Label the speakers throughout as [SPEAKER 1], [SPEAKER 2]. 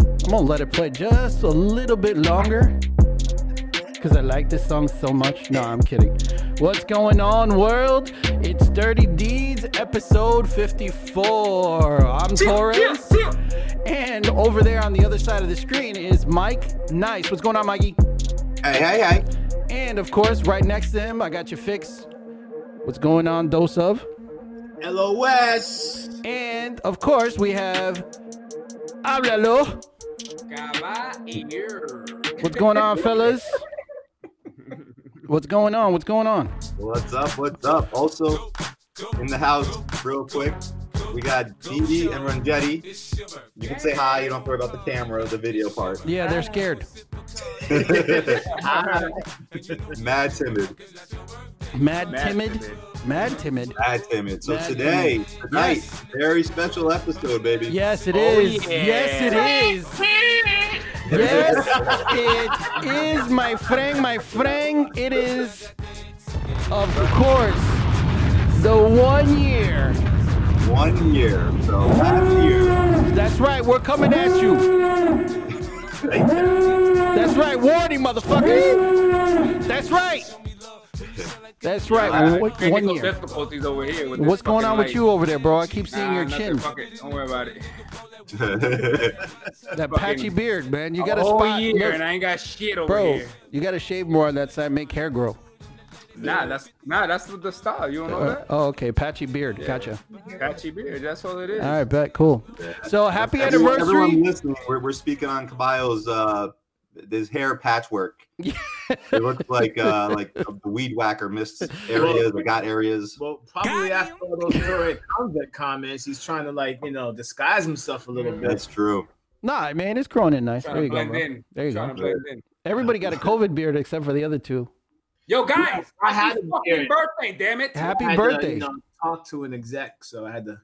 [SPEAKER 1] I'm gonna let it play just a little bit longer because I like this song so much. No, I'm kidding. What's going on, world? It's Dirty Deeds, episode 54. I'm Torres. And over there on the other side of the screen is Mike Nice. What's going on, Mikey?
[SPEAKER 2] Hey, hey, hey.
[SPEAKER 1] And of course, right next to him, I got your fix. What's going on, Dose of?
[SPEAKER 2] LOS.
[SPEAKER 1] And of course, we have Háblalo. What's going on, fellas? What's going on? What's going on?
[SPEAKER 2] What's up? What's up? Also, in the house, real quick, we got Dee Dee and Rangetti. You can say hi. You don't have to worry about the camera, the video part.
[SPEAKER 1] Yeah, they're scared.
[SPEAKER 2] Mad timid.
[SPEAKER 1] Mad, timid. Mad timid.
[SPEAKER 2] Mad timid. So
[SPEAKER 1] Mad
[SPEAKER 2] today, tonight, very special episode, baby.
[SPEAKER 1] Yes, it is. Yes, it is. Yes, it is, my friend, my friend. It is, of course, the one year.
[SPEAKER 2] One year. So last year.
[SPEAKER 1] That's right, we're coming at you.
[SPEAKER 2] Thank you.
[SPEAKER 1] That's right, warning, motherfuckers. That's right. That's right,
[SPEAKER 3] Alright,
[SPEAKER 1] one- one
[SPEAKER 3] technical
[SPEAKER 1] year.
[SPEAKER 3] difficulties over here. with this
[SPEAKER 1] What's going
[SPEAKER 3] fucking
[SPEAKER 1] on with
[SPEAKER 3] light.
[SPEAKER 1] you over there, bro? I keep
[SPEAKER 3] Nah,
[SPEAKER 1] seeing your
[SPEAKER 3] nothing.
[SPEAKER 1] chin.
[SPEAKER 3] Fuck it. Don't worry about it.
[SPEAKER 1] That
[SPEAKER 3] fucking-
[SPEAKER 1] patchy beard, man. You got to
[SPEAKER 3] a whole
[SPEAKER 1] spot.
[SPEAKER 3] year
[SPEAKER 1] look,
[SPEAKER 3] Oh, and I ain't got shit over
[SPEAKER 1] bro,
[SPEAKER 3] here.
[SPEAKER 1] you got to shave more on that side, make hair grow.
[SPEAKER 3] Nah, that's nah, that's the, the style. You don't know
[SPEAKER 1] Uh,
[SPEAKER 3] that?
[SPEAKER 1] oh, okay. Patchy beard. Gotcha.
[SPEAKER 3] Patchy beard. That's all it is.
[SPEAKER 1] All right, bet. Cool. So happy
[SPEAKER 2] Everyone, everyone
[SPEAKER 1] anniversary.
[SPEAKER 2] listening, we're, we're speaking on Caballo's uh, his hair patchwork. It looks like uh, like the weed whacker missed areas, or got areas.
[SPEAKER 4] Well, probably after all those Hillary convict comments, he's trying to like you know disguise himself a little bit.
[SPEAKER 2] That's true.
[SPEAKER 1] Nah, man, it's growing in nice.
[SPEAKER 3] Trying
[SPEAKER 1] There
[SPEAKER 3] to
[SPEAKER 1] you go.
[SPEAKER 3] blend
[SPEAKER 1] Bro.
[SPEAKER 3] in.
[SPEAKER 1] There you
[SPEAKER 3] Trying
[SPEAKER 1] go.
[SPEAKER 3] to blend in.
[SPEAKER 1] Everybody got a COVID beard except for the other two.
[SPEAKER 3] Yo, guys,
[SPEAKER 4] I
[SPEAKER 3] I
[SPEAKER 4] had
[SPEAKER 3] had
[SPEAKER 4] a
[SPEAKER 3] fucking
[SPEAKER 4] beard.
[SPEAKER 3] birthday. Damn it.
[SPEAKER 1] Happy
[SPEAKER 4] I had To,
[SPEAKER 1] birthday.
[SPEAKER 4] you know, talk to an exec, so I had to.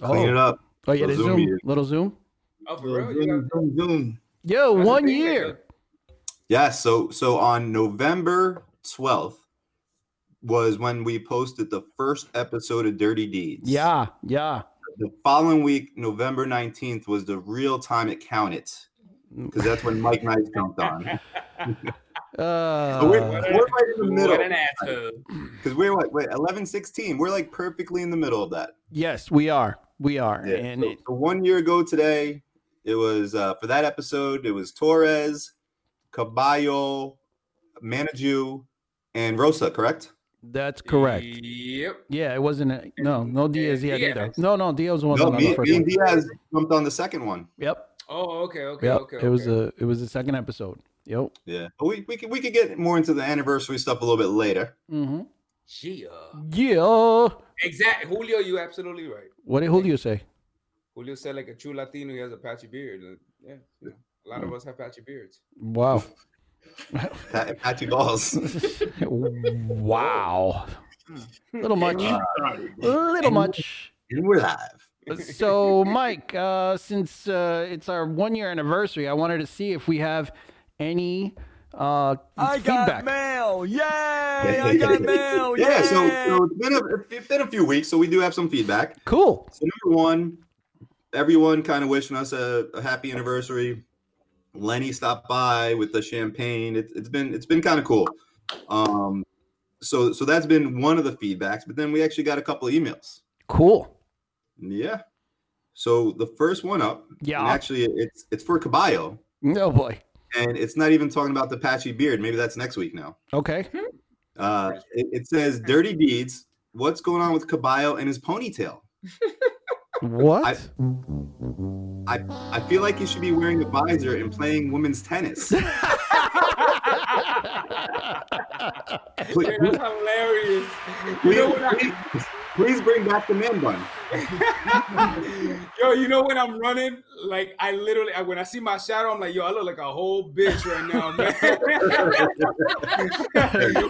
[SPEAKER 2] Clean it
[SPEAKER 1] Oh,
[SPEAKER 2] up.
[SPEAKER 1] oh yeah, the
[SPEAKER 2] Zoom
[SPEAKER 1] Zoom.
[SPEAKER 2] meeting.
[SPEAKER 1] Little Zoom.
[SPEAKER 3] Oh, for real? You
[SPEAKER 4] Zoom,
[SPEAKER 3] got-
[SPEAKER 4] zoom, zoom.
[SPEAKER 1] Yo,
[SPEAKER 3] that's the
[SPEAKER 1] one
[SPEAKER 3] thing, like,
[SPEAKER 1] year.
[SPEAKER 2] Yeah, so so on November 12th was when we posted the first episode of Dirty Deeds.
[SPEAKER 1] Yeah, yeah.
[SPEAKER 2] The following week, November 19th, was the real time it counted. Because that's when Mike Knight jumped on. But we're,
[SPEAKER 1] Uh,
[SPEAKER 3] what
[SPEAKER 2] we're right in the
[SPEAKER 3] uh, What
[SPEAKER 2] middle.
[SPEAKER 3] an asshole.
[SPEAKER 2] Because we're what, wait, 11 16. We're like perfectly in the middle of that.
[SPEAKER 1] yes, we are. We are.
[SPEAKER 2] Yeah,
[SPEAKER 1] And
[SPEAKER 2] so,
[SPEAKER 1] it,
[SPEAKER 2] so one year ago today, it was uh, for that episode, it was Torres, Caballo, Manaju, and Rosa, correct?
[SPEAKER 1] that's correct.
[SPEAKER 3] Yep.
[SPEAKER 1] Yeah, it wasn't. A, no, no Diaz yet
[SPEAKER 3] Diaz.
[SPEAKER 1] either. No, no, Diaz wasn't
[SPEAKER 2] No,
[SPEAKER 1] on the
[SPEAKER 2] me,
[SPEAKER 1] first
[SPEAKER 2] me and
[SPEAKER 1] one.
[SPEAKER 2] Diaz jumped on the second one.
[SPEAKER 1] Yep.
[SPEAKER 3] Oh, okay, okay,
[SPEAKER 1] Yep.
[SPEAKER 3] okay.
[SPEAKER 1] It was
[SPEAKER 3] okay.
[SPEAKER 1] the it was the second episode. Yep.
[SPEAKER 2] Yeah, but we we could we could get more into the anniversary stuff a little bit later.
[SPEAKER 3] Mm-hmm.
[SPEAKER 1] hmm
[SPEAKER 3] Gia.
[SPEAKER 1] Yeah.
[SPEAKER 3] Exact. Julio, you absolutely right.
[SPEAKER 1] What did Julio say?
[SPEAKER 3] Julio said like a true Latino, he has a patchy beard. and, Yeah, you know, a lot of us have patchy beards.
[SPEAKER 1] Wow.
[SPEAKER 2] Pa- Patchy balls.
[SPEAKER 1] wow. Little much.
[SPEAKER 4] You started.
[SPEAKER 1] little much.
[SPEAKER 2] and we're live.
[SPEAKER 1] So, Mike, uh, since uh, it's our one year anniversary, I wanted to see if we have any uh,
[SPEAKER 5] I got
[SPEAKER 1] feedback.
[SPEAKER 5] mail. Yay! I got mail.
[SPEAKER 2] yeah, so,
[SPEAKER 5] Yay!
[SPEAKER 2] so it's been a, it's been a few weeks, so we do have some feedback.
[SPEAKER 1] Cool.
[SPEAKER 2] So number one, everyone kind of wishing us a, a happy anniversary. Lenny stopped by with the champagne. It's it's been it's been kind of cool. Um, so so that's been one of the feedbacks. But then we actually got a couple of emails.
[SPEAKER 1] Cool.
[SPEAKER 2] Yeah. So the first one up, and
[SPEAKER 1] Yeah.
[SPEAKER 2] actually it's it's for Caballo.
[SPEAKER 1] No boy.
[SPEAKER 2] and it's not even talking about the patchy beard. Maybe that's next week now.
[SPEAKER 1] Okay.
[SPEAKER 2] Uh, it, it says "Dirty Deeds." What's going on with Caballo and his ponytail?
[SPEAKER 3] Hmm.
[SPEAKER 1] What?
[SPEAKER 2] I- I I feel like he should be wearing a visor and playing women's tennis. please,
[SPEAKER 3] Dude, that's hilarious. You know
[SPEAKER 2] please,
[SPEAKER 3] what I
[SPEAKER 2] please- please bring back the man bun.
[SPEAKER 3] yo, you know when I'm running, like I literally I- when I see my shadow, I'm like, yo, I look like a whole bitch right now, man.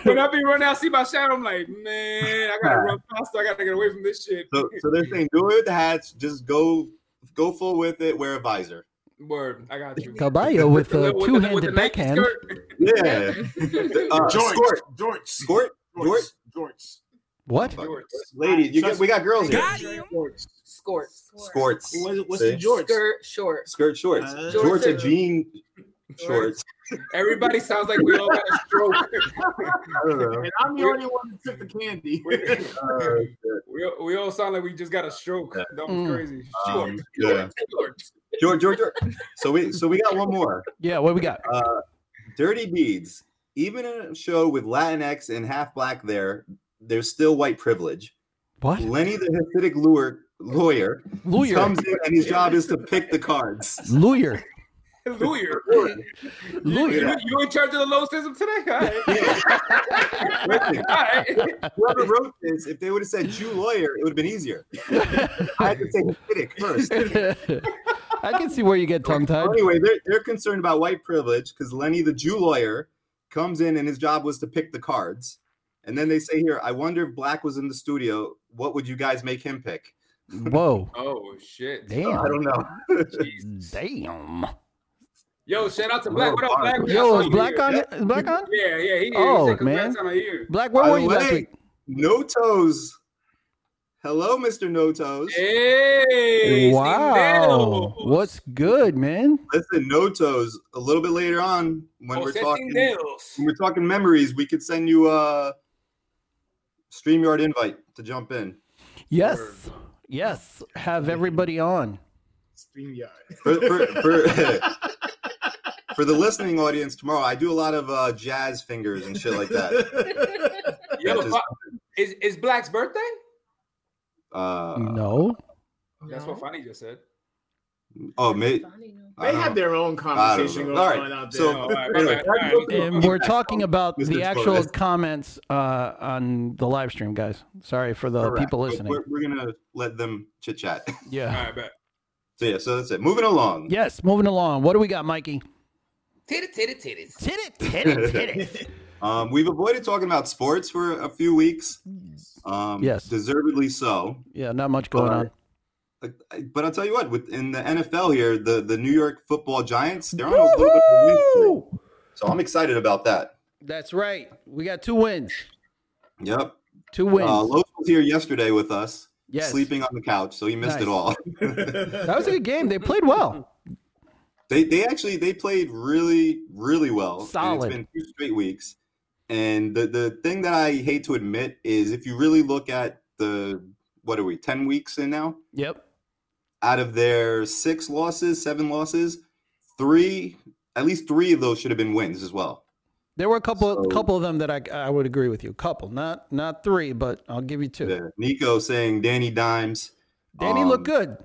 [SPEAKER 3] when I be running, I see my shadow, I'm like, man, I gotta run faster. I gotta get away from this shit.
[SPEAKER 2] So, so they're saying do it with the hats. Just go go full with it. Wear a visor.
[SPEAKER 3] Word, I got you.
[SPEAKER 1] Caballo with a
[SPEAKER 3] the-
[SPEAKER 1] two
[SPEAKER 3] the- with the
[SPEAKER 1] handed
[SPEAKER 3] Nike
[SPEAKER 1] backhand.
[SPEAKER 3] skirt.
[SPEAKER 2] Yeah. Uh,
[SPEAKER 4] Jorts,
[SPEAKER 2] squirt,
[SPEAKER 4] jorts.
[SPEAKER 2] squirt, Jorts?
[SPEAKER 4] Jorts.
[SPEAKER 1] What?
[SPEAKER 2] Fuck.
[SPEAKER 3] Jorts.
[SPEAKER 2] Ladies, you get, we got girls here.
[SPEAKER 6] Got him.
[SPEAKER 4] Jorts.
[SPEAKER 7] Scorts.
[SPEAKER 2] Skorts.
[SPEAKER 4] What, what's
[SPEAKER 2] See?
[SPEAKER 4] the jorts?
[SPEAKER 7] Skirt short.
[SPEAKER 2] Skirt shorts.
[SPEAKER 4] Uh,
[SPEAKER 2] Jorts are
[SPEAKER 7] Jorts are-
[SPEAKER 2] jean shorts.
[SPEAKER 3] Everybody sounds like we all got a stroke.
[SPEAKER 2] I don't know.
[SPEAKER 4] And I'm the only one that took the candy.
[SPEAKER 2] Uh,
[SPEAKER 3] we, all- we all sound like we just got a stroke. That was
[SPEAKER 1] Mm.
[SPEAKER 3] crazy. Sure.
[SPEAKER 2] Um, yeah. George, George, George. So we so we got one more.
[SPEAKER 1] Yeah, what we got?
[SPEAKER 2] Dirty Deeds. Even in a show with Latinx and half black there, there's still white privilege.
[SPEAKER 1] What?
[SPEAKER 2] Lenny the Hasidic lure, lawyer
[SPEAKER 1] Lawyer.
[SPEAKER 2] comes in and his job is to pick the cards.
[SPEAKER 1] Lawyer.
[SPEAKER 3] Lawyer.
[SPEAKER 1] Lawyer.
[SPEAKER 3] You, you in charge of the low system today? All right.
[SPEAKER 2] Listen,
[SPEAKER 3] All right.
[SPEAKER 2] whoever wrote this, if they would have said Jew lawyer, it would have been easier. I had to say Hasidic first.
[SPEAKER 1] I can see where you get tongue tied.
[SPEAKER 2] Well, anyway, they're, they're concerned about white privilege because Lenny, the Jew lawyer, comes in and his job was to pick the cards. And then they say here, I wonder if Black was in the studio, what would you guys make him pick?
[SPEAKER 1] Whoa.
[SPEAKER 3] Oh shit.
[SPEAKER 2] I
[SPEAKER 1] Damn.
[SPEAKER 2] don't know.
[SPEAKER 3] Jeez.
[SPEAKER 1] Damn.
[SPEAKER 3] Yo, shout out to Black. What up, Black? I
[SPEAKER 1] Yo,
[SPEAKER 3] saw
[SPEAKER 1] is
[SPEAKER 3] you
[SPEAKER 1] Black
[SPEAKER 3] here.
[SPEAKER 1] on? Is Black on?
[SPEAKER 3] Yeah, yeah. He,
[SPEAKER 1] Oh,
[SPEAKER 3] he said congrats
[SPEAKER 1] man.
[SPEAKER 3] on my ear.
[SPEAKER 1] Black, where
[SPEAKER 2] By
[SPEAKER 1] were
[SPEAKER 2] the
[SPEAKER 1] you last
[SPEAKER 2] way-
[SPEAKER 1] week?
[SPEAKER 2] No toes. Hello, Mr. No Toes.
[SPEAKER 3] Hey,
[SPEAKER 1] Wow. What's good, man?
[SPEAKER 2] Listen, No Toes. A little bit later on,
[SPEAKER 3] Oh,
[SPEAKER 2] when we're talking, when we're talking memories, we could send you a Streamyard invite to jump in.
[SPEAKER 1] Yes. Yes. Have everybody on.
[SPEAKER 4] StreamYard.
[SPEAKER 2] For, for, for, for the listening audience tomorrow, I do a lot of uh, jazz fingers and shit like that.
[SPEAKER 3] Yo,
[SPEAKER 2] That just-
[SPEAKER 3] Fa- is is Black's birthday?
[SPEAKER 2] Uh,
[SPEAKER 1] No.
[SPEAKER 3] That's what Fanny just said.
[SPEAKER 2] Oh, mate.
[SPEAKER 4] They have their own conversation
[SPEAKER 2] know.
[SPEAKER 4] going
[SPEAKER 2] All right.
[SPEAKER 4] on out there.
[SPEAKER 2] So-
[SPEAKER 3] Oh, all right, my bad. All right.
[SPEAKER 2] Uh,
[SPEAKER 1] And we're talking about
[SPEAKER 2] Mr.
[SPEAKER 1] the actual
[SPEAKER 2] Flores.
[SPEAKER 1] comments uh, on the live stream, guys. Sorry for the people listening.
[SPEAKER 2] We're, we're gonna let them chit chat.
[SPEAKER 3] All
[SPEAKER 1] Yeah.
[SPEAKER 3] right, bet.
[SPEAKER 2] So yeah, so that's it. Moving along.
[SPEAKER 1] Yes. Moving along. What do we got, Mikey?
[SPEAKER 6] Titty, titty, titties.
[SPEAKER 1] Hit it. Hit it. Hit it.
[SPEAKER 2] Um, we've avoided talking about sports for a few weeks. Um,
[SPEAKER 1] Yes.
[SPEAKER 2] Deservedly so.
[SPEAKER 1] Yeah. Not much going on.
[SPEAKER 2] But- But I'll tell you what, within the NFL here, the, the New York football giants, they're on a little bit of a win streak.
[SPEAKER 1] Woo!
[SPEAKER 2] So I'm excited about that.
[SPEAKER 1] That's right. We got two wins.
[SPEAKER 2] Yep.
[SPEAKER 1] Two wins.
[SPEAKER 2] Uh, Lopez was here yesterday with us,
[SPEAKER 1] yes.
[SPEAKER 2] sleeping on the couch, so he missed
[SPEAKER 1] Nice.
[SPEAKER 2] it all.
[SPEAKER 1] That was a good game. They played well.
[SPEAKER 2] They they actually they played really really well. and
[SPEAKER 1] Solid.
[SPEAKER 2] It's been two straight weeks, and the the thing that I hate to admit is if you really look at the what are we ten weeks in now?
[SPEAKER 1] Yep.
[SPEAKER 2] Out of their six losses, seven losses, three at least three of those should have been wins as well.
[SPEAKER 1] There were a couple
[SPEAKER 2] So-
[SPEAKER 1] couple of them that I I would agree with you. Couple, not not three, but I'll give you two.
[SPEAKER 2] The Nico saying Danny Dimes,
[SPEAKER 1] Danny
[SPEAKER 2] um,
[SPEAKER 1] looked good.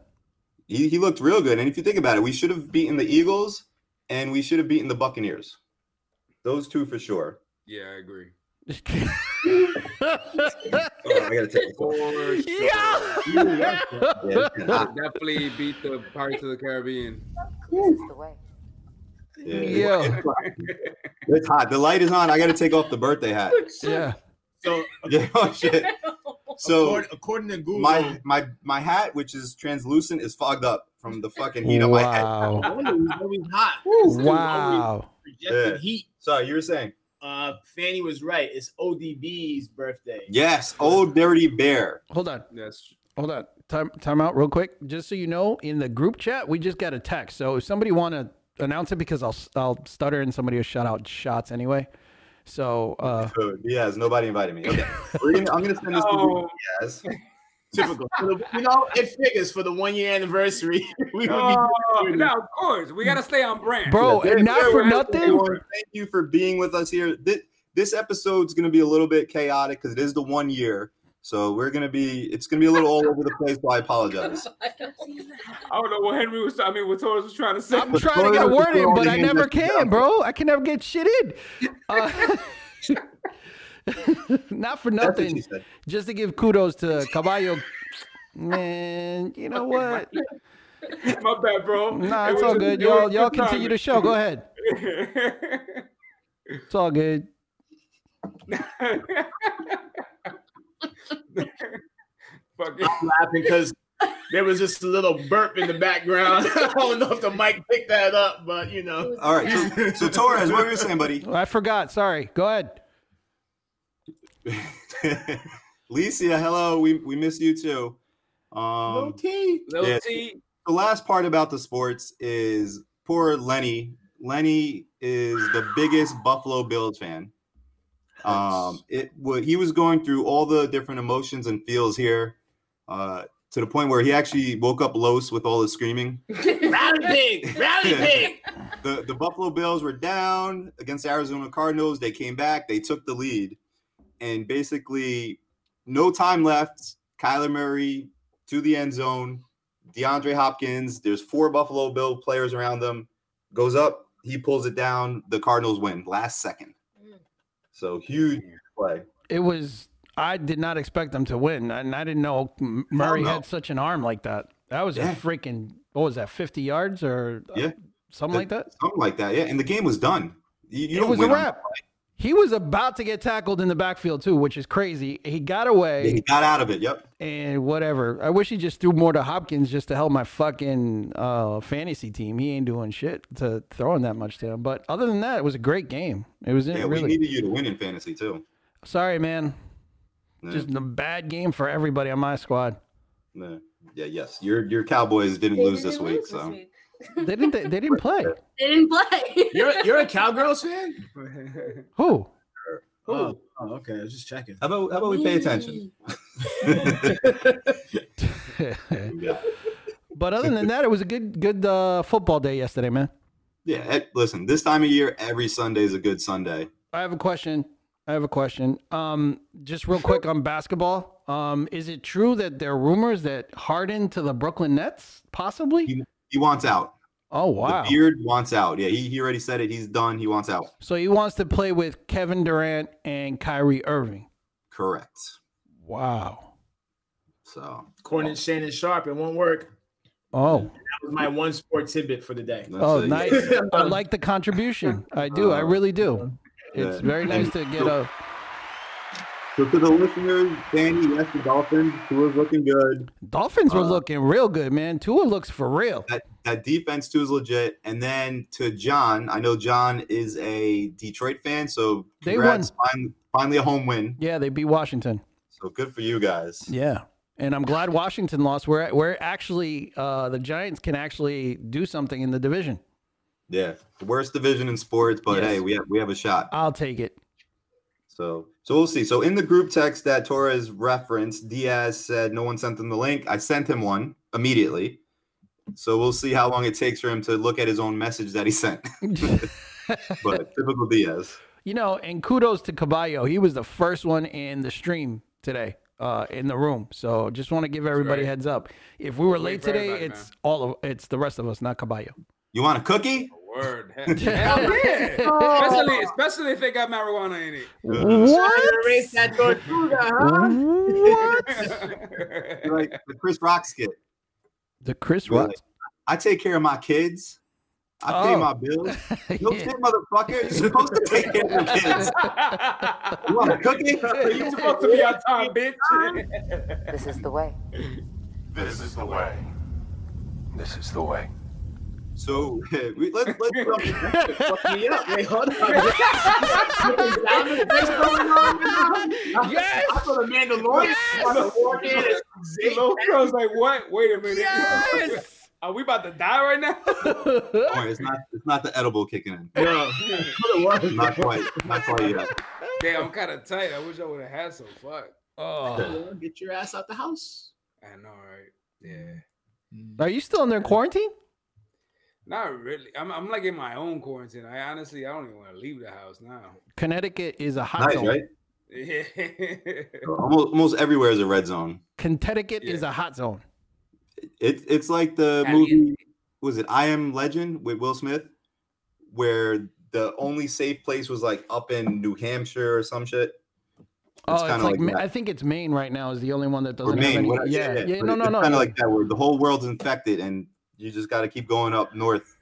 [SPEAKER 2] he, he looked real good. And if you think about it, we should have beaten the Eagles and we should have beaten the Buccaneers. Those two for sure.
[SPEAKER 3] Yeah, I agree.
[SPEAKER 2] Oh, I gotta take this off.
[SPEAKER 1] yeah.
[SPEAKER 2] Yeah, yeah.
[SPEAKER 3] We'll definitely beat the Pirates of the Caribbean.
[SPEAKER 2] Yeah.
[SPEAKER 1] Yeah.
[SPEAKER 2] It's hot. The light is on. I got to take off the birthday hat.
[SPEAKER 1] yeah.
[SPEAKER 4] so
[SPEAKER 2] Yeah, oh, shit. So
[SPEAKER 4] according, according to Google,
[SPEAKER 2] my my my hat, which is translucent, is fogged up from the fucking heat on my head.
[SPEAKER 1] Wow.
[SPEAKER 4] Wonder was always hot.
[SPEAKER 1] Wow.
[SPEAKER 4] Projected
[SPEAKER 2] Yeah.
[SPEAKER 4] heat.
[SPEAKER 2] Sorry, you were saying
[SPEAKER 4] Uh, Fanny was right. It's ODB's birthday.
[SPEAKER 2] yes, old dirty bear.
[SPEAKER 1] Hold on.
[SPEAKER 3] That's
[SPEAKER 1] Hold on. Time time out real quick. Just so you know, in the group chat, we just got a text. So if somebody want to announce it because I'll I'll stutter and somebody will shout out shots anyway. So uh
[SPEAKER 2] Oh, Diaz. Nobody invited me. Okay, We're gonna, I'm gonna send this
[SPEAKER 3] no,
[SPEAKER 2] to Diaz.
[SPEAKER 4] Typical. you know, it figures for the one year anniversary. We would be
[SPEAKER 3] Oh, no, no, of course we gotta stay on brand.
[SPEAKER 1] bro,
[SPEAKER 2] Yeah,
[SPEAKER 1] and not
[SPEAKER 2] there-
[SPEAKER 1] for
[SPEAKER 2] there-
[SPEAKER 1] nothing.
[SPEAKER 2] everyone, Thank you for being with us here. This, this episode's gonna be a little bit chaotic because it is the one year. So we're gonna be. It's gonna be a little all over the place. So I apologize.
[SPEAKER 3] I don't know what Henry was. I mean, what Torres was trying to say.
[SPEAKER 1] I'm trying to get a word in, but I never
[SPEAKER 2] Yeah.
[SPEAKER 1] can, bro. I can never get shit in. Uh, not for
[SPEAKER 2] That's what
[SPEAKER 1] nothing.
[SPEAKER 2] she said.
[SPEAKER 1] Just to give kudos to Caballo. Man, you know what?
[SPEAKER 3] My bad, bro.
[SPEAKER 1] Nah,
[SPEAKER 3] It
[SPEAKER 1] it's
[SPEAKER 3] was
[SPEAKER 1] all
[SPEAKER 3] just-
[SPEAKER 1] good.
[SPEAKER 3] it was
[SPEAKER 1] Y'all, y'all
[SPEAKER 3] good
[SPEAKER 1] continue the show. Go ahead.
[SPEAKER 3] timing.
[SPEAKER 1] It's all good.
[SPEAKER 3] Fuck it.
[SPEAKER 4] laughing because there was just a little burp in the background. I don't know if the mic picked that up, but you know.
[SPEAKER 2] All right. So, so Torres, what were you saying, buddy?
[SPEAKER 1] I forgot. Sorry. Go ahead.
[SPEAKER 2] Licia, hello. We we miss you too. Um,
[SPEAKER 4] T.
[SPEAKER 3] Lil
[SPEAKER 2] Yeah.
[SPEAKER 3] T.
[SPEAKER 2] the last part about the sports is poor Lenny. Lenny is the biggest Buffalo Bills fan. Um, it wa- he was going through all the different emotions and feels here, uh, to the point where he actually woke up Los with all his screaming.
[SPEAKER 4] Rally pig. Rally pig.
[SPEAKER 2] The the Buffalo Bills were down against the Arizona Cardinals. They came back. They took the lead, and basically, no time left. Kyler Murray to the end zone. DeAndre Hopkins. There's four Buffalo Bill players around them. Goes up. He pulls it down. The Cardinals win last second. So huge play.
[SPEAKER 1] It was. I did not expect them to win, and I didn't know M- Murray
[SPEAKER 2] no.
[SPEAKER 1] had such an arm like that. That was
[SPEAKER 2] Yeah.
[SPEAKER 1] a freaking. What was that? Fifty yards or uh,
[SPEAKER 2] Yeah.
[SPEAKER 1] something like that.
[SPEAKER 2] Something like that. Yeah, and the game was done. You, you
[SPEAKER 1] it
[SPEAKER 2] don't
[SPEAKER 1] was a
[SPEAKER 2] win on-
[SPEAKER 1] wrap. He was about to get tackled in the backfield too, which is crazy. He got away.
[SPEAKER 2] They got out of it. Yep.
[SPEAKER 1] and whatever. I wish he just threw more to Hopkins just to help my fucking uh, fantasy team. He ain't doing shit to throwing that much to him. But other than that, it was a great game. It was
[SPEAKER 2] Yeah,
[SPEAKER 1] it
[SPEAKER 2] we
[SPEAKER 1] really.
[SPEAKER 2] needed you to win in fantasy too.
[SPEAKER 1] Sorry, man.
[SPEAKER 2] Yeah.
[SPEAKER 1] Just a bad game for everybody on my squad.
[SPEAKER 2] Yeah. Yeah, yes. Your your Cowboys didn't
[SPEAKER 7] They
[SPEAKER 2] lose
[SPEAKER 7] didn't
[SPEAKER 2] this week,
[SPEAKER 7] lose
[SPEAKER 2] so
[SPEAKER 1] They didn't. They, they didn't play.
[SPEAKER 7] They didn't play.
[SPEAKER 4] You're you're a Cowgirls fan?
[SPEAKER 1] Who?
[SPEAKER 4] Oh, oh, okay. I was just checking.
[SPEAKER 2] how about how about we pay attention? yeah.
[SPEAKER 1] but other than that, it was a good good uh, football day yesterday, man.
[SPEAKER 2] Yeah, eh, listen, this time of year every Sunday is a good Sunday.
[SPEAKER 1] I have a question. I have a question. Um, just real quick on basketball. Um, is it true that there are rumors that Harden to the Brooklyn Nets possibly?
[SPEAKER 2] He wants out.
[SPEAKER 1] Oh wow!
[SPEAKER 2] The beard wants out. Yeah, he, he already said it. He's done. He wants out.
[SPEAKER 1] So he wants to play with Kevin Durant and Kyrie Irving.
[SPEAKER 2] Correct.
[SPEAKER 1] Wow.
[SPEAKER 2] So
[SPEAKER 4] Cornet Shannon Sharp. It won't work.
[SPEAKER 1] Oh,
[SPEAKER 4] That was my one sport tidbit for the day.
[SPEAKER 2] that's
[SPEAKER 1] oh,
[SPEAKER 2] it.
[SPEAKER 1] nice. I like the contribution. I do. I really do. It's very nice to get a.
[SPEAKER 2] So to the listeners, Danny, yes, the Dolphins, Tua's looking good.
[SPEAKER 1] Dolphins were looking real good, man. Tua looks for real.
[SPEAKER 2] That that defense too is legit. And then to John, I know John is a Detroit fan, so
[SPEAKER 1] They
[SPEAKER 2] congrats, fin- finally a home win.
[SPEAKER 1] Yeah, they beat Washington.
[SPEAKER 2] So good for you guys.
[SPEAKER 1] Yeah, and I'm glad Washington lost. We're we're actually uh, the Giants can actually do something in the division.
[SPEAKER 2] Yeah, the worst division in sports, but
[SPEAKER 1] Yes.
[SPEAKER 2] hey, we have we have a shot.
[SPEAKER 1] I'll take it.
[SPEAKER 2] So so we'll see. So in the group text that Torres referenced, Diaz said no one sent him the link. I sent him one immediately. So we'll see how long it takes for him to look at his own message that he sent. but typical Diaz.
[SPEAKER 1] You know, and kudos to Caballo. He was the first one in the stream today, uh, in the room. So just want to give everybody a
[SPEAKER 3] right.
[SPEAKER 1] heads up. If we were late
[SPEAKER 3] for
[SPEAKER 1] today,
[SPEAKER 3] everybody,
[SPEAKER 1] it's all of it's the rest of us, not Caballo.
[SPEAKER 2] You want a cookie?
[SPEAKER 3] Word. Hell yeah. Especially, especially if they got marijuana in
[SPEAKER 1] What?
[SPEAKER 4] Erase that tortuga, huh?
[SPEAKER 1] What?
[SPEAKER 3] it.
[SPEAKER 2] You're Like the Chris Rock skit.
[SPEAKER 1] The Chris
[SPEAKER 2] Really?
[SPEAKER 1] Rock.
[SPEAKER 2] I take care of my kids. I pay
[SPEAKER 1] Oh.
[SPEAKER 2] my bills. No shit, motherfucker. You're supposed to take care of your kids. You want a cookie?
[SPEAKER 3] you supposed to be on time, bitch.
[SPEAKER 8] This is the way.
[SPEAKER 9] This is the way. This is the way.
[SPEAKER 2] So we, let's let's jump-
[SPEAKER 4] Yeah, wait, hold on. yes! I thought the Mandalorian on the forehead is
[SPEAKER 3] Lil Bro's like, what? Wait a minute.
[SPEAKER 1] Yes!
[SPEAKER 3] Are we about to die right now?
[SPEAKER 2] Don't worry, it's not it's not the edible kicking in.
[SPEAKER 4] No,
[SPEAKER 2] Not quite. Not quite yet.
[SPEAKER 3] Damn, I'm kind of tight. I wish I would have had some. Fuck.
[SPEAKER 1] Oh.
[SPEAKER 4] get your ass out the house.
[SPEAKER 3] I know, right? Yeah.
[SPEAKER 1] Are you still in their quarantine?
[SPEAKER 3] Not really. I'm, I'm like in my own quarantine. I honestly, I don't even want to leave the house now.
[SPEAKER 1] Connecticut is a hot
[SPEAKER 2] Nice,
[SPEAKER 1] zone.
[SPEAKER 2] right?
[SPEAKER 3] Yeah.
[SPEAKER 2] Almost almost everywhere is a red zone.
[SPEAKER 1] Connecticut is
[SPEAKER 3] Yeah.
[SPEAKER 1] a hot zone.
[SPEAKER 2] It it's like the
[SPEAKER 6] Have you-
[SPEAKER 2] movie was it I Am Legend with Will Smith, where the only safe place was like up in New Hampshire or some shit.
[SPEAKER 1] Oh, it's,
[SPEAKER 2] kinda
[SPEAKER 1] like, Ma-
[SPEAKER 2] that.
[SPEAKER 1] I think it's Maine right now is the only one that
[SPEAKER 2] Or
[SPEAKER 1] doesn't have
[SPEAKER 2] Maine,
[SPEAKER 1] any.
[SPEAKER 2] what-
[SPEAKER 1] yeah, yeah,
[SPEAKER 2] but
[SPEAKER 1] no, no,
[SPEAKER 2] it's
[SPEAKER 1] no.
[SPEAKER 2] Kind of like that, where the whole world's infected, and you just got to keep going up north.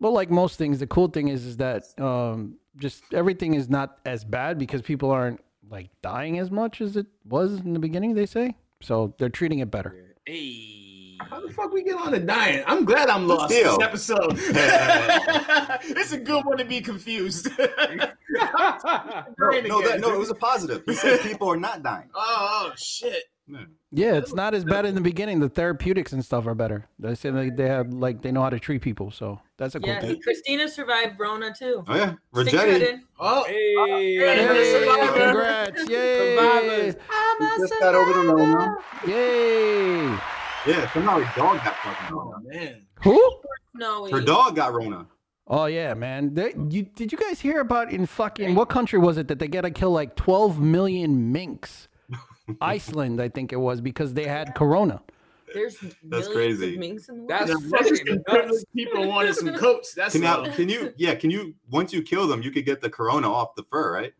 [SPEAKER 1] Well, like most things, the cool thing is is that um, just everything is not as bad because people aren't like dying as much as it was in the beginning. They say so they're treating it better.
[SPEAKER 3] hey.
[SPEAKER 4] I thought the fuck we get on a diet? I'm glad I'm lost
[SPEAKER 2] Still.
[SPEAKER 4] this episode. it's a good one to be confused.
[SPEAKER 2] No, no, that, no, it was a positive. He said people are not dying.
[SPEAKER 4] Oh, oh, shit.
[SPEAKER 1] Yeah, it's not as bad in the beginning. The therapeutics and stuff are better. They say they, they have like they know how to treat people, so that's a cool
[SPEAKER 7] Yeah,
[SPEAKER 1] thing.
[SPEAKER 7] Christina survived Rona too.
[SPEAKER 2] Oh yeah,
[SPEAKER 7] Stick that
[SPEAKER 2] Rajetti.
[SPEAKER 7] in.
[SPEAKER 4] Oh,
[SPEAKER 3] Hey.
[SPEAKER 1] Hey,
[SPEAKER 4] Survivor.
[SPEAKER 1] congrats! Yay!
[SPEAKER 3] Survivors.
[SPEAKER 2] He just got over the Rona.
[SPEAKER 1] Yay!
[SPEAKER 2] Yeah, somehow his dog got fucking
[SPEAKER 4] oh
[SPEAKER 2] Rona.
[SPEAKER 4] man.
[SPEAKER 1] Who?
[SPEAKER 7] No,
[SPEAKER 2] Her dog got Rona.
[SPEAKER 1] Oh yeah, man. They, you, did you guys hear about in fucking what country was it that they gotta kill like 12 million minks? Iceland, I think it was, because they had corona.
[SPEAKER 7] There's millions
[SPEAKER 2] crazy.
[SPEAKER 7] of minks in the world.
[SPEAKER 3] That's
[SPEAKER 4] Now, what is
[SPEAKER 3] fucking
[SPEAKER 4] some
[SPEAKER 3] nuts.
[SPEAKER 4] privileged people wanted some coats? That's
[SPEAKER 2] Can now,
[SPEAKER 4] all.
[SPEAKER 2] can you? Yeah, can you? Once you kill them, you could get the corona off the fur, right?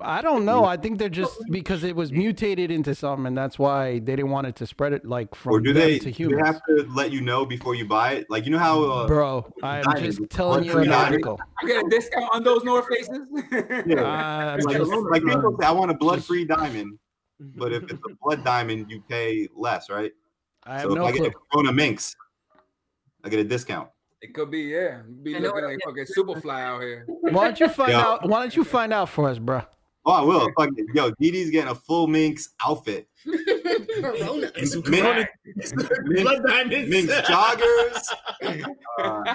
[SPEAKER 1] I don't know. I think they're just because it was mutated into something, and that's why they didn't want it to spread it like from
[SPEAKER 2] Or do
[SPEAKER 1] them
[SPEAKER 2] they?
[SPEAKER 1] to
[SPEAKER 2] do they
[SPEAKER 1] humans.
[SPEAKER 2] have to let you know before you buy it? Like you know how? Uh,
[SPEAKER 1] Bro, I'm
[SPEAKER 2] Diamond.
[SPEAKER 1] just telling you
[SPEAKER 2] Free
[SPEAKER 1] an
[SPEAKER 2] diamond.
[SPEAKER 1] article.
[SPEAKER 3] You get a discount on those North Faces?
[SPEAKER 2] yeah,
[SPEAKER 1] I'm
[SPEAKER 2] like,
[SPEAKER 1] just-
[SPEAKER 2] like people say, I want a blood-free diamond, but if it's a blood diamond, you pay less, right?
[SPEAKER 1] I have
[SPEAKER 2] so if
[SPEAKER 1] no
[SPEAKER 2] I
[SPEAKER 1] clue.
[SPEAKER 2] get a corona minx, I get a discount.
[SPEAKER 3] It could be, yeah. Be
[SPEAKER 7] I know
[SPEAKER 3] looking
[SPEAKER 7] what
[SPEAKER 3] like fucking Superfly out here.
[SPEAKER 1] Why don't you find
[SPEAKER 2] Yeah.
[SPEAKER 1] out? Why don't you find out for us, bro?
[SPEAKER 2] Oh, I will. Fuck it. Yo, Dee Dee's getting a full minx outfit.
[SPEAKER 7] Corona.
[SPEAKER 4] It's some
[SPEAKER 2] Mint-
[SPEAKER 4] corona- blood diamonds.
[SPEAKER 2] Minx joggers, uh,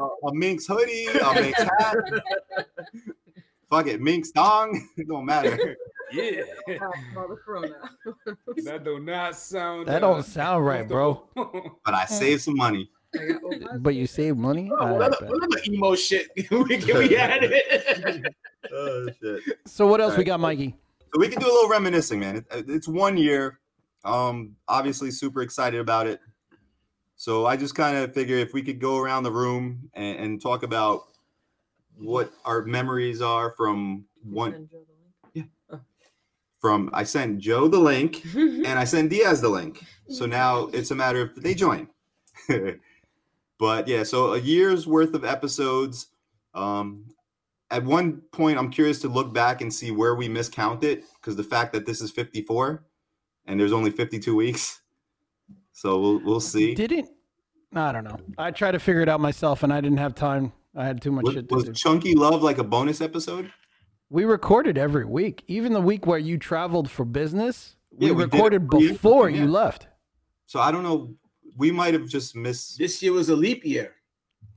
[SPEAKER 2] a minx hoodie, a minx hat. Fuck it, minx dong. It don't matter.
[SPEAKER 3] Yeah.
[SPEAKER 7] All the corona.
[SPEAKER 3] That do not sound.
[SPEAKER 1] That
[SPEAKER 3] uh,
[SPEAKER 1] don't sound right, bro.
[SPEAKER 3] comfortable.
[SPEAKER 2] But I saved some money.
[SPEAKER 7] I got all my-
[SPEAKER 1] But you save money.
[SPEAKER 4] Oh,
[SPEAKER 1] I
[SPEAKER 4] what
[SPEAKER 1] like
[SPEAKER 4] other-
[SPEAKER 1] that.
[SPEAKER 4] what other emo shit can we, can we add it?
[SPEAKER 2] Oh shit.
[SPEAKER 1] So what else we
[SPEAKER 2] Right.
[SPEAKER 1] got, Mikey?
[SPEAKER 2] So we can do a little reminiscing, man. It- It's one year. Um, obviously super excited about it. So I just kind of figure if we could go around the room and, and talk about what our memories are from one from I sent Joe the link and I sent Diaz the link. So now it's a matter of they join. but yeah, so a year's worth of episodes. Um, at one point, I'm curious to look back and see where we miscount it because the fact that this is 54 and there's only 52 weeks. So we'll we'll see.
[SPEAKER 1] Didn't I don't know. I tried to figure it out myself, and I didn't have time. I had too much
[SPEAKER 2] Was,
[SPEAKER 1] shit to
[SPEAKER 2] was
[SPEAKER 1] do.
[SPEAKER 2] Chunky Love like a bonus episode?
[SPEAKER 1] We recorded every week, even the week where you traveled for business. We
[SPEAKER 2] Yeah, we did it
[SPEAKER 1] recorded
[SPEAKER 2] pre-
[SPEAKER 1] before
[SPEAKER 2] yeah.
[SPEAKER 1] you left.
[SPEAKER 2] So I don't know. We might have just missed.
[SPEAKER 4] this year was a leap year.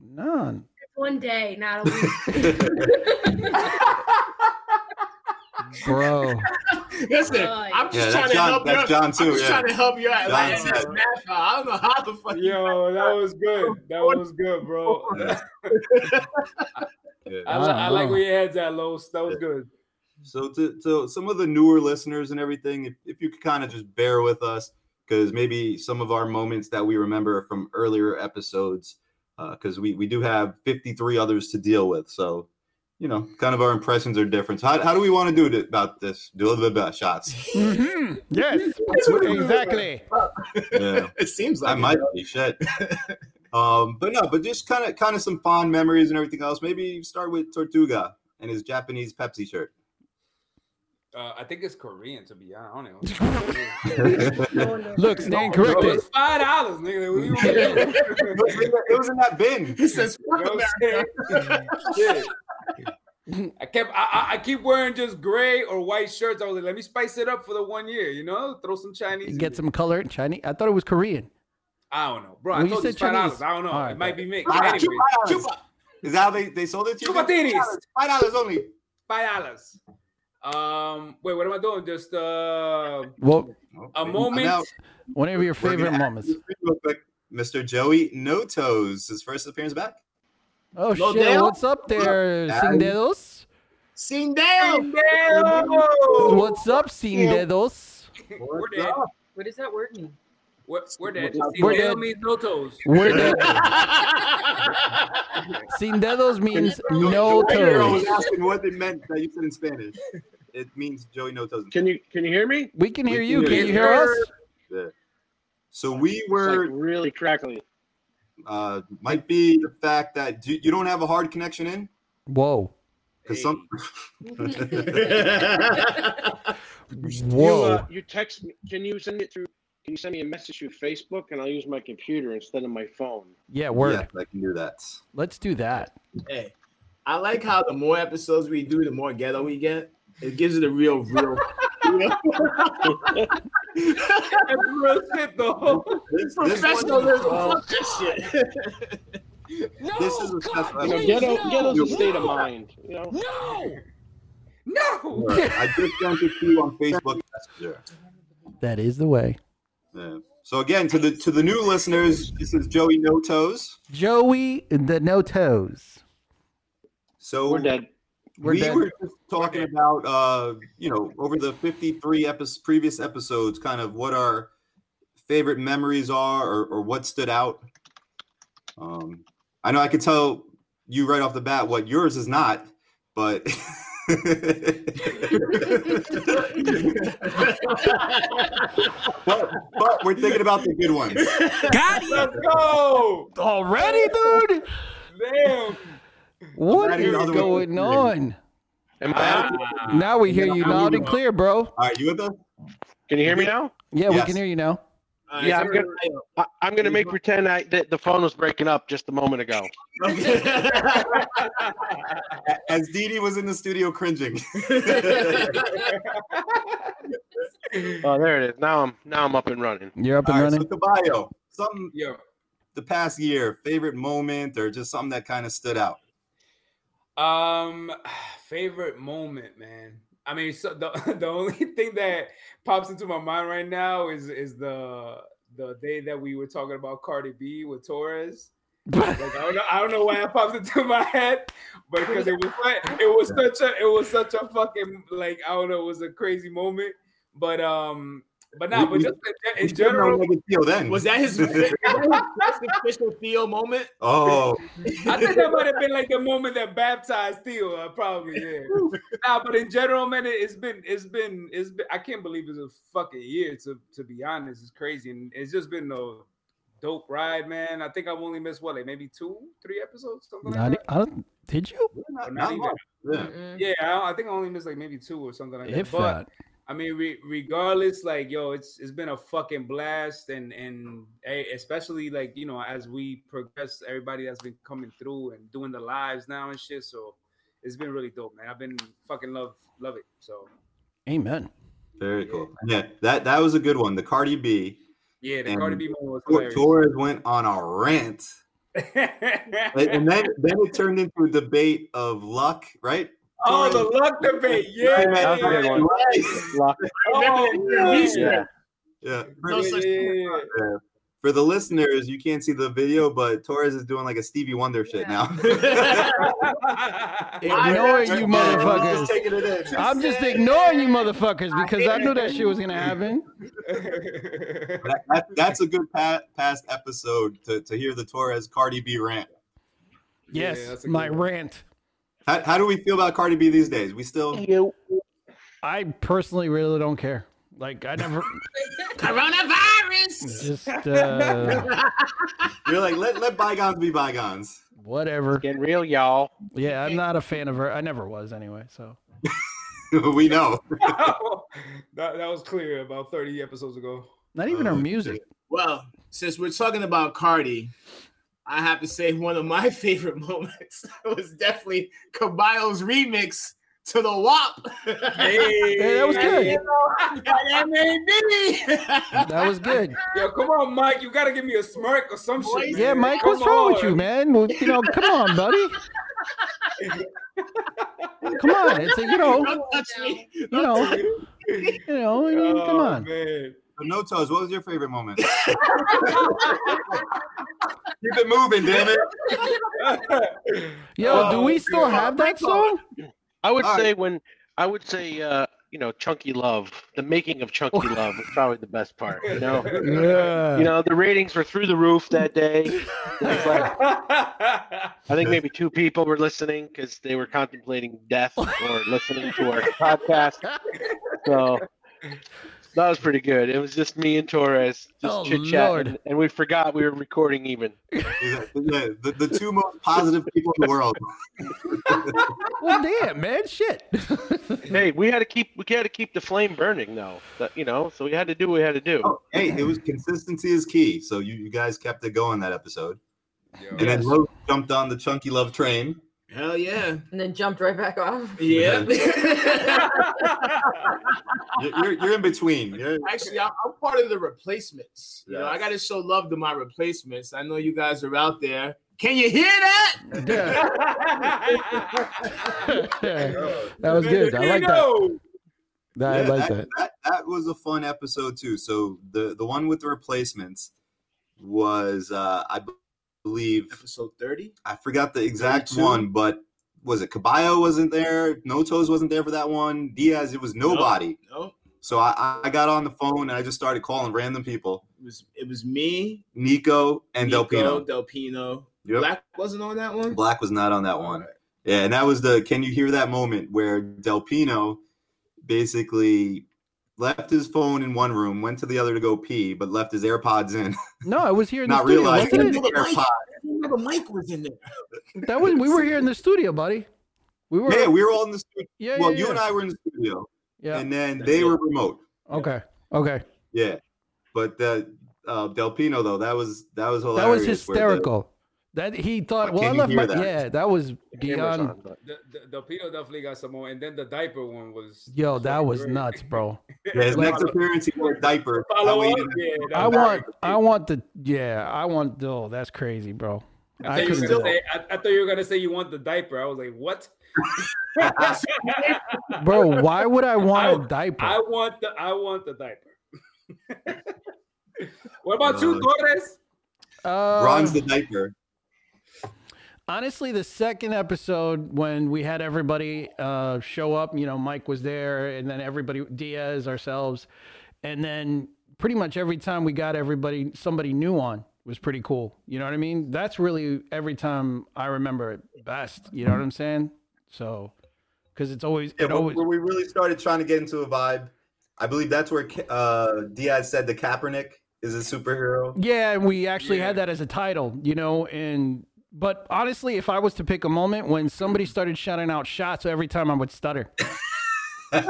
[SPEAKER 1] None.
[SPEAKER 10] One day, not a week.
[SPEAKER 1] Bro,
[SPEAKER 4] Listen,
[SPEAKER 10] Right.
[SPEAKER 4] I'm
[SPEAKER 2] Yeah, that's
[SPEAKER 4] just trying to
[SPEAKER 2] John-
[SPEAKER 4] help you.
[SPEAKER 2] that's John
[SPEAKER 4] I'm
[SPEAKER 2] too,
[SPEAKER 4] just
[SPEAKER 2] yeah.
[SPEAKER 4] trying to help you out. Like,
[SPEAKER 2] John
[SPEAKER 4] it's just
[SPEAKER 2] said-
[SPEAKER 4] math. I don't know how the fuck. you-
[SPEAKER 3] Yo, that was good. That was good, bro.
[SPEAKER 2] Yeah.
[SPEAKER 3] I, li- I like where your head's at, Los. That was good.
[SPEAKER 2] So to, to some of the newer listeners and everything, if, if you could kind of just bear with us, because maybe some of our moments that we remember from earlier episodes, because we, we do have 53 others to deal with. So, you know, kind of our impressions are different. So how, how do we want to do it about this? Do a little bit about shots.
[SPEAKER 1] Mhm. yes, exactly.
[SPEAKER 2] Yeah.
[SPEAKER 4] It seems
[SPEAKER 2] I
[SPEAKER 4] like it.
[SPEAKER 2] might be shit. um, but no, but just kind of kind of some fond memories and everything else. Maybe start with Tortuga and his Japanese Pepsi shirt.
[SPEAKER 3] Uh, I think it's Korean, to be honest. I don't know.
[SPEAKER 1] Look, stand
[SPEAKER 3] Bro,
[SPEAKER 1] corrected.
[SPEAKER 3] it's five dollars, nigga. What do you want?
[SPEAKER 2] It was in that- it was in that bin.
[SPEAKER 4] He says,
[SPEAKER 3] You
[SPEAKER 4] "Fuck
[SPEAKER 3] know what
[SPEAKER 4] America."
[SPEAKER 3] I'm saying? Shit. I kept I, I- I keep wearing just gray or white shirts. I was like, let me spice it up for the one year, you know? Throw some Chinese. in
[SPEAKER 1] Get
[SPEAKER 3] it.
[SPEAKER 1] some color in Chinese. I thought it was Korean.
[SPEAKER 3] I don't know, bro. I
[SPEAKER 1] Well, you
[SPEAKER 3] told
[SPEAKER 1] said
[SPEAKER 3] you it's five dollars.
[SPEAKER 1] Chinese.
[SPEAKER 3] I don't know.
[SPEAKER 1] All right,
[SPEAKER 3] it might
[SPEAKER 1] bro.
[SPEAKER 3] be mixed.
[SPEAKER 2] Ah,
[SPEAKER 3] Anyway,
[SPEAKER 2] Cuba. Is that how they, they sold it to you?
[SPEAKER 3] Chupa titties.
[SPEAKER 2] Five dollars only.
[SPEAKER 3] five dollars. Um, wait, what am I doing? Just uh,
[SPEAKER 1] Well,
[SPEAKER 3] a moment.
[SPEAKER 2] Now,
[SPEAKER 1] whatever your
[SPEAKER 2] we're
[SPEAKER 1] favorite
[SPEAKER 2] gonna
[SPEAKER 1] moments.
[SPEAKER 2] ask real quick, Mr. Joey No Toes, his first appearance back.
[SPEAKER 1] Oh
[SPEAKER 4] Lo
[SPEAKER 1] shit,
[SPEAKER 4] Deo?
[SPEAKER 1] what's up there,
[SPEAKER 2] Yeah.
[SPEAKER 1] Sin Dedos?
[SPEAKER 4] Seen down.
[SPEAKER 1] What's up, Sin Dedos?
[SPEAKER 3] We're dead.
[SPEAKER 7] What does that word mean?
[SPEAKER 3] We're, we're dead.
[SPEAKER 1] We're
[SPEAKER 3] We're dead.
[SPEAKER 1] dead.
[SPEAKER 3] means no toes.
[SPEAKER 1] We're the- Sin Dedos means no
[SPEAKER 2] I was
[SPEAKER 1] toes.
[SPEAKER 2] asking what it meant that you said in Spanish. It means Joey No Toes.
[SPEAKER 11] Can you can you hear me?
[SPEAKER 1] We can hear
[SPEAKER 2] We
[SPEAKER 1] you.
[SPEAKER 2] can
[SPEAKER 1] Can
[SPEAKER 2] hear
[SPEAKER 1] you
[SPEAKER 2] you.
[SPEAKER 1] hear us?
[SPEAKER 2] So we
[SPEAKER 11] It's like
[SPEAKER 2] were
[SPEAKER 11] really crackly.
[SPEAKER 2] uh, might be the fact that you, you don't have a hard connection in
[SPEAKER 1] Whoa.
[SPEAKER 2] because some
[SPEAKER 1] Whoa.
[SPEAKER 11] You, uh, you text me. Can you send it through you send me a message through Facebook and I'll use my computer instead of my phone?
[SPEAKER 1] Yeah, word.
[SPEAKER 2] I can do that.
[SPEAKER 1] Let's do that.
[SPEAKER 4] Hey, I like how the more episodes we do, the more ghetto we get. It gives it a real, real.
[SPEAKER 3] real shit, though.
[SPEAKER 2] This,
[SPEAKER 4] Professionalism.
[SPEAKER 2] one-
[SPEAKER 4] Fuck this Oh, shit.
[SPEAKER 2] this is a special
[SPEAKER 11] You know,
[SPEAKER 2] episode.
[SPEAKER 11] ghetto, ghetto's a state of mind. You know?
[SPEAKER 3] No. No.
[SPEAKER 2] I just sent it to you on Facebook Messenger.
[SPEAKER 1] That is the way.
[SPEAKER 2] Yeah. So again, to the to the new listeners, this is Joey No Toes.
[SPEAKER 1] Joey the No Toes.
[SPEAKER 2] So
[SPEAKER 11] We're dead.
[SPEAKER 1] We're
[SPEAKER 2] we
[SPEAKER 1] dead.
[SPEAKER 2] were just talking about, uh, you know, over the 53 epis previous episodes, kind of what our favorite memories are or, or what stood out. Um, I know I could tell you right off the bat what yours is not, but. but, but we're thinking about the good ones.
[SPEAKER 3] Got it. Let's go.
[SPEAKER 1] Already, dude?
[SPEAKER 3] Damn.
[SPEAKER 1] What
[SPEAKER 2] Already
[SPEAKER 1] is
[SPEAKER 2] another
[SPEAKER 1] going
[SPEAKER 2] one.
[SPEAKER 1] on?
[SPEAKER 11] Am I
[SPEAKER 2] Ah.
[SPEAKER 1] Now we hear
[SPEAKER 2] Yeah,
[SPEAKER 1] you
[SPEAKER 2] now we
[SPEAKER 1] loud and
[SPEAKER 2] know.
[SPEAKER 1] clear, bro.
[SPEAKER 2] All right, you with us?
[SPEAKER 11] Can you hear me now?
[SPEAKER 1] Yeah, we
[SPEAKER 2] Yes.
[SPEAKER 1] can hear you now.
[SPEAKER 4] All
[SPEAKER 11] Yeah, I'm
[SPEAKER 4] sorry,
[SPEAKER 11] I, I'm gonna make pretend I, that the phone was breaking up just a moment ago.
[SPEAKER 4] Lyle. Okay.
[SPEAKER 2] As Dee Dee was in the studio cringing.
[SPEAKER 11] Oh, there it is. Now I'm now I'm up and running.
[SPEAKER 1] You're up and
[SPEAKER 2] All right, so
[SPEAKER 1] running.
[SPEAKER 2] Caballo, something
[SPEAKER 3] Yo.
[SPEAKER 2] the past year, favorite moment, or just something that kind of stood out.
[SPEAKER 3] Um, favorite moment, man. I mean, so the the only thing that pops into my mind right now is is the the day that we were talking about Cardi B with Torres. Like I don't know, I don't know why it pops into my head, but because it was like it was such a it was such a fucking like I don't know, it was a crazy moment. But um, but nah,
[SPEAKER 2] We-
[SPEAKER 3] but
[SPEAKER 2] we-
[SPEAKER 3] just in,
[SPEAKER 2] We
[SPEAKER 3] in
[SPEAKER 2] should have known
[SPEAKER 3] general,
[SPEAKER 2] Nigga Theo then.
[SPEAKER 4] Was that his was that his first official Theo moment?
[SPEAKER 2] oh,
[SPEAKER 3] I think that might have been like the moment that baptized Theo. Uh, probably, yeah. nah, but in general, man, it, it's been, it's been, it's been. I can't believe it's a fucking year. To to be honest, it's crazy, and it's just been a dope ride, man. I think I've only missed what, like maybe two, three episodes, something like
[SPEAKER 1] Not, e,
[SPEAKER 3] that.
[SPEAKER 1] I don't, did you?
[SPEAKER 2] not,
[SPEAKER 3] not
[SPEAKER 2] not
[SPEAKER 3] either.
[SPEAKER 2] much. Yeah.
[SPEAKER 3] Yeah, I, I think I only missed like maybe two or something like
[SPEAKER 1] If
[SPEAKER 3] that. But
[SPEAKER 1] that.
[SPEAKER 3] I mean, re- regardless, like yo, it's it's been a fucking blast, and and eh, especially like you know as we progress, everybody that's been coming through and doing the lives now and shit. So it's been really dope, man. I've been fucking love love it. So
[SPEAKER 1] Amen.
[SPEAKER 2] Very cool. Yeah, that that was a good one. The Cardi B.
[SPEAKER 3] yeah, the
[SPEAKER 2] And
[SPEAKER 3] Cardi B moment was
[SPEAKER 2] Tor-
[SPEAKER 3] hilarious.
[SPEAKER 2] Torres went on a rant, and and then then it turned into a debate of luck, right?
[SPEAKER 3] oh, the luck debate, yeah.
[SPEAKER 11] That was a good one. Lock.
[SPEAKER 3] Oh, yeah.
[SPEAKER 11] Yeah.
[SPEAKER 2] Yeah. For,
[SPEAKER 4] No such-
[SPEAKER 3] Yeah.
[SPEAKER 2] for the listeners, you can't see the video, but Torres is doing like a Stevie Wonder shit
[SPEAKER 7] Yeah.
[SPEAKER 2] now.
[SPEAKER 1] Ignore you,
[SPEAKER 2] motherfucker.
[SPEAKER 1] motherfuckers. I'm just ignoring you, motherfuckers, because I knew that shit was going to happen.
[SPEAKER 2] that, that, that's a good pa- past episode to, to hear the Torres Cardi B rant.
[SPEAKER 3] Yeah,
[SPEAKER 1] Yes,
[SPEAKER 3] that's a good
[SPEAKER 1] my
[SPEAKER 3] one.
[SPEAKER 1] rant.
[SPEAKER 2] How, how do we feel about Cardi B these days? We still
[SPEAKER 11] You.
[SPEAKER 1] I personally really don't care. Like, I never
[SPEAKER 6] Coronavirus.
[SPEAKER 1] just, uh,
[SPEAKER 2] you're like let let bygones be bygones.
[SPEAKER 1] whatever.
[SPEAKER 11] Getting real, y'all.
[SPEAKER 1] Yeah, I'm not a fan of her. I never was anyway. So,
[SPEAKER 2] we know.
[SPEAKER 3] that, that was clear about 30 episodes ago.
[SPEAKER 1] not even her
[SPEAKER 2] Oh,
[SPEAKER 1] music.
[SPEAKER 4] Well, since we're talking about Cardi, I have to say one of my favorite moments was definitely Caballo's remix to the WAP.
[SPEAKER 1] Hey, that was good.
[SPEAKER 4] M.A.D..
[SPEAKER 1] That was good.
[SPEAKER 3] Yo, come on, Mike. You gotta give me a smirk or some shit.
[SPEAKER 1] Yeah,
[SPEAKER 3] man.
[SPEAKER 1] Mike,
[SPEAKER 3] Come
[SPEAKER 1] what's wrong with
[SPEAKER 3] on.
[SPEAKER 1] you, man? Well, You know, come on, buddy. Come on, it's a, you know,
[SPEAKER 4] Don't touch me.
[SPEAKER 1] you know, you know. I mean, come
[SPEAKER 3] Oh,
[SPEAKER 1] on.
[SPEAKER 3] man.
[SPEAKER 2] So no toes. What was your favorite moment? Keep it moving, damn it.
[SPEAKER 1] Yo, do
[SPEAKER 3] Oh,
[SPEAKER 1] we still
[SPEAKER 3] dude.
[SPEAKER 1] have that song?
[SPEAKER 11] I would
[SPEAKER 2] All right.
[SPEAKER 11] say when I would say uh, you know, Chunky Love, the making of Chunky Love was probably the best part. You know, you know, the ratings were through the roof that day. It was like, I think maybe two people were listening because they were contemplating death or listening to our podcast. So That was pretty good. It was just me and Torres just
[SPEAKER 1] Oh,
[SPEAKER 11] chit chat,
[SPEAKER 1] Lord.
[SPEAKER 11] and, and we forgot we were recording. Even
[SPEAKER 2] the, the, the two most positive people in the world.
[SPEAKER 1] well, damn, man, shit.
[SPEAKER 11] hey, we had to keep we had to keep the flame burning, though. That- you know, so we had to do what we had to do.
[SPEAKER 2] hey, it was consistency is key. So you, you guys kept it going that episode. And then
[SPEAKER 11] Yes.
[SPEAKER 2] Logan jumped on the chunky love train.
[SPEAKER 4] Hell yeah.
[SPEAKER 7] And then jumped right back off.
[SPEAKER 2] Yeah.
[SPEAKER 7] Mm-hmm.
[SPEAKER 4] Actually,
[SPEAKER 2] You're, you're, you're in between. You're-
[SPEAKER 4] I'm, I'm part of the replacements. You know,
[SPEAKER 2] Yes.
[SPEAKER 4] I gotta show love to my replacements. I know you guys are out there. Can you hear that?
[SPEAKER 1] that was good. I like that. That- I
[SPEAKER 2] Yeah,
[SPEAKER 1] like that.
[SPEAKER 2] that. That was a fun episode too. So the the one with the replacements was uh I b- believe
[SPEAKER 4] episode thirty.
[SPEAKER 2] I forgot the exact
[SPEAKER 4] 32?
[SPEAKER 2] one, but was it Caballo wasn't there? No Toes wasn't there for that one. Diaz, it was nobody.
[SPEAKER 4] No, no.
[SPEAKER 2] So I- I, I got on the phone and I just started calling random people.
[SPEAKER 4] It was it was me
[SPEAKER 2] Nico and Del
[SPEAKER 4] Nico,
[SPEAKER 2] Pino.
[SPEAKER 4] Del Pino.
[SPEAKER 2] Yep.
[SPEAKER 4] Black wasn't on that one.
[SPEAKER 2] Black was not on that one. Yeah, and that was the can you hear that moment where Del Pino basically left his phone in one room, went to the other to go pee, but left his AirPods in.
[SPEAKER 1] No, I was here in the
[SPEAKER 2] Not
[SPEAKER 1] studio.
[SPEAKER 2] realizing
[SPEAKER 1] wasn't
[SPEAKER 2] that
[SPEAKER 1] it?
[SPEAKER 2] the AirPod.
[SPEAKER 4] Remember, Mike was in there.
[SPEAKER 1] That was we were here in the studio, buddy. We were.
[SPEAKER 2] Yeah, we were all in the studio.
[SPEAKER 1] Yeah,
[SPEAKER 2] well,
[SPEAKER 1] yeah,
[SPEAKER 2] you
[SPEAKER 1] yeah.
[SPEAKER 2] and I were in the studio.
[SPEAKER 1] Yeah.
[SPEAKER 2] And then they were remote.
[SPEAKER 1] Okay. Okay.
[SPEAKER 2] Yeah. But uh, uh Del Pino though, that was that was
[SPEAKER 1] That
[SPEAKER 2] hilarious.
[SPEAKER 1] was
[SPEAKER 2] where the-
[SPEAKER 1] hysterical. That he thought.
[SPEAKER 2] Can
[SPEAKER 1] Well, I
[SPEAKER 2] you
[SPEAKER 1] left
[SPEAKER 2] hear
[SPEAKER 1] my.
[SPEAKER 2] that?
[SPEAKER 1] Yeah, that was
[SPEAKER 2] camera's
[SPEAKER 1] beyond.
[SPEAKER 2] on, but-
[SPEAKER 3] The, the, the pedo definitely got some more, and then the diaper one was.
[SPEAKER 1] Yo, that was
[SPEAKER 3] great.
[SPEAKER 1] nuts, bro.
[SPEAKER 2] Yeah, his
[SPEAKER 1] Like-
[SPEAKER 2] next appearance he wore a diaper. That
[SPEAKER 3] Follow
[SPEAKER 2] way he
[SPEAKER 3] up,
[SPEAKER 2] didn't-
[SPEAKER 3] yeah, that
[SPEAKER 1] I
[SPEAKER 3] was-
[SPEAKER 1] want. I want the. Yeah, I want. Oh, that's crazy, bro. I
[SPEAKER 3] I, thought you were
[SPEAKER 1] couldn't
[SPEAKER 3] gonna
[SPEAKER 1] do
[SPEAKER 3] say, I, I thought you were gonna say you want the diaper. I was like, what?
[SPEAKER 1] that. bro. Why would I want a diaper?
[SPEAKER 3] I want the I want the diaper. what about you,
[SPEAKER 1] Uh,
[SPEAKER 3] Torres?
[SPEAKER 1] Uh,
[SPEAKER 2] Ron's the diaper.
[SPEAKER 1] honestly the second episode when we had everybody uh, show up you know mike was there and then everybody diaz ourselves and then pretty much every time we got everybody somebody new on was pretty cool you know what i mean that's really every time i remember it best you know what i'm saying so because it's always
[SPEAKER 2] Yeah,
[SPEAKER 1] it
[SPEAKER 2] when,
[SPEAKER 1] always
[SPEAKER 2] when we really started trying to get into a vibe, I believe that's where Ca- uh, Diaz said the Kaepernick is a superhero.
[SPEAKER 1] Yeah, and we actually had that as a title, you know, and but honestly, if I was to pick a moment when somebody started shouting out shots every time I would stutter.
[SPEAKER 3] What?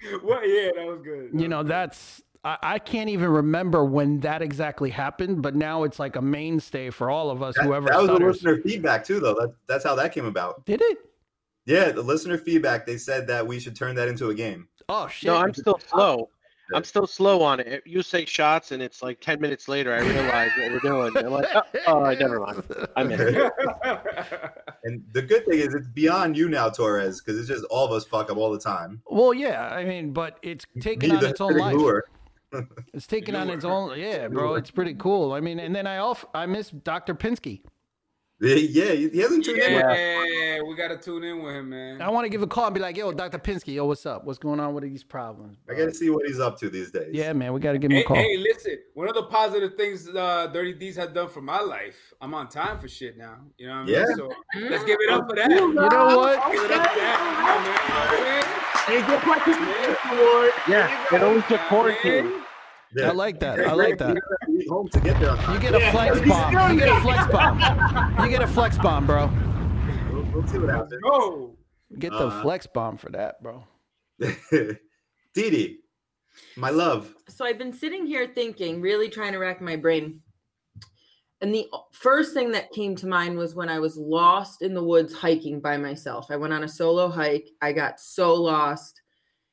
[SPEAKER 3] Yeah, that was good.
[SPEAKER 1] You know, that's I, I can't even remember when that exactly happened, but now it's like a mainstay for all of us,
[SPEAKER 2] That,
[SPEAKER 1] whoever
[SPEAKER 2] that was the
[SPEAKER 1] stutters.
[SPEAKER 2] listener feedback too, though. That, that's how that came about.
[SPEAKER 1] Did it?
[SPEAKER 2] Yeah, the listener feedback. They said that we should turn that into a game.
[SPEAKER 1] Oh shit!
[SPEAKER 11] No, I'm still slow. I'm still slow on it. You say shots, and it's like ten minutes later, I realize what we're doing. And I'm like, oh, oh, I never mind. I missed it.
[SPEAKER 2] and the good thing is, it's beyond you now, Torres, because it's just all of us fuck up all the time.
[SPEAKER 1] Well, yeah, I mean, but it's taken
[SPEAKER 2] Me,
[SPEAKER 1] on
[SPEAKER 2] the
[SPEAKER 1] its own
[SPEAKER 2] dirty
[SPEAKER 1] life.
[SPEAKER 2] lure.
[SPEAKER 1] It's taken on its
[SPEAKER 2] Lure.
[SPEAKER 1] own. Yeah, bro,
[SPEAKER 2] Lure.
[SPEAKER 1] it's pretty cool. I mean, and then I off I miss Dr. Pinsky.
[SPEAKER 2] Yeah, he he hasn't tuned in. with-
[SPEAKER 3] Yeah, we gotta tune in with him, man.
[SPEAKER 1] I want to give a call and be like, "Yo, Dr. Pinsky, yo, what's up? What's going on with these problems?"
[SPEAKER 2] I gotta see what he's up to these days.
[SPEAKER 1] Yeah, man, we got to give him
[SPEAKER 3] Hey,
[SPEAKER 1] a call.
[SPEAKER 3] hey, listen. One of the positive things uh, Dirty D's had done for my life, I'm on time for shit now. You know what I mean?
[SPEAKER 2] Yeah.
[SPEAKER 3] So let's give it up for that.
[SPEAKER 1] You know what?
[SPEAKER 3] Give it up for that.
[SPEAKER 11] Yeah, it only took quarantine.
[SPEAKER 1] I like that. I like that.
[SPEAKER 2] We home to get there. on time.
[SPEAKER 1] You get a flex bomb. You get a flex bomb. You get a flex bomb, bro.
[SPEAKER 2] We'll, we'll see what happens.
[SPEAKER 3] No.
[SPEAKER 1] Get the
[SPEAKER 2] Uh,
[SPEAKER 1] flex bomb for that, bro.
[SPEAKER 2] Didi, my love.
[SPEAKER 7] so I've been sitting here thinking, really trying to rack my brain. And the first thing that came to mind was when I was lost in the woods hiking by myself. I went on a solo hike. I got so lost.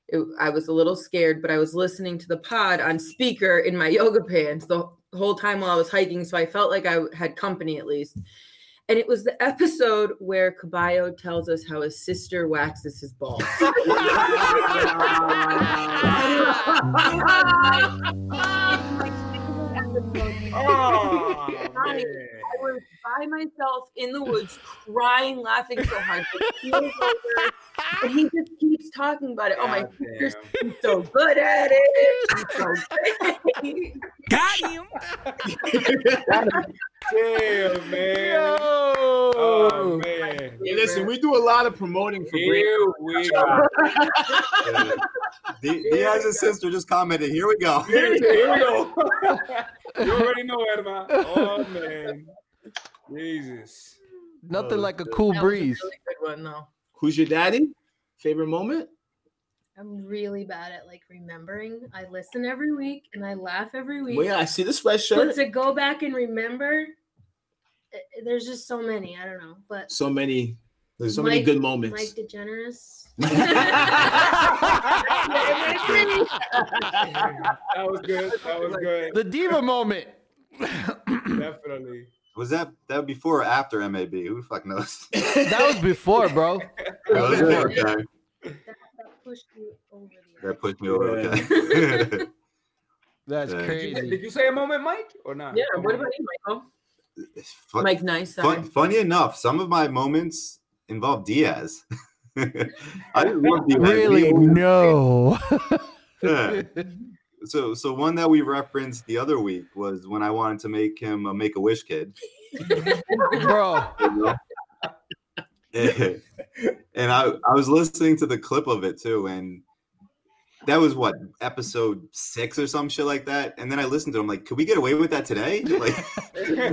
[SPEAKER 7] It- I was a little scared, but I was listening to the pod on speaker in my yoga pants the whole time while I was hiking. So I felt like I had company at least. And it was the episode where Caballo tells us how his sister waxes his balls.
[SPEAKER 3] Oh,
[SPEAKER 7] I
[SPEAKER 3] man.
[SPEAKER 7] was by myself in the woods crying, laughing so hard. The tears over, and he just keeps talking about it. Oh, my
[SPEAKER 3] God
[SPEAKER 7] sister's so good at it. She's so great.
[SPEAKER 3] Damn, man. Oh,
[SPEAKER 1] Yo.
[SPEAKER 3] man.
[SPEAKER 4] Hey, listen, we do a lot of promoting for
[SPEAKER 3] Here
[SPEAKER 4] Brady.
[SPEAKER 3] we go.
[SPEAKER 2] D- Diaz's sister just commented. Here we go.
[SPEAKER 3] Here, we go. you already know, Edma. Oh man, Jesus.
[SPEAKER 1] Nothing like a cool
[SPEAKER 7] That was a
[SPEAKER 1] breeze.
[SPEAKER 7] really good one, though.
[SPEAKER 4] Who's your daddy? Favorite moment?
[SPEAKER 10] I'm really bad at like remembering. I listen every week and I laugh every week.
[SPEAKER 4] Wait, I see the
[SPEAKER 10] But
[SPEAKER 4] sweatshirt.
[SPEAKER 10] to go back and remember, eh, eh, there's just so many. I don't know, but
[SPEAKER 4] so many, there's so many
[SPEAKER 10] Mike-
[SPEAKER 4] good moments.
[SPEAKER 10] Mike DeGeneres.
[SPEAKER 3] That was good. That was good.
[SPEAKER 1] The diva moment.
[SPEAKER 3] Definitely.
[SPEAKER 2] Was that that before or after MAB? Who the fuck knows?
[SPEAKER 1] That was before, bro.
[SPEAKER 2] That was before, okay.
[SPEAKER 10] pushed you over the
[SPEAKER 2] That pushed me over.
[SPEAKER 4] Yeah.
[SPEAKER 2] Okay.
[SPEAKER 1] That's
[SPEAKER 2] Yeah.
[SPEAKER 3] Did, did you say a moment, Mike, or not?
[SPEAKER 7] Yeah. What about you, Michael?
[SPEAKER 2] Fun-
[SPEAKER 7] Mike Nice.
[SPEAKER 2] fun- funny enough, some of my moments involve Diaz. I didn't love Diaz.
[SPEAKER 1] Really?
[SPEAKER 2] Diaz-
[SPEAKER 1] No.
[SPEAKER 2] Yeah. So, so one that we referenced the other week was when I wanted to make him a Make a Wish kid.
[SPEAKER 1] bro.
[SPEAKER 2] you know? and I, I was listening to the clip of it too, and that was what episode six or some shit like that. And then I listened to it. I'm like, could we get away with that today? Like,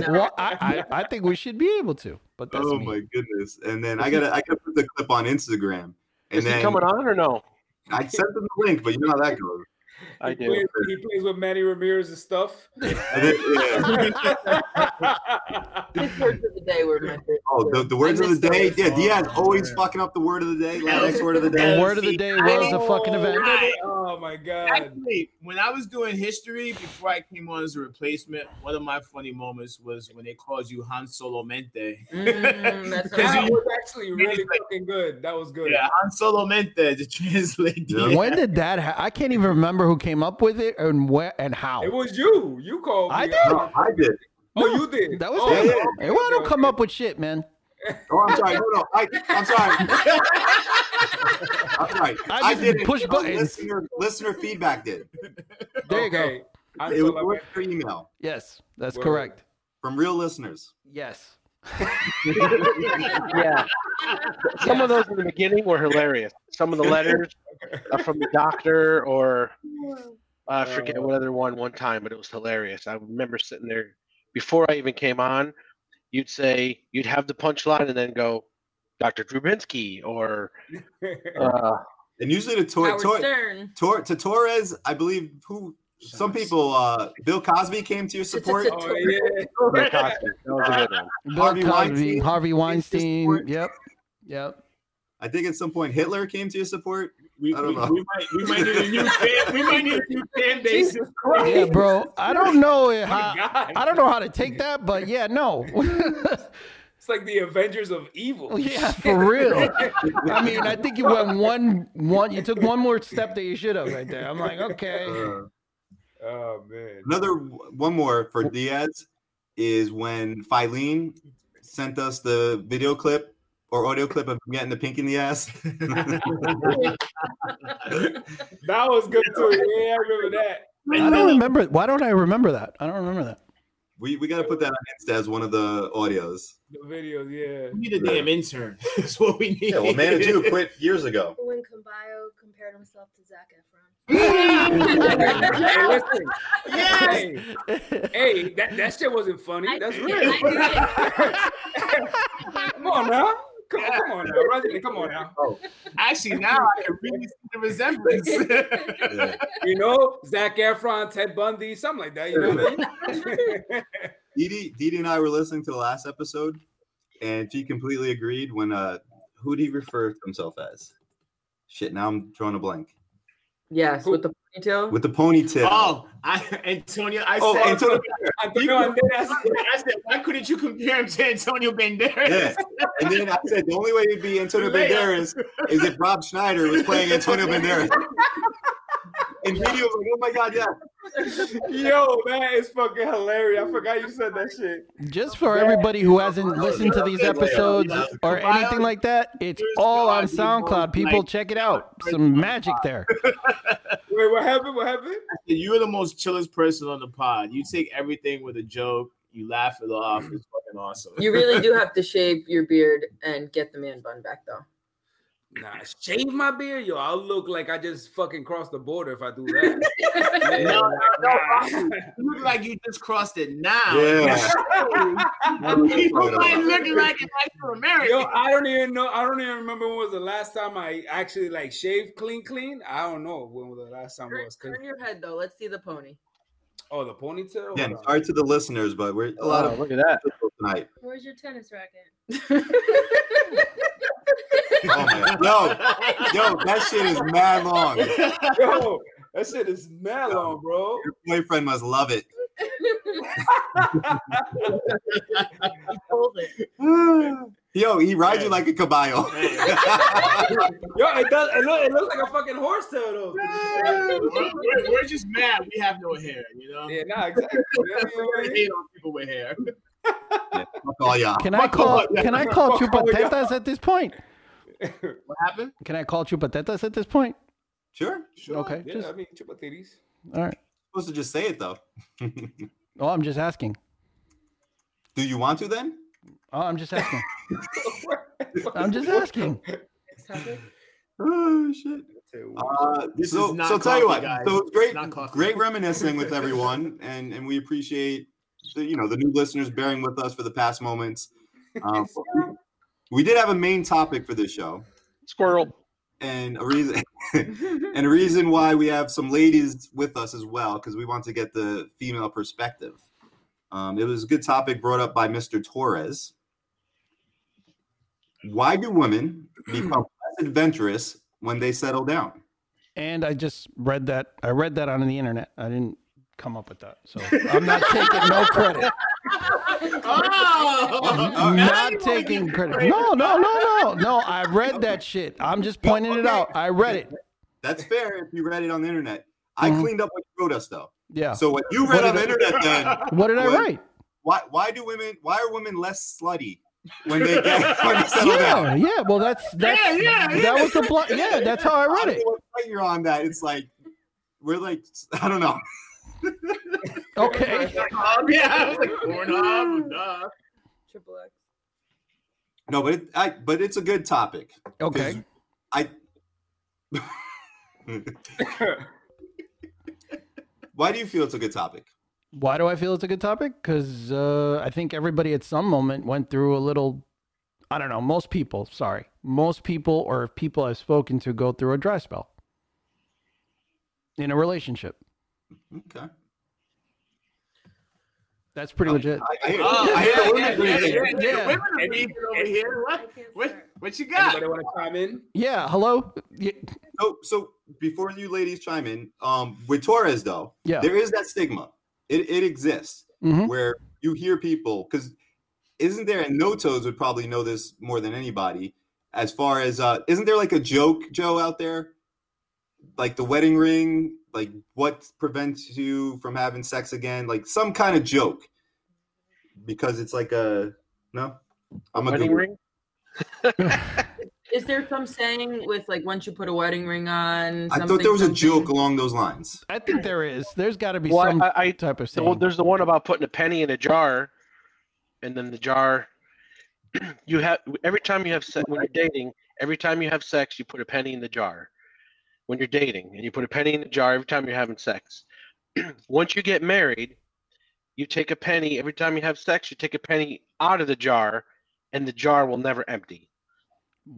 [SPEAKER 1] Well, I, I, I think we should be able to, but that's
[SPEAKER 2] oh
[SPEAKER 1] me.
[SPEAKER 2] my goodness! And then I gotta I gotta put the clip on Instagram. And
[SPEAKER 11] Is
[SPEAKER 2] then
[SPEAKER 11] he coming on or no?
[SPEAKER 2] I sent them the link, but you know how that goes.
[SPEAKER 11] I
[SPEAKER 3] He
[SPEAKER 11] do.
[SPEAKER 3] plays, he plays with Manny Ramirez and stuff.
[SPEAKER 2] And then- yeah.
[SPEAKER 7] The words of the day were my favorite.
[SPEAKER 2] Oh, the, the words
[SPEAKER 7] I
[SPEAKER 2] of the
[SPEAKER 7] missed
[SPEAKER 2] day.
[SPEAKER 7] those.
[SPEAKER 2] Yeah, Diaz
[SPEAKER 1] Oh,
[SPEAKER 2] always
[SPEAKER 1] man.
[SPEAKER 2] fucking up the word of the day. Last word of the
[SPEAKER 1] The
[SPEAKER 2] day.
[SPEAKER 1] word of the day was a fucking event.
[SPEAKER 4] Right.
[SPEAKER 3] Oh my god.
[SPEAKER 4] Actually, when I was doing history before I came on as a replacement, one of my funny moments was when they called you Han Solo Mente.
[SPEAKER 7] Mm, that's
[SPEAKER 4] Because
[SPEAKER 3] That
[SPEAKER 7] amazing.
[SPEAKER 4] you,
[SPEAKER 3] was actually really fucking good. That was good.
[SPEAKER 4] yeah, Han Solo Mente to translate.
[SPEAKER 2] Yeah.
[SPEAKER 4] the-
[SPEAKER 1] When did that? Ha- I can't even remember who came up with it and where and how.
[SPEAKER 3] It was you. You called.
[SPEAKER 1] I
[SPEAKER 3] me
[SPEAKER 1] did.
[SPEAKER 3] out.
[SPEAKER 2] No, I did.
[SPEAKER 3] Oh, you did.
[SPEAKER 1] That was
[SPEAKER 3] oh,
[SPEAKER 1] him.
[SPEAKER 2] yeah.
[SPEAKER 1] Hey, why don't come up with shit, man?
[SPEAKER 2] Oh, I'm sorry. No, no. I, I'm sorry. I'm sorry.
[SPEAKER 1] I
[SPEAKER 2] I
[SPEAKER 1] just
[SPEAKER 2] did it.
[SPEAKER 1] push
[SPEAKER 2] No,
[SPEAKER 1] buttons.
[SPEAKER 2] Listener, listener feedback did.
[SPEAKER 1] There you go.
[SPEAKER 3] Okay. I'm
[SPEAKER 2] It
[SPEAKER 3] so
[SPEAKER 2] was
[SPEAKER 3] like-
[SPEAKER 2] worth your email
[SPEAKER 1] Yes, that's
[SPEAKER 3] Word.
[SPEAKER 1] correct.
[SPEAKER 2] from real listeners.
[SPEAKER 1] Yes.
[SPEAKER 11] Yeah. Some of those in the beginning were hilarious. Some of the letters uh, from the doctor, or uh, I forget what other one one time, but it was hilarious. I remember sitting there before I even came on. You'd say you'd have the punchline and then go, Dr. Drubinsky, or
[SPEAKER 3] Oh,
[SPEAKER 11] uh,
[SPEAKER 2] And usually the Tor,
[SPEAKER 7] Howard
[SPEAKER 2] Tor,
[SPEAKER 7] Stern.
[SPEAKER 2] Tor, to Torres, I believe who some people uh Bill Cosby came to your support.
[SPEAKER 3] oh yeah.
[SPEAKER 11] Bill Cosby. That was a good one.
[SPEAKER 1] Bill
[SPEAKER 2] Harvey
[SPEAKER 1] Cosby,
[SPEAKER 2] Weinstein.
[SPEAKER 1] Harvey Weinstein.
[SPEAKER 2] support.
[SPEAKER 1] Yep. Yep.
[SPEAKER 2] I think at some point Hitler came to your support.
[SPEAKER 4] We,
[SPEAKER 2] I don't
[SPEAKER 4] we-
[SPEAKER 2] know.
[SPEAKER 4] we might, we might need a new fan. We might need a new fan base.
[SPEAKER 1] Yeah, bro. I don't know it- how.
[SPEAKER 3] Oh, God.
[SPEAKER 1] I don't know how to take that, but yeah, no.
[SPEAKER 3] It's like the Avengers of Evil.
[SPEAKER 1] Oh, yeah, for real. I mean, I think you went one one. You took one more step that you should have right there. I'm like, okay.
[SPEAKER 2] Uh,
[SPEAKER 3] Oh man.
[SPEAKER 2] another one more for Diaz is when Filene sent us the video clip or audio clip of him getting the pink in the ass.
[SPEAKER 3] That was good too. Yeah, I remember that.
[SPEAKER 1] I don't remember. Why don't I remember that? I don't remember that.
[SPEAKER 2] we we got to put that on Insta as one of the audios.
[SPEAKER 3] The videos, yeah.
[SPEAKER 4] We need a damn intern. That's what we need.
[SPEAKER 2] Yeah, well, Manitou quit years ago.
[SPEAKER 10] When Kambayo compared himself to Zac Efron.
[SPEAKER 3] Hey, listen.
[SPEAKER 4] Yes.
[SPEAKER 3] Hey, hey, that, that shit wasn't funny. That's
[SPEAKER 10] I-
[SPEAKER 3] real.
[SPEAKER 10] I-
[SPEAKER 3] Come on now. Come on, come on now. Roger, come on now.
[SPEAKER 4] Actually, now I can really see the resemblance.
[SPEAKER 2] Yeah.
[SPEAKER 3] You know, Zach Efron, Ted Bundy, something like that. You know what I mean?
[SPEAKER 2] Dee Dee Dee Dee and I were listening to the last episode, and she completely agreed when uh who did he refer to himself as? Shit, now I'm drawing a blank.
[SPEAKER 7] Yes, with the ponytail.
[SPEAKER 2] With the ponytail.
[SPEAKER 4] oh, I, Antonio. I
[SPEAKER 2] Oh,
[SPEAKER 4] said,
[SPEAKER 2] Antonio-
[SPEAKER 3] Antonio Banderas.
[SPEAKER 4] I said, why couldn't you compare him to Antonio Banderas?
[SPEAKER 2] Yeah. And then I said the only way it'd be Antonio
[SPEAKER 4] Lay up.
[SPEAKER 2] Banderas is if Rob Schneider was playing Antonio Banderas. And Dee Dee was like, oh my god, yeah.
[SPEAKER 3] Yo, that is fucking hilarious. I forgot you said that shit.
[SPEAKER 1] Just for everybody who hasn't listened to these episodes or anything like that, it's all on SoundCloud. People, check it out. Some magic there.
[SPEAKER 3] Wait, what happened? What happened?
[SPEAKER 4] You're the most chillest person on the pod. You take everything with a joke. You laugh it off. It's fucking awesome.
[SPEAKER 7] You really do have to shave your beard and get the man bun back, though.
[SPEAKER 3] Nah, shave my beard, yo. I'll look like I just fucking crossed the border if I do that. Yeah,
[SPEAKER 4] No, no,
[SPEAKER 3] like,
[SPEAKER 4] no.
[SPEAKER 3] nah.
[SPEAKER 4] Rocky, You look like you just crossed it now.
[SPEAKER 3] Yeah.
[SPEAKER 4] you might look like an actual American.
[SPEAKER 3] Yo, I don't even know. I don't even remember when was the last time I actually like shaved clean, clean. I don't know when was the last time
[SPEAKER 7] Turn,
[SPEAKER 3] was. 'cause-
[SPEAKER 7] turn your head though. Let's see the pony.
[SPEAKER 3] Oh, the ponytail.
[SPEAKER 2] Again, sorry to the listeners, but we're a lot
[SPEAKER 11] Oh,
[SPEAKER 2] of
[SPEAKER 11] look at that
[SPEAKER 2] tonight.
[SPEAKER 10] Where's your tennis racket?
[SPEAKER 2] Oh my, yo, yo, that shit is mad long.
[SPEAKER 3] Yo, that shit is mad long, bro.
[SPEAKER 2] Your boyfriend must love it. Yo, he rides you like a caballo.
[SPEAKER 3] Yo, it does. It, look, it looks like a fucking horse tail though.
[SPEAKER 4] we're, we're- we're just mad we have no hair, you know?
[SPEAKER 3] Yeah, nah, exactly.
[SPEAKER 4] we're gonna hate on people with hair.
[SPEAKER 2] Oh yeah.
[SPEAKER 1] Can I call? Can I call chupatetas at this point?
[SPEAKER 4] What happened?
[SPEAKER 1] Can I call chupatetas at this point?
[SPEAKER 2] Sure.
[SPEAKER 3] Sure.
[SPEAKER 1] Okay,
[SPEAKER 3] Yeah,
[SPEAKER 1] just-
[SPEAKER 3] I mean, chupa titties.
[SPEAKER 1] All right.
[SPEAKER 2] supposed to just say it though.
[SPEAKER 1] Oh, I'm just asking.
[SPEAKER 2] Do you want to then?
[SPEAKER 1] Oh, I'm just asking. I'm just asking.
[SPEAKER 2] Oh shit. Uh,
[SPEAKER 4] This
[SPEAKER 2] so,
[SPEAKER 4] is not
[SPEAKER 2] so tell you what.
[SPEAKER 4] coffee, guys.
[SPEAKER 2] So it's
[SPEAKER 4] It's
[SPEAKER 2] great,
[SPEAKER 4] not coffee.
[SPEAKER 2] great reminiscing with everyone, and and we appreciate the, you know the new listeners bearing with us for the past moments. Um, we did have a main topic for this show,
[SPEAKER 11] squirrel,
[SPEAKER 2] and a reason, and a reason why we have some ladies with us as well, because we want to get the female perspective. Um, it was a good topic brought up by Mr. Torres. Why do women become less adventurous when they settle down?
[SPEAKER 1] And I just read that. I read that on the internet. I didn't come up with that, so I'm not taking no credit.
[SPEAKER 4] Oh,
[SPEAKER 1] not taking credit. No, no, no, no, no. I read that shit. I'm just pointing it out. I read it.
[SPEAKER 2] That's fair if you read it on the internet. I
[SPEAKER 1] Mhm.
[SPEAKER 2] cleaned up what you wrote us though.
[SPEAKER 1] Yeah.
[SPEAKER 2] So what you
[SPEAKER 1] What
[SPEAKER 2] read on the
[SPEAKER 1] did
[SPEAKER 2] internet then?
[SPEAKER 1] What did I
[SPEAKER 2] was,
[SPEAKER 1] write?
[SPEAKER 2] Why why do women why are women less slutty when they get when they settle down?
[SPEAKER 1] Yeah, yeah. Well, that's that's
[SPEAKER 4] yeah, yeah.
[SPEAKER 1] that was the blunt. Yeah, that's how I
[SPEAKER 2] I
[SPEAKER 1] read
[SPEAKER 2] don't
[SPEAKER 1] it.
[SPEAKER 2] know what site you're on that. It's like we're like I don't know.
[SPEAKER 1] Okay.
[SPEAKER 4] Pornhub, yeah, I was like Pornhub, duh.
[SPEAKER 7] Triple X.
[SPEAKER 2] No, but it, I but it's a good topic. 'cause
[SPEAKER 1] Okay.
[SPEAKER 2] I Why do you feel it's a good topic?
[SPEAKER 1] Why do I feel it's a good topic? Because uh, I think everybody at some moment went through a little. I don't know. Most people, sorry, most people or people I've spoken to go through a dry spell in a relationship.
[SPEAKER 2] Okay.
[SPEAKER 1] That's pretty legit.
[SPEAKER 2] I hear,
[SPEAKER 4] Oh,
[SPEAKER 2] I hear
[SPEAKER 4] yeah,
[SPEAKER 2] the
[SPEAKER 4] yeah,
[SPEAKER 2] women breathing.
[SPEAKER 4] yeah, yeah, yeah.
[SPEAKER 1] Yeah.
[SPEAKER 4] Women are breathing over here. What? What? What you got?
[SPEAKER 3] Anybody want to chime in?
[SPEAKER 1] Yeah. Hello. Y-
[SPEAKER 2] So, so before you ladies chime in, um, with Torres though,
[SPEAKER 1] Yeah.
[SPEAKER 2] there is that stigma. It, it exists
[SPEAKER 1] Mhm.
[SPEAKER 2] where you hear people because isn't there? And no toes would probably know this more than anybody. As far as uh, isn't there like a joke, Joe, out there, like the wedding ring, like what prevents you from having sex again, like some kind of joke, because it's like a no. I'm a
[SPEAKER 11] wedding
[SPEAKER 2] Google.
[SPEAKER 11] ring.
[SPEAKER 7] Is there some saying with like once you put a wedding ring on?
[SPEAKER 2] I thought
[SPEAKER 7] something,
[SPEAKER 2] there was a
[SPEAKER 7] something?
[SPEAKER 2] joke along those lines.
[SPEAKER 1] I think there is. There's got to be
[SPEAKER 11] Well,
[SPEAKER 1] some
[SPEAKER 11] I, I
[SPEAKER 1] type of
[SPEAKER 11] the one-
[SPEAKER 1] saying.
[SPEAKER 11] there's the one about putting a penny in a jar, and then the jar. You have every time you have sex when you're dating. Every time you have sex, you put a penny in the jar. When you're dating, and you put a penny in the jar every time you're having sex. Once you get married, you take a penny every time you have sex. You take a penny out of the jar, and the jar will never empty.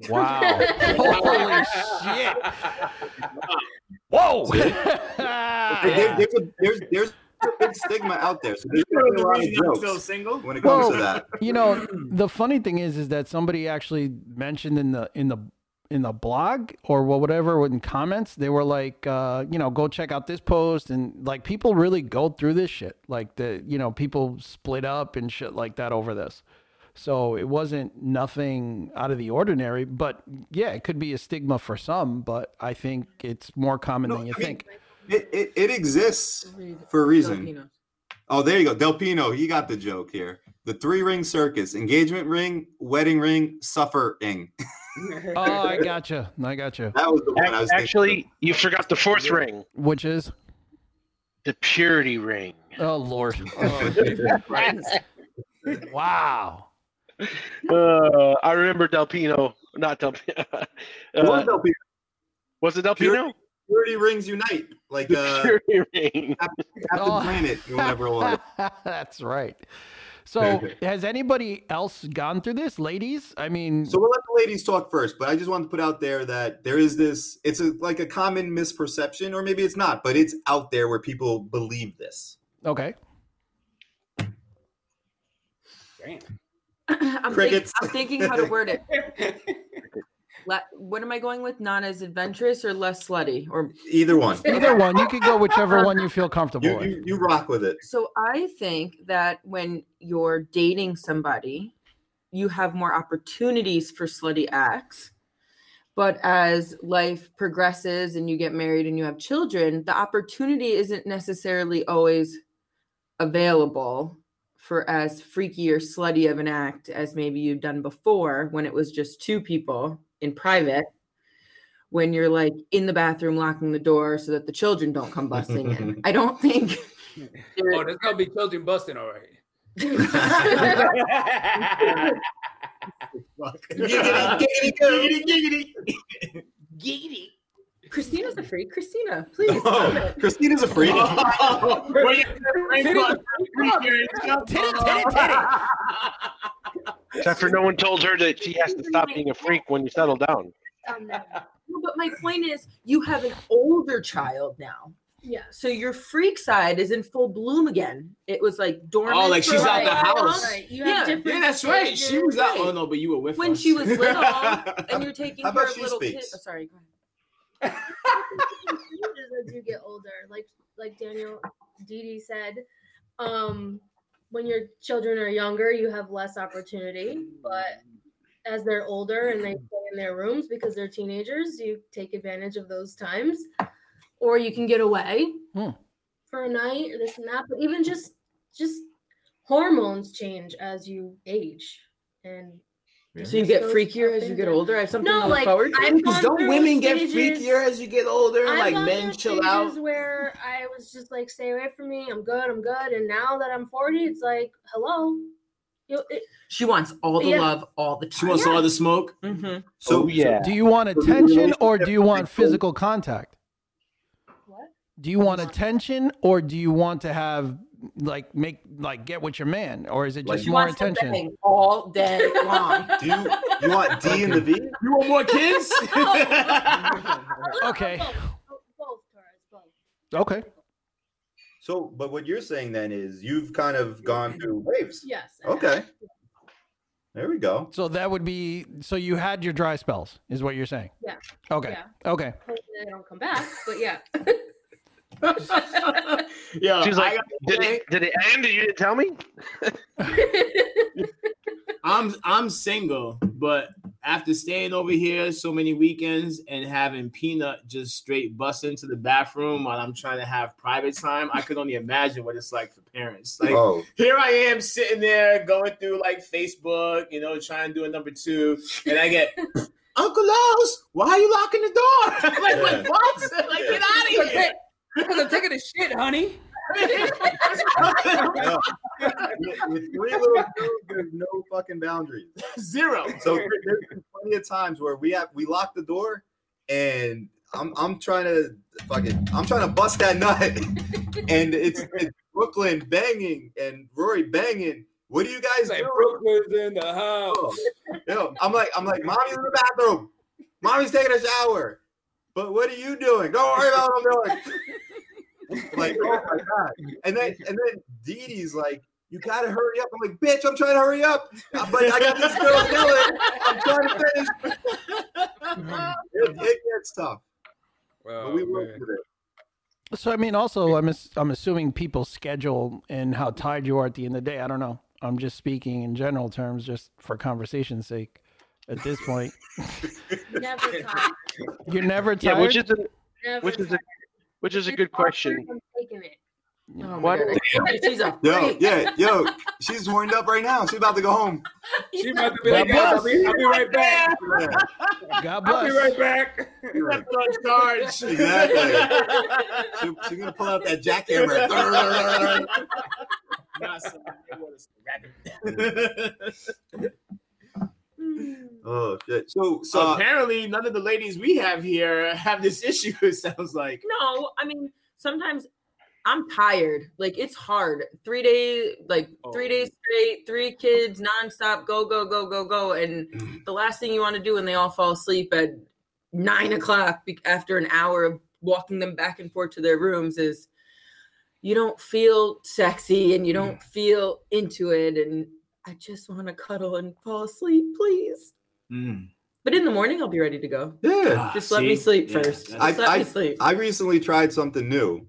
[SPEAKER 1] Wow. Holy shit. Whoa. Ah,
[SPEAKER 2] There- there's, a, there's, there's a big stigma out there. So there's
[SPEAKER 4] You know
[SPEAKER 2] gonna be
[SPEAKER 4] the
[SPEAKER 2] a lot of
[SPEAKER 4] reason I'm still
[SPEAKER 2] jokes
[SPEAKER 4] single.
[SPEAKER 2] when it comes to
[SPEAKER 1] Well-
[SPEAKER 2] that.
[SPEAKER 1] you know,
[SPEAKER 2] Mm.
[SPEAKER 1] the funny thing is is that somebody actually mentioned in the in the in the blog or wha- whatever in comments, they were like, uh, you know, go check out this post and like people really go through this shit. Like the you know, people split up and shit like that over this. So it wasn't nothing out of the ordinary, but yeah, it could be a stigma for some, but I think it's more common
[SPEAKER 2] No,
[SPEAKER 1] than you
[SPEAKER 2] I mean-
[SPEAKER 1] think.
[SPEAKER 2] It, it, it exists for a reason.
[SPEAKER 7] Filipino.
[SPEAKER 2] Oh, there you go. Del Pino, he got the joke here. The three ring circus engagement ring, wedding ring, suffering.
[SPEAKER 1] Oh, I gotcha. I gotcha.
[SPEAKER 2] That was the one I was thinking.
[SPEAKER 11] Actually, you forgot the fourth ring,
[SPEAKER 1] Which is
[SPEAKER 11] the purity ring.
[SPEAKER 1] oh Lord. wow.
[SPEAKER 11] Uh, I remember Delpino Not Del Pino. Uh,
[SPEAKER 2] was Del Pino.
[SPEAKER 11] Was it Del Pino?
[SPEAKER 2] Purity rings unite. Like uh,
[SPEAKER 11] Purity ring.
[SPEAKER 2] Captain, Captain
[SPEAKER 1] Oh.
[SPEAKER 2] Planet, or whatever it was.
[SPEAKER 1] That's right. So, has anybody else gone through this, ladies? I mean,
[SPEAKER 2] So we'll let the ladies talk first, but I just want to put out there that there is this. It's a, like a common misperception, or maybe it's not, but it's out there where people believe this.
[SPEAKER 1] okay.
[SPEAKER 7] I'm, think,
[SPEAKER 2] Crickets.
[SPEAKER 7] I'm thinking how to word it.
[SPEAKER 3] Oh,
[SPEAKER 7] Le- what am I going with? Not as adventurous or less slutty? Or
[SPEAKER 2] Either one.
[SPEAKER 1] Either one. You could go whichever one you feel comfortable
[SPEAKER 2] You,
[SPEAKER 1] with.
[SPEAKER 2] you, you rock with it.
[SPEAKER 7] so I think that when you're dating somebody, you have more opportunities for slutty acts. But as life progresses and you get married and you have children, the opportunity isn't necessarily always available for as freaky or slutty of an act as maybe you've done before when it was just two people in private. When you're like in the bathroom locking the door so that the children don't come busting in. I don't think
[SPEAKER 3] Oh, there's gonna be children busting, all right.
[SPEAKER 4] Giggity, giggity, giggity, giggity.
[SPEAKER 7] Giggity. Christina's a freak. Christina, please. stop
[SPEAKER 2] Oh,
[SPEAKER 7] it.
[SPEAKER 2] Christina's a freak.
[SPEAKER 4] Oh, where you-
[SPEAKER 3] Titty,
[SPEAKER 11] It's after no one told her that she has to stop being a freak when you settle down.
[SPEAKER 10] Um,
[SPEAKER 7] No, but my point is, you have an older child now.
[SPEAKER 10] yeah.
[SPEAKER 7] So your freak side is in full bloom again. It was like dormant.
[SPEAKER 4] Oh, like
[SPEAKER 7] for,
[SPEAKER 4] she's
[SPEAKER 7] like,
[SPEAKER 4] out the
[SPEAKER 7] how long?
[SPEAKER 4] house.
[SPEAKER 10] Right. You
[SPEAKER 7] Yeah.
[SPEAKER 10] have different
[SPEAKER 4] Yeah, that's right. She was out. Oh no, but you were with
[SPEAKER 7] When
[SPEAKER 4] us.
[SPEAKER 7] she was little and you're taking
[SPEAKER 2] How
[SPEAKER 7] care
[SPEAKER 2] about
[SPEAKER 7] of
[SPEAKER 2] she
[SPEAKER 7] little kids.
[SPEAKER 2] speaks?
[SPEAKER 7] Oh, sorry. Go ahead.
[SPEAKER 10] changes as you get older. Like like Daniel Didi said, um, when your children are younger, you have less opportunity. But as they're older and they stay in their rooms because they're teenagers, you take advantage of those times, or you can get away
[SPEAKER 1] Hmm.
[SPEAKER 10] for a night or this and that. But even just just hormones change as you age, and
[SPEAKER 7] So you get
[SPEAKER 10] Those
[SPEAKER 7] freakier as you
[SPEAKER 10] happen.
[SPEAKER 7] get older. I have something
[SPEAKER 10] No,
[SPEAKER 7] to look
[SPEAKER 10] like,
[SPEAKER 7] forward to.
[SPEAKER 10] I'm-
[SPEAKER 4] Because
[SPEAKER 10] gone
[SPEAKER 4] don't
[SPEAKER 10] through
[SPEAKER 4] women get
[SPEAKER 10] stages-
[SPEAKER 4] freakier as you get older?
[SPEAKER 10] I've
[SPEAKER 4] like
[SPEAKER 10] gone
[SPEAKER 4] men
[SPEAKER 10] through
[SPEAKER 4] chill
[SPEAKER 10] stages
[SPEAKER 4] out.
[SPEAKER 10] Where I was just like, stay away from me. I'm good. I'm good. And now that I'm 40, it's like, hello. You know, it-
[SPEAKER 7] She wants all the
[SPEAKER 10] Yeah.
[SPEAKER 7] love all the time.
[SPEAKER 4] She wants all the smoke.
[SPEAKER 7] hmm
[SPEAKER 2] So
[SPEAKER 11] oh yeah.
[SPEAKER 1] Do you want
[SPEAKER 2] the
[SPEAKER 1] attention or do you
[SPEAKER 2] relationship-
[SPEAKER 1] want physical contact?
[SPEAKER 10] what?
[SPEAKER 1] Do you want attention or do you want to have like make like get with your man or is it
[SPEAKER 2] Like-
[SPEAKER 1] just
[SPEAKER 7] She
[SPEAKER 1] more
[SPEAKER 7] wants to
[SPEAKER 1] attention?
[SPEAKER 7] bang all day long.
[SPEAKER 2] Do you, you want D in the V?
[SPEAKER 4] You want more kids?
[SPEAKER 1] Okay.
[SPEAKER 10] Both, both, both, Torres, both.
[SPEAKER 1] Okay.
[SPEAKER 2] So, but what you're saying then is you've kind of gone through waves.
[SPEAKER 10] Yes. I have.
[SPEAKER 2] Okay. There we go.
[SPEAKER 1] So that would be so you had your dry spells is what you're saying.
[SPEAKER 10] Yeah.
[SPEAKER 1] Okay.
[SPEAKER 10] Yeah.
[SPEAKER 1] Okay.
[SPEAKER 10] Hopefully they don't come back. But yeah.
[SPEAKER 4] Yo,
[SPEAKER 11] She's like,
[SPEAKER 4] I,
[SPEAKER 11] did it, did it end? You didn't tell me.
[SPEAKER 4] I'm I'm single, but after staying over here so many weekends and having Peanut just straight bust into the bathroom while I'm trying to have private time, I could only imagine what it's like for parents. Like
[SPEAKER 2] oh,
[SPEAKER 4] here I am sitting there going through like Facebook, you know, trying to do a number two, and I get Uncle Lowe's, why are you locking the door? I'm like,
[SPEAKER 2] Yeah.
[SPEAKER 4] "Wait, what? Like, get out of here.
[SPEAKER 3] Because I'm taking a shit, honey.
[SPEAKER 2] with, with three little girls, there's no fucking boundaries.
[SPEAKER 4] Zero.
[SPEAKER 2] So there's been plenty of times where we have we lock the door, and I'm I'm trying to fucking I'm trying to bust that nut, and it's, it's Brooklyn banging and Rory banging. What do you guys
[SPEAKER 3] It's like
[SPEAKER 2] doing?
[SPEAKER 3] Brooklyn's in the
[SPEAKER 2] Oh,
[SPEAKER 3] house.
[SPEAKER 2] Yo, I'm like, I'm like, mommy's in the bathroom. Mommy's taking a shower. But what are you doing? Don't worry about what I'm doing. like, oh my god. And then and then Dee Dee's like, you gotta hurry up. I'm like, bitch, I'm trying to hurry up. I'm like, I got this girl yelling. I'm trying to finish. It, it gets tough. But
[SPEAKER 3] Wow,
[SPEAKER 2] we work
[SPEAKER 3] Oh, man.
[SPEAKER 2] with it.
[SPEAKER 1] So I mean also I'm ass- I'm assuming people's schedule and how tired you are at the end of the day. I don't know. I'm just speaking in general terms just for conversation's sake. At this point,
[SPEAKER 10] Never tired.
[SPEAKER 1] you're never tired.
[SPEAKER 11] Yeah, which is a,
[SPEAKER 10] Never
[SPEAKER 11] which is a
[SPEAKER 10] tired.
[SPEAKER 11] which is a
[SPEAKER 10] It's
[SPEAKER 11] good
[SPEAKER 10] awkward,
[SPEAKER 11] question.
[SPEAKER 10] I'm taking it.
[SPEAKER 7] Oh my
[SPEAKER 11] What?
[SPEAKER 7] God. She's a
[SPEAKER 2] Yo,
[SPEAKER 7] freak.
[SPEAKER 2] yeah, yo, she's horned up right now. She's about to go home.
[SPEAKER 3] She about to be like,
[SPEAKER 1] That
[SPEAKER 3] guys, I'll
[SPEAKER 1] bus.
[SPEAKER 3] be, I'll be right back.
[SPEAKER 2] Yeah,
[SPEAKER 1] God
[SPEAKER 3] I'll
[SPEAKER 1] bless.
[SPEAKER 3] be right back.
[SPEAKER 4] Left on charge.
[SPEAKER 2] Exactly. she- she's gonna pull out that jackhammer.
[SPEAKER 10] hmm.
[SPEAKER 4] Nah, son, it was rapid.
[SPEAKER 2] Oh shit. So, so
[SPEAKER 4] apparently, none of the ladies we have here have this issue. It sounds like
[SPEAKER 7] No, I mean sometimes I'm tired. Like it's hard. Three days, like
[SPEAKER 2] Oh.
[SPEAKER 7] three days straight, three kids nonstop, go go go go go, and
[SPEAKER 2] Mm.
[SPEAKER 7] the last thing you want to do when they all fall asleep at nine o'clock be- after an hour of walking them back and forth to their rooms is you don't feel sexy and you
[SPEAKER 2] Mm.
[SPEAKER 7] don't feel into it and I just want to cuddle and fall asleep, please.
[SPEAKER 2] Hmm.
[SPEAKER 7] But in the morning, I'll be ready to go.
[SPEAKER 2] Ah, Yeah.
[SPEAKER 7] Just let me sleep first. Just let
[SPEAKER 2] I,
[SPEAKER 7] me sleep.
[SPEAKER 2] I recently tried something new,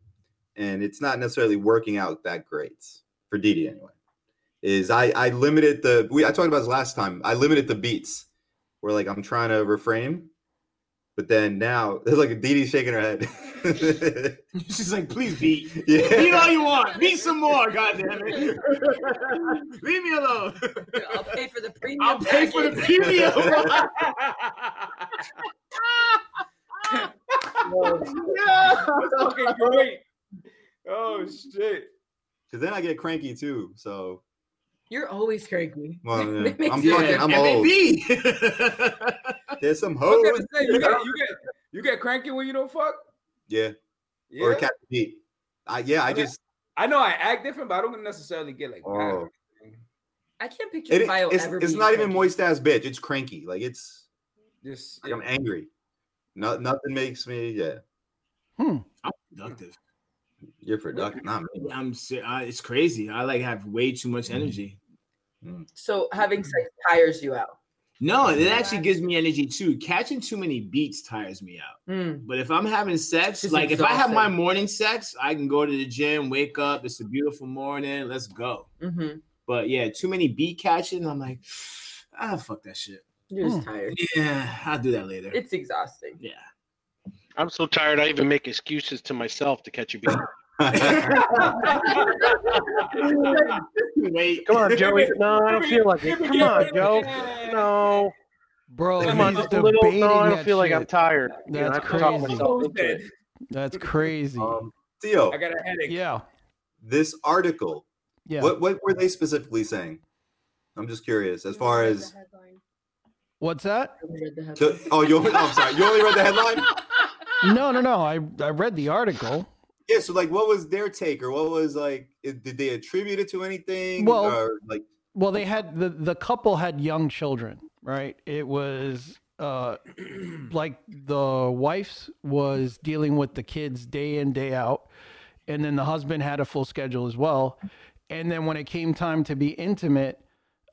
[SPEAKER 2] and it's not necessarily working out that great for Didi anyway. Is I I limited the we I talked about this last time. I limited the beats where like I'm trying to refrain, but then now there's like Didi shaking her head.
[SPEAKER 4] She's like, please beat.
[SPEAKER 2] Yeah.
[SPEAKER 4] Beat all you want. Beat some more. God damn it. Leave me alone.
[SPEAKER 7] I'll pay for the premium.
[SPEAKER 4] I'll pay for the
[SPEAKER 7] package.
[SPEAKER 4] premium.
[SPEAKER 3] That's fucking great. Oh shit.
[SPEAKER 2] Because then I get cranky too. So
[SPEAKER 7] You're always cranky.
[SPEAKER 2] well, yeah.
[SPEAKER 7] That makes
[SPEAKER 2] I'm
[SPEAKER 7] sense.
[SPEAKER 2] fucking I'm old. There's some
[SPEAKER 3] I was
[SPEAKER 2] hoes.
[SPEAKER 3] gonna say, you, get, you, get, you get cranky when you don't fuck?
[SPEAKER 2] Yeah.
[SPEAKER 3] Yeah.
[SPEAKER 2] Or Captain Pete. I yeah, I just
[SPEAKER 3] I know I act different, but I don't necessarily get like mad.
[SPEAKER 2] oh.
[SPEAKER 7] I can't picture
[SPEAKER 2] It-
[SPEAKER 7] Bio
[SPEAKER 2] it's,
[SPEAKER 7] ever
[SPEAKER 2] it's
[SPEAKER 7] being
[SPEAKER 2] not even
[SPEAKER 7] cranky.
[SPEAKER 2] moist ass bitch. It's cranky. Like it's
[SPEAKER 3] just
[SPEAKER 2] like I'm angry. No, nothing makes me. Yeah,
[SPEAKER 4] I'm productive.
[SPEAKER 2] you're productive. Not me.
[SPEAKER 4] I'm. se- I, it's crazy. I like have way too much
[SPEAKER 2] Mm.
[SPEAKER 4] energy.
[SPEAKER 7] So having sex tires you out.
[SPEAKER 4] No, it actually gives me energy too. Catching too many beats tires me out.
[SPEAKER 7] Mm,
[SPEAKER 4] But if I'm having sex,
[SPEAKER 7] just
[SPEAKER 4] like if I have my
[SPEAKER 7] exhausting.
[SPEAKER 4] morning sex, I can go to the gym, wake up. It's a beautiful morning. Let's go.
[SPEAKER 7] Mm-hmm.
[SPEAKER 4] But yeah, too many beat catching. I'm like, ah, fuck that shit.
[SPEAKER 7] You're
[SPEAKER 4] Oh.
[SPEAKER 7] just tired.
[SPEAKER 4] Yeah, I'll do that later.
[SPEAKER 7] It's exhausting.
[SPEAKER 4] Yeah.
[SPEAKER 11] I'm so tired. I even make excuses to myself to catch a beat.
[SPEAKER 4] Wait.
[SPEAKER 11] Come on, Joey. No, I don't feel like it. Come on, Joe. No.
[SPEAKER 1] Bro,
[SPEAKER 11] Come on,
[SPEAKER 1] he's
[SPEAKER 11] just a little.
[SPEAKER 1] debating
[SPEAKER 11] No, I don't
[SPEAKER 1] that
[SPEAKER 11] feel like I'm
[SPEAKER 1] shit.
[SPEAKER 11] tired. You know, I
[SPEAKER 1] That's
[SPEAKER 11] have to talk
[SPEAKER 1] crazy.
[SPEAKER 11] myself into it.
[SPEAKER 1] That's crazy.
[SPEAKER 2] Um, Theo,
[SPEAKER 3] I got a headache.
[SPEAKER 1] yeah.
[SPEAKER 2] this article.
[SPEAKER 1] Yeah.
[SPEAKER 2] What what were they specifically saying? I'm just curious. As far as
[SPEAKER 1] What's that?
[SPEAKER 2] so- oh, you only, I'm sorry, you only read the headline.
[SPEAKER 1] No, no, no. I, I read the article.
[SPEAKER 2] Yeah. So like, what was their take, or what was like? it- Did they attribute it to anything?
[SPEAKER 1] Well-
[SPEAKER 2] or, like,
[SPEAKER 1] Well, they had the the couple had young children, right? It was uh like the wife's was dealing with the kids day in day out, and then the husband had a full schedule as well. And then when it came time to be intimate,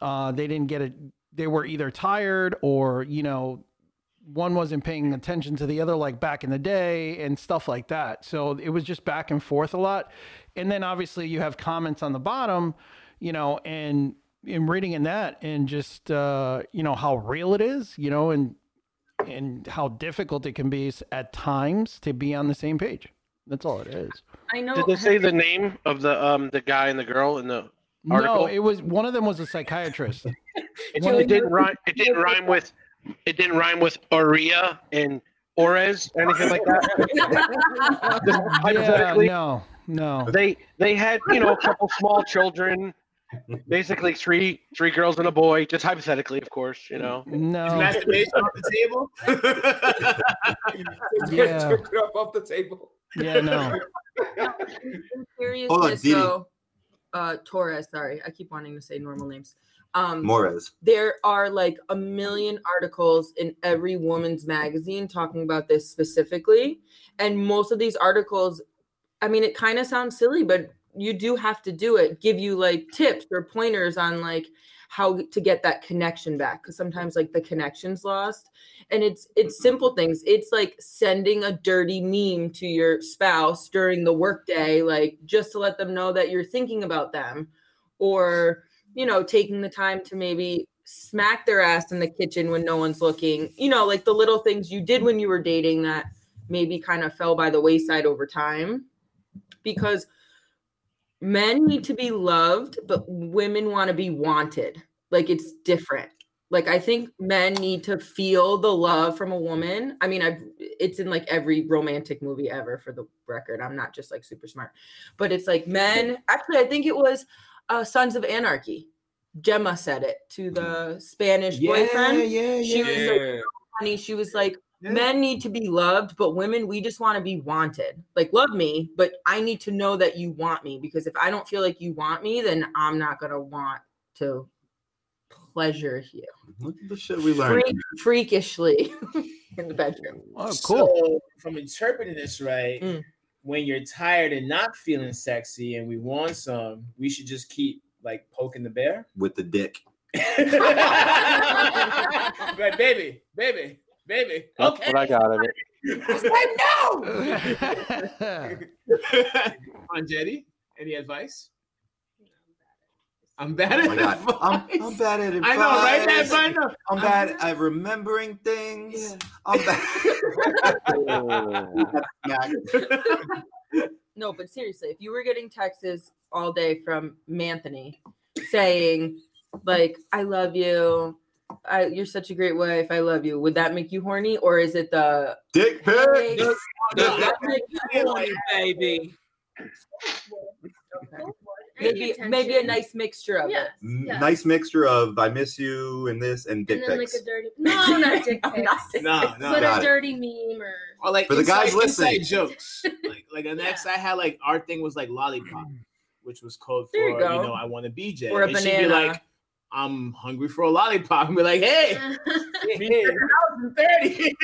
[SPEAKER 1] uh, they didn't get it. They were either tired or you know one wasn't paying attention to the other like back in the day and stuff like that. So it was just back and forth a lot. And then obviously you have comments on the bottom, you know, and in reading in that and just uh, you know how real it is, you know, and and how difficult it can be s- at times to be on the same page. That's all it is.
[SPEAKER 7] I know.
[SPEAKER 11] Did they say the name of the um the guy and the girl in the article?
[SPEAKER 1] No, it was one of them was a psychiatrist.
[SPEAKER 11] It,
[SPEAKER 1] Well,
[SPEAKER 11] it didn't rhyme. It didn't rhyme with. It didn't rhyme with Aurea and Ores, anything like that. Just
[SPEAKER 1] yeah,
[SPEAKER 11] hypothetically,
[SPEAKER 1] no, no.
[SPEAKER 11] they they had you know a couple small children, basically three three girls and a boy. Just hypothetically, of course, you know.
[SPEAKER 1] No.
[SPEAKER 4] Masturbation off the table.
[SPEAKER 1] Yeah.
[SPEAKER 3] Took it up off the table.
[SPEAKER 1] Yeah, no.
[SPEAKER 7] In
[SPEAKER 2] Hold on,
[SPEAKER 7] seriousness,
[SPEAKER 2] Didi.
[SPEAKER 7] though, uh, Torres. Sorry, I keep wanting to say normal names. Um,
[SPEAKER 2] Morez.
[SPEAKER 7] there are like a million articles in every woman's magazine talking about this specifically. And most of these articles, I mean, it kind of sounds silly, but you do have to do it, give you like tips or pointers on like how to get that connection back because sometimes like the connection's lost and it's it's simple things it's like sending a dirty meme to your spouse during the workday like just to let them know that you're thinking about them or you know, taking the time to maybe smack their ass in the kitchen when no one's looking, you know, like the little things you did when you were dating that maybe kind of fell by the wayside over time. Because men need to be loved, but women want to be wanted. Like it's different. Like I think men need to feel the love from a woman. I mean, I it's in like every romantic movie ever for the record. I'm not just like super smart. But it's like men, actually I think it was uh, Sons of Anarchy. Gemma said it to the Spanish
[SPEAKER 4] Yeah,
[SPEAKER 7] boyfriend.
[SPEAKER 4] yeah,
[SPEAKER 7] she was like,
[SPEAKER 3] yeah.
[SPEAKER 7] "No, honey, she was like, men need to be loved, but women, we just want to be wanted. Like, love me, but I need to know that you want me because if I don't feel like you want me, then I'm not gonna want to pleasure you
[SPEAKER 2] Look at the shit we learned.
[SPEAKER 7] Freak- freakishly in the bedroom.
[SPEAKER 1] Oh,
[SPEAKER 4] So, if I'm interpreting this right,
[SPEAKER 7] Mm.
[SPEAKER 4] when you're tired and not feeling sexy and we want some, we should just keep like poking the bear.
[SPEAKER 2] With the dick.
[SPEAKER 4] Like, baby, baby, baby.
[SPEAKER 11] That's
[SPEAKER 4] okay.
[SPEAKER 11] what I got of it.
[SPEAKER 4] I said no. On Jetty, any advice? I'm bad
[SPEAKER 2] Oh
[SPEAKER 4] at
[SPEAKER 2] my Oh God. I'm, I'm bad at
[SPEAKER 4] I know, right?
[SPEAKER 2] advice.
[SPEAKER 4] I know.
[SPEAKER 2] I'm bad at remembering things. I'm bad.
[SPEAKER 7] No, but seriously, if you were getting texts all day from Manthony saying, like, I love you, I, you're such a great wife, I love you, would that make you horny? Or is it the
[SPEAKER 2] dick
[SPEAKER 7] pic?
[SPEAKER 6] Does that make you horny, baby?
[SPEAKER 7] Maybe, maybe a nice mixture of it.
[SPEAKER 2] M- Nice mixture of I miss you and this and dick
[SPEAKER 10] and then
[SPEAKER 2] pics.
[SPEAKER 10] like a dirty no, not dick pics,
[SPEAKER 4] No, no.
[SPEAKER 10] but
[SPEAKER 2] Got
[SPEAKER 10] a
[SPEAKER 2] it.
[SPEAKER 10] dirty meme or
[SPEAKER 4] Or like
[SPEAKER 2] For the
[SPEAKER 4] inside-
[SPEAKER 2] guys listening.
[SPEAKER 4] inside jokes. Like, like an ex I had, like our thing was like lollipop, which was code for
[SPEAKER 7] There
[SPEAKER 4] you,
[SPEAKER 7] you go.
[SPEAKER 4] know I want a BJ.
[SPEAKER 7] Or a
[SPEAKER 4] and she'd be
[SPEAKER 7] banana.
[SPEAKER 4] like, I'm hungry for a lollipop. And be like, hey, me and 30.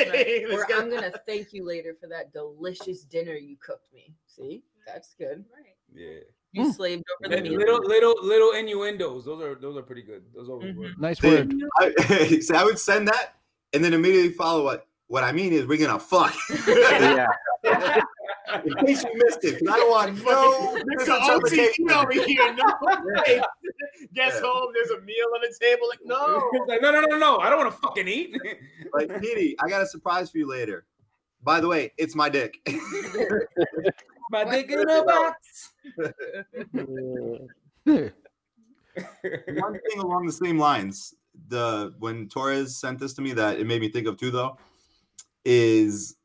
[SPEAKER 7] Right.
[SPEAKER 4] Let's
[SPEAKER 7] or
[SPEAKER 4] go.
[SPEAKER 7] I'm gonna thank you later for that delicious dinner you cooked me. See, that's good.
[SPEAKER 10] Right.
[SPEAKER 3] Yeah.
[SPEAKER 7] You
[SPEAKER 4] Hmm.
[SPEAKER 7] slaved over the
[SPEAKER 3] Little,
[SPEAKER 7] meal.
[SPEAKER 3] little little little innuendos. Those are those are pretty good. Those always
[SPEAKER 7] Mm-hmm.
[SPEAKER 3] work.
[SPEAKER 1] Nice
[SPEAKER 2] See, I, see, I would send that and then immediately follow what what I mean is we're gonna fuck.
[SPEAKER 11] yeah.
[SPEAKER 2] In case you missed it, 'cause I don't want no
[SPEAKER 4] There's an OTE over
[SPEAKER 2] misinterpretation.
[SPEAKER 4] here. No, way. gets home. There's a meal on the table. Like, no.
[SPEAKER 3] It's like, no, no, no, no, no. I don't want to fucking eat.
[SPEAKER 2] Like, Petey, I got a surprise for you later. By the way, it's my dick.
[SPEAKER 3] My dick in a box.
[SPEAKER 2] One thing along the same lines, the when Torres sent this to me, that it made me think of too, though, is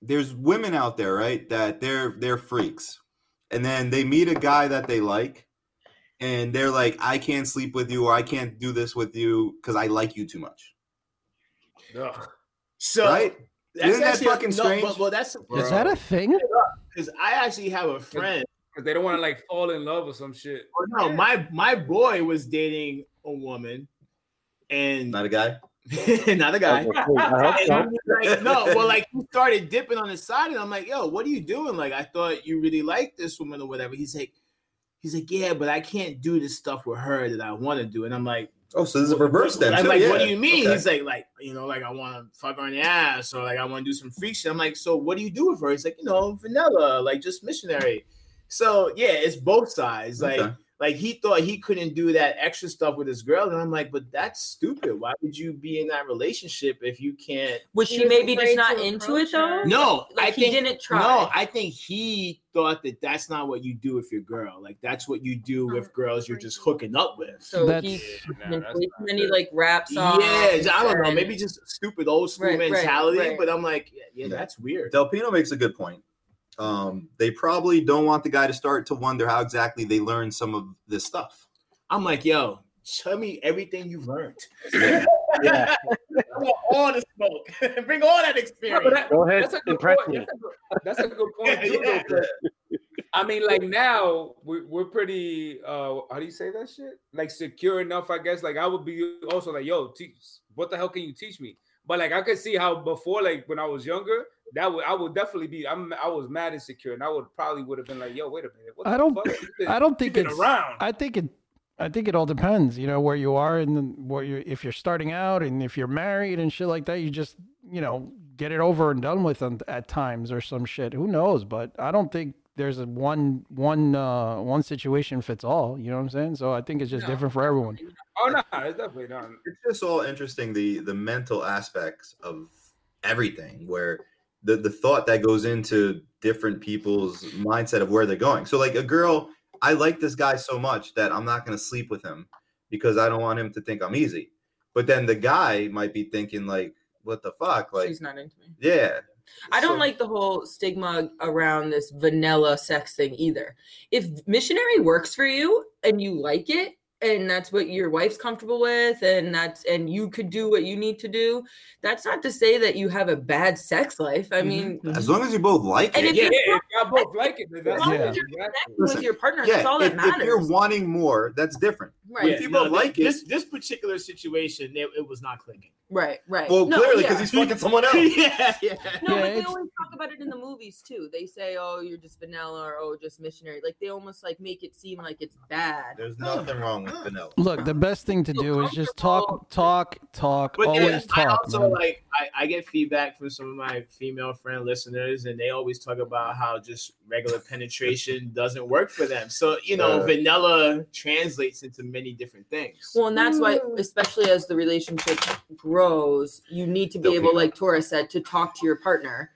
[SPEAKER 2] there's women out there, right, that they're they're freaks, and then they meet a guy that they like, and they're like, I can't sleep with you, or I can't do this with you because I like you too much,
[SPEAKER 4] So
[SPEAKER 2] right? Isn't that
[SPEAKER 4] actually-
[SPEAKER 2] fucking
[SPEAKER 4] no,
[SPEAKER 2] strange?
[SPEAKER 4] but- well, that's
[SPEAKER 1] Is that a thing?
[SPEAKER 4] because I actually have a friend.
[SPEAKER 3] Because they don't want to like fall in love or some shit.
[SPEAKER 4] Well, no, my my boy was dating a woman, and
[SPEAKER 2] Not a guy.
[SPEAKER 4] not a guy.
[SPEAKER 11] I hope
[SPEAKER 4] And
[SPEAKER 11] so.
[SPEAKER 4] he was like, no, well, like he started dipping on his side, and I'm like, yo, what are you doing? Like, I thought you really liked this woman or whatever. He's like, he's like, yeah, but I can't do this stuff with her that I want to do, and I'm like.
[SPEAKER 2] Oh, so this is reverse then.
[SPEAKER 4] I'm
[SPEAKER 2] too,
[SPEAKER 4] like, what
[SPEAKER 2] yeah.
[SPEAKER 4] do you mean?
[SPEAKER 2] Okay.
[SPEAKER 4] He's like, like, you know, like I want to fuck her in the ass, or like I want to do some freak shit. I'm like, so what do you do with her? He's like, you know, vanilla, like just missionary. So yeah, it's both sides. Like,
[SPEAKER 2] Okay.
[SPEAKER 4] like he thought he couldn't do that extra stuff with his girl, and I'm like, but that's stupid. Why would you be in that relationship if you can't?
[SPEAKER 7] Was
[SPEAKER 10] He
[SPEAKER 7] she
[SPEAKER 10] was
[SPEAKER 7] maybe just
[SPEAKER 10] afraid
[SPEAKER 7] not
[SPEAKER 10] to
[SPEAKER 7] into it
[SPEAKER 10] approach
[SPEAKER 7] though?
[SPEAKER 10] her.
[SPEAKER 4] No,
[SPEAKER 7] Like,
[SPEAKER 4] I
[SPEAKER 7] he
[SPEAKER 4] think,
[SPEAKER 7] didn't try.
[SPEAKER 4] No, I think he thought that that's not what you do with your girl. Like that's what you do with girls you're just hooking up with.
[SPEAKER 7] Oh, so
[SPEAKER 1] That's-
[SPEAKER 7] he
[SPEAKER 3] Yeah, nah,
[SPEAKER 7] and
[SPEAKER 3] that's not
[SPEAKER 7] then he
[SPEAKER 3] good.
[SPEAKER 7] like raps
[SPEAKER 4] Yeah,
[SPEAKER 7] on.
[SPEAKER 4] I don't know. Maybe just stupid old school
[SPEAKER 7] Right, right,
[SPEAKER 4] mentality.
[SPEAKER 7] right.
[SPEAKER 4] But I'm like, yeah, yeah,
[SPEAKER 2] Yeah.
[SPEAKER 4] that's weird.
[SPEAKER 2] Delpino makes a good point. Um, they probably don't want the guy to start to wonder how exactly they learned some of this stuff.
[SPEAKER 4] I'm like, yo, show me everything you've learned.
[SPEAKER 11] Yeah.
[SPEAKER 4] I want all the smoke. Bring all that experience.
[SPEAKER 3] But that-
[SPEAKER 11] Go ahead,
[SPEAKER 3] that's a good
[SPEAKER 11] impress
[SPEAKER 3] point.
[SPEAKER 11] me.
[SPEAKER 3] That's a good- That's a good point
[SPEAKER 4] Yeah,
[SPEAKER 3] too. though,
[SPEAKER 4] yeah.
[SPEAKER 3] 'cause, I mean, like now we're, we're pretty. uh How do you say that shit? Like secure enough, I guess. Like I would be also like, yo, teach. What the hell can you teach me? But like I could see how before, like when I was younger, that would I would definitely be. I'm I was mad insecure, and I would probably would have been like, yo, wait a minute. What
[SPEAKER 1] I
[SPEAKER 3] the
[SPEAKER 1] don't-
[SPEAKER 3] Fuck? You been-
[SPEAKER 1] I don't think
[SPEAKER 3] been
[SPEAKER 1] it's
[SPEAKER 3] around.
[SPEAKER 1] I think it. I think it all depends, you know, where you are and then where you if you're starting out and if you're married and shit like that. You just, you know, get it over and done with on- at times or some shit. Who knows? But I don't think there's a one one uh, one situation fits all. You know what I'm saying? So I think it's just different for everyone.
[SPEAKER 3] oh no, it's definitely not.
[SPEAKER 2] It's just all interesting the the mental aspects of everything, where the the thought that goes into different people's mindset of where they're going. So like a girl, I like this guy so much that I'm not going to sleep with him because I don't want him to think I'm easy. But then the guy might be thinking like, what the fuck? Like,
[SPEAKER 7] she's not into me.
[SPEAKER 2] yeah.
[SPEAKER 7] I don't
[SPEAKER 2] So-
[SPEAKER 7] like the whole stigma around this vanilla sex thing either. If missionary works for you and you like it and that's what your wife's comfortable with and that's and you could do what you need to do that's not to say that you have a bad sex life i mean
[SPEAKER 2] As long as you both like
[SPEAKER 7] And
[SPEAKER 2] it.
[SPEAKER 7] if Mm-hmm, Yeah,
[SPEAKER 3] yeah, y'all both like it. Then
[SPEAKER 7] as
[SPEAKER 3] that's
[SPEAKER 7] long
[SPEAKER 2] Yeah.
[SPEAKER 7] as you're connecting
[SPEAKER 2] Listen,
[SPEAKER 7] with your partner
[SPEAKER 2] yeah,
[SPEAKER 7] that's all that
[SPEAKER 2] if,
[SPEAKER 7] matters
[SPEAKER 2] if you're wanting more, that's different.
[SPEAKER 7] Right.
[SPEAKER 2] If you both
[SPEAKER 4] no,
[SPEAKER 2] like
[SPEAKER 4] this,
[SPEAKER 2] it,
[SPEAKER 4] this particular situation, it, it was not clicking.
[SPEAKER 7] right right
[SPEAKER 2] well,
[SPEAKER 7] No,
[SPEAKER 2] clearly because
[SPEAKER 7] yeah.
[SPEAKER 2] he's fucking someone else.
[SPEAKER 4] yeah, yeah.
[SPEAKER 7] No, but they
[SPEAKER 1] it's-
[SPEAKER 7] always talk about it in the movies too. They say, "Oh, you're just vanilla," or "Oh, just missionary." Like they almost like make it seem like it's bad.
[SPEAKER 2] There's nothing wrong with vanilla.
[SPEAKER 1] Look, the best thing to do is just talk, talk, talk.
[SPEAKER 4] But then
[SPEAKER 1] always
[SPEAKER 4] I
[SPEAKER 1] talk.
[SPEAKER 4] also
[SPEAKER 1] man.
[SPEAKER 4] like I, I get feedback from some of my female friend listeners, and they always talk about how just regular penetration doesn't work for them. So you know,
[SPEAKER 7] Yeah.
[SPEAKER 4] vanilla translates into many different things.
[SPEAKER 7] Well, and that's why, especially as the relationship grows, you need to be able, like Tora said, to talk to your partner.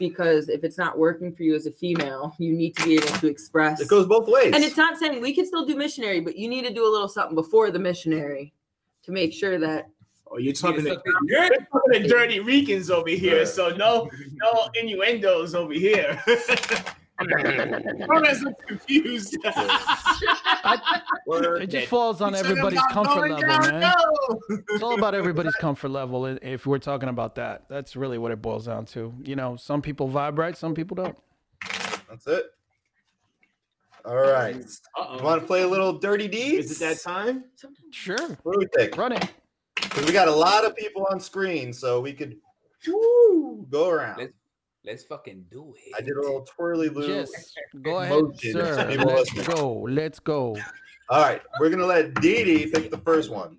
[SPEAKER 7] Because if it's not working for you as a female, you need to be able to express.
[SPEAKER 2] It goes both ways.
[SPEAKER 7] And it's not saying we can still do missionary, but you need to do a little something before the missionary to make sure that.
[SPEAKER 4] Oh, you're talking to you're talking to dirty Ricans over here, so no no innuendos over here. I'm so confused.
[SPEAKER 1] It just falls on
[SPEAKER 4] You said I'm
[SPEAKER 1] everybody's
[SPEAKER 4] not
[SPEAKER 1] comfort
[SPEAKER 4] going
[SPEAKER 1] level,
[SPEAKER 4] down,
[SPEAKER 1] man. It's all about everybody's comfort level. and If we're talking about that, that's really what it boils down to. You know, some people vibe right, some people don't.
[SPEAKER 2] That's it. All right.
[SPEAKER 4] Uh-oh.
[SPEAKER 2] You want to play a little dirty deeds?
[SPEAKER 4] Is it that time?
[SPEAKER 1] Sure.
[SPEAKER 2] What do we think?
[SPEAKER 1] Run it.
[SPEAKER 2] We got a lot of people on screen, so we could go around. Let's,
[SPEAKER 6] fucking do it.
[SPEAKER 2] I did a little twirly loop.
[SPEAKER 1] Yes. Go ahead,
[SPEAKER 2] Motion.
[SPEAKER 1] sir.
[SPEAKER 2] People
[SPEAKER 1] Let's
[SPEAKER 2] listening.
[SPEAKER 1] go. Let's go.
[SPEAKER 2] All right, we're gonna let Dee Dee pick the first one.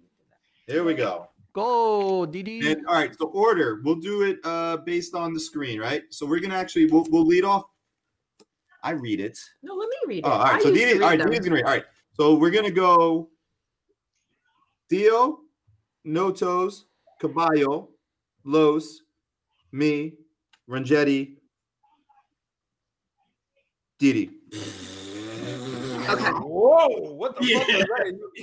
[SPEAKER 2] Here we go.
[SPEAKER 1] Go, Dee Dee.
[SPEAKER 2] And, all right, so order. We'll do it uh, based on the screen, right? So we're gonna actually we'll, we'll lead off. I read it.
[SPEAKER 7] No, let me read it.
[SPEAKER 2] Oh, all right.
[SPEAKER 7] I
[SPEAKER 2] so
[SPEAKER 7] used
[SPEAKER 2] Dee
[SPEAKER 7] to
[SPEAKER 2] Dee, all right,
[SPEAKER 7] them.
[SPEAKER 2] Dee Dee's gonna read. All right. So we're gonna go. Theo, No Toes, Caballo, Los, me, Rangetti, Didi.
[SPEAKER 7] Okay.
[SPEAKER 3] Whoa! What the fuck was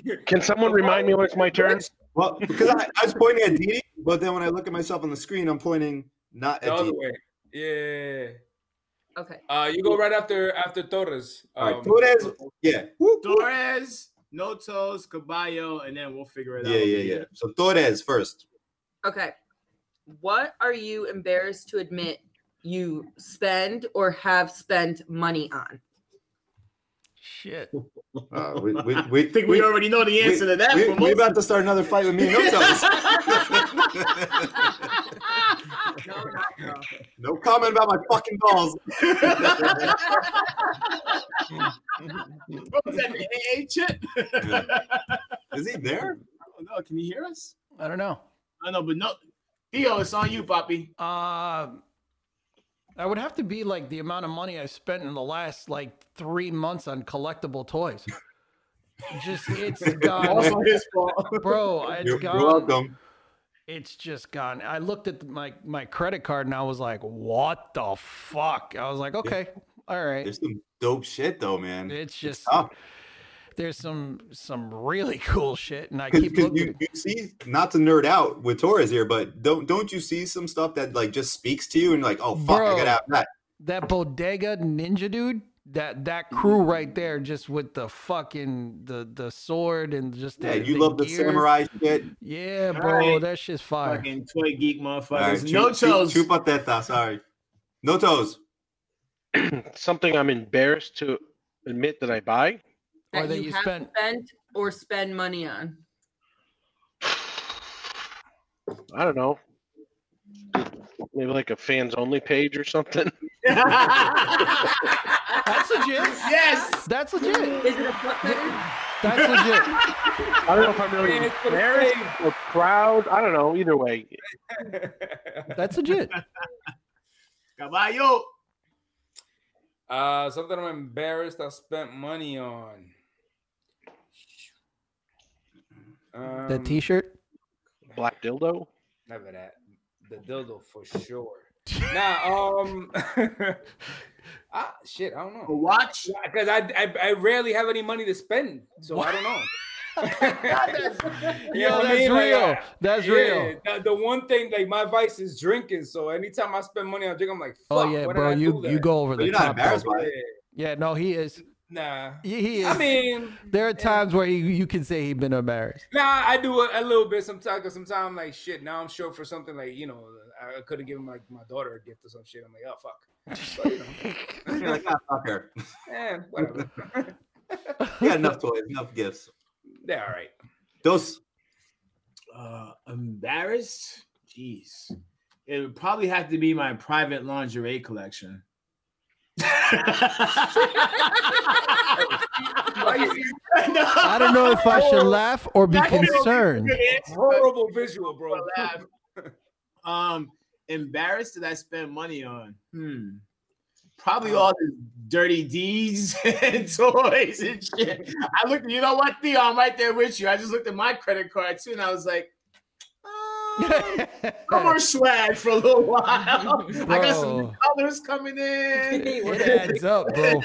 [SPEAKER 3] that?
[SPEAKER 11] Can someone remind me when it's my turn?
[SPEAKER 2] Well, because I, I was pointing at Didi, but then when I look at myself on the screen, I'm pointing not
[SPEAKER 3] The
[SPEAKER 2] at
[SPEAKER 3] other
[SPEAKER 2] Didi.
[SPEAKER 3] way. Yeah.
[SPEAKER 7] Okay.
[SPEAKER 3] Uh, you go right after after Torres. Um,
[SPEAKER 2] All right, Torres. Yeah,
[SPEAKER 4] Torres, Notos, Caballo, and then we'll figure it
[SPEAKER 2] yeah,
[SPEAKER 4] out.
[SPEAKER 2] yeah, yeah. So Torres first.
[SPEAKER 7] Okay. What are you embarrassed to admit you spend or have spent money on?
[SPEAKER 1] Shit.
[SPEAKER 2] Uh, we, we, we
[SPEAKER 4] think we already know the answer to that
[SPEAKER 2] We,
[SPEAKER 4] for
[SPEAKER 2] we
[SPEAKER 4] most
[SPEAKER 2] about to start another fight with me and No Toes. no comment about my fucking balls.
[SPEAKER 4] What was that, the AA chip?
[SPEAKER 2] Is he there?
[SPEAKER 4] I don't know. Oh, Can you hear us?
[SPEAKER 1] I don't know.
[SPEAKER 4] I know, but no. Theo, it's on you, Poppy.
[SPEAKER 1] Um, I would have to be like the amount of money I spent in the last like three months on collectible toys. Just it's gone,
[SPEAKER 4] Also his fault.
[SPEAKER 1] bro. It's
[SPEAKER 2] You're,
[SPEAKER 1] gone.
[SPEAKER 2] you're welcome.
[SPEAKER 1] It's just gone. I looked at my my credit card and I was like, "What the fuck?" I was like, "Okay, all right."
[SPEAKER 2] There's some dope shit though, man. Ah,
[SPEAKER 1] It's just
[SPEAKER 2] tough.
[SPEAKER 1] there's some some really cool shit, and I keep
[SPEAKER 2] Because
[SPEAKER 1] looking.
[SPEAKER 2] you, you see, not to nerd out with Torres here, but don't don't you see some stuff that like just speaks to you and you're like, oh fuck, I
[SPEAKER 1] Bro.
[SPEAKER 2] gotta have that.
[SPEAKER 1] that bodega ninja dude that that crew right there just with the fucking the the sword and just the,
[SPEAKER 2] Yeah, you
[SPEAKER 1] the
[SPEAKER 2] love the
[SPEAKER 1] gear.
[SPEAKER 2] samurai shit.
[SPEAKER 1] yeah
[SPEAKER 4] All
[SPEAKER 1] bro
[SPEAKER 4] right.
[SPEAKER 1] that shit's fire
[SPEAKER 4] Fucking toy geek motherfuckers.
[SPEAKER 2] All right,
[SPEAKER 4] no
[SPEAKER 2] chu- chu-
[SPEAKER 4] toes.
[SPEAKER 2] Chupateta, sorry. No toes.
[SPEAKER 11] Something I'm embarrassed to admit that I buy.
[SPEAKER 1] or that you,
[SPEAKER 7] have
[SPEAKER 1] spent
[SPEAKER 7] spent or spend money on.
[SPEAKER 11] I don't know. Maybe like a fans only page or something.
[SPEAKER 1] that's legit
[SPEAKER 4] yes.
[SPEAKER 1] that's legit
[SPEAKER 7] Is it a butt better?
[SPEAKER 1] that's legit
[SPEAKER 11] I don't know if I'm really
[SPEAKER 3] Man, it's for the
[SPEAKER 11] embarrassed or proud. I don't know. Either way,
[SPEAKER 1] that's legit
[SPEAKER 4] Caballo.
[SPEAKER 3] Uh, something I'm embarrassed I spent money on. Um,
[SPEAKER 1] the t-shirt
[SPEAKER 11] black dildo.
[SPEAKER 3] Never that. The dildo for sure. nah, um, ah, shit, I don't know.
[SPEAKER 4] Watch.
[SPEAKER 3] Because I, I I rarely have any money to spend, so I don't know.
[SPEAKER 1] Yo,
[SPEAKER 3] what I
[SPEAKER 1] that's
[SPEAKER 3] mean? Like,
[SPEAKER 1] real
[SPEAKER 3] I-
[SPEAKER 1] that's
[SPEAKER 3] yeah,
[SPEAKER 1] real
[SPEAKER 3] The, the one thing like my vice is drinking, so anytime I spend money on drink, I'm like, Fuck,
[SPEAKER 1] oh yeah
[SPEAKER 3] why did
[SPEAKER 1] bro
[SPEAKER 3] I do
[SPEAKER 1] you
[SPEAKER 3] that?"
[SPEAKER 1] you go over
[SPEAKER 2] But
[SPEAKER 1] the
[SPEAKER 2] you're not
[SPEAKER 1] top bro.
[SPEAKER 2] embarrassed by it.
[SPEAKER 3] Yeah.
[SPEAKER 1] yeah no he is
[SPEAKER 3] Nah.
[SPEAKER 1] He- he is-
[SPEAKER 3] I mean,
[SPEAKER 1] there are times where you, you can say he's been embarrassed.
[SPEAKER 3] Nah, I do a, a little bit sometimes. Cause sometimes, like shit. Now I'm sure for something like you know, I could have given like my daughter a gift or some shit. I'm like, oh fuck. But, you know.
[SPEAKER 2] You're like, ah, fuck her.
[SPEAKER 3] Eh, whatever.
[SPEAKER 2] We got enough toys, enough gifts.
[SPEAKER 3] They're all right.
[SPEAKER 2] Those
[SPEAKER 4] Uh, embarrassed? Jeez. It would probably have to be my private lingerie collection.
[SPEAKER 1] I don't know if I
[SPEAKER 4] Oh,
[SPEAKER 1] should laugh or be concerned.
[SPEAKER 3] Horrible visual, bro.
[SPEAKER 4] um, embarrassed that I spend money on. Hmm.
[SPEAKER 1] Oh.
[SPEAKER 4] Probably all the dirty deeds and toys and shit. I looked, you know what, Theo, I'm right there with you. I just looked at my credit card too, and I was like, um, no more swag for a little while. I got some
[SPEAKER 2] Bro.
[SPEAKER 4] colors coming in.
[SPEAKER 1] It adds up, bro.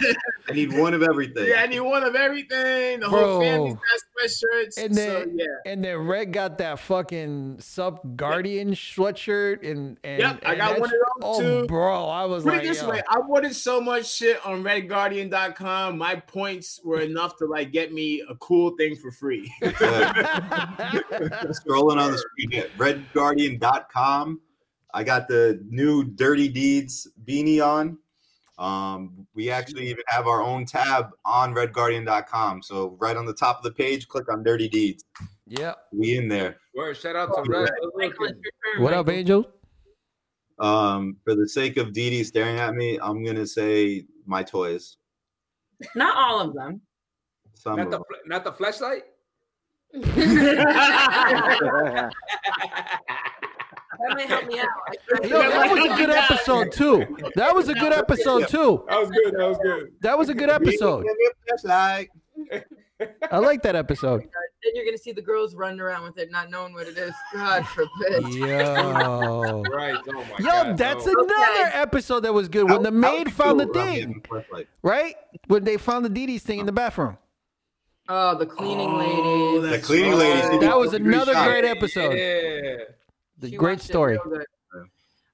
[SPEAKER 2] I need one of everything.
[SPEAKER 4] Yeah, I need one of everything. The whole
[SPEAKER 1] Bro.
[SPEAKER 4] family's got sweatshirts.
[SPEAKER 1] And then,
[SPEAKER 4] so yeah.
[SPEAKER 1] and then Red got that fucking sub guardian sweatshirt and and
[SPEAKER 4] Yep, I
[SPEAKER 1] and
[SPEAKER 4] got
[SPEAKER 1] that
[SPEAKER 4] one
[SPEAKER 1] shit-
[SPEAKER 4] of those
[SPEAKER 1] Oh,
[SPEAKER 4] too.
[SPEAKER 1] bro, I was
[SPEAKER 4] Put
[SPEAKER 1] like,
[SPEAKER 4] it this
[SPEAKER 1] yo.
[SPEAKER 4] way, I ordered so much shit on redguardian.com. My points were enough to like get me a cool thing for free.
[SPEAKER 2] Scrolling on the screen, yeah, redguardian.com. I got the new Dirty Deeds beanie on. Um, we actually even have our own tab on redguardian.com. So right on the top of the page, click on Dirty Deeds.
[SPEAKER 1] Yeah.
[SPEAKER 2] We in there.
[SPEAKER 3] Word. Shout out to Red.
[SPEAKER 1] What up, Angel?
[SPEAKER 2] Um, for the sake of Dee Dee staring at me, I'm gonna say my toys.
[SPEAKER 7] Not all of them.
[SPEAKER 2] Some
[SPEAKER 3] Not
[SPEAKER 2] of
[SPEAKER 3] the
[SPEAKER 2] them.
[SPEAKER 3] fl- not the flashlight.
[SPEAKER 7] that might help me out. I tried.
[SPEAKER 1] Yo, that was a good episode too. That was a good episode too.
[SPEAKER 3] That was good. That was good.
[SPEAKER 1] That was a good episode.
[SPEAKER 2] Flashlight.
[SPEAKER 1] I like that episode.
[SPEAKER 7] Then you're gonna see the girls running around with it, not knowing what it is. God forbid.
[SPEAKER 1] Yo.
[SPEAKER 3] Right. Oh my
[SPEAKER 1] Yo,
[SPEAKER 3] God,
[SPEAKER 1] that's
[SPEAKER 3] no.
[SPEAKER 1] another episode that was good when the maid found the
[SPEAKER 2] Ooh, I'm
[SPEAKER 1] thing,
[SPEAKER 2] getting flashlight.
[SPEAKER 1] right? When they found the Dee Dee's thing in the bathroom.
[SPEAKER 7] Oh, the cleaning
[SPEAKER 1] Oh,
[SPEAKER 7] lady.
[SPEAKER 2] The cleaning lady. she
[SPEAKER 1] That
[SPEAKER 2] did
[SPEAKER 1] was
[SPEAKER 2] three
[SPEAKER 1] another
[SPEAKER 2] shots.
[SPEAKER 1] great episode.
[SPEAKER 3] Yeah.
[SPEAKER 1] The
[SPEAKER 7] She
[SPEAKER 1] great
[SPEAKER 7] watched it
[SPEAKER 1] story.
[SPEAKER 7] real good.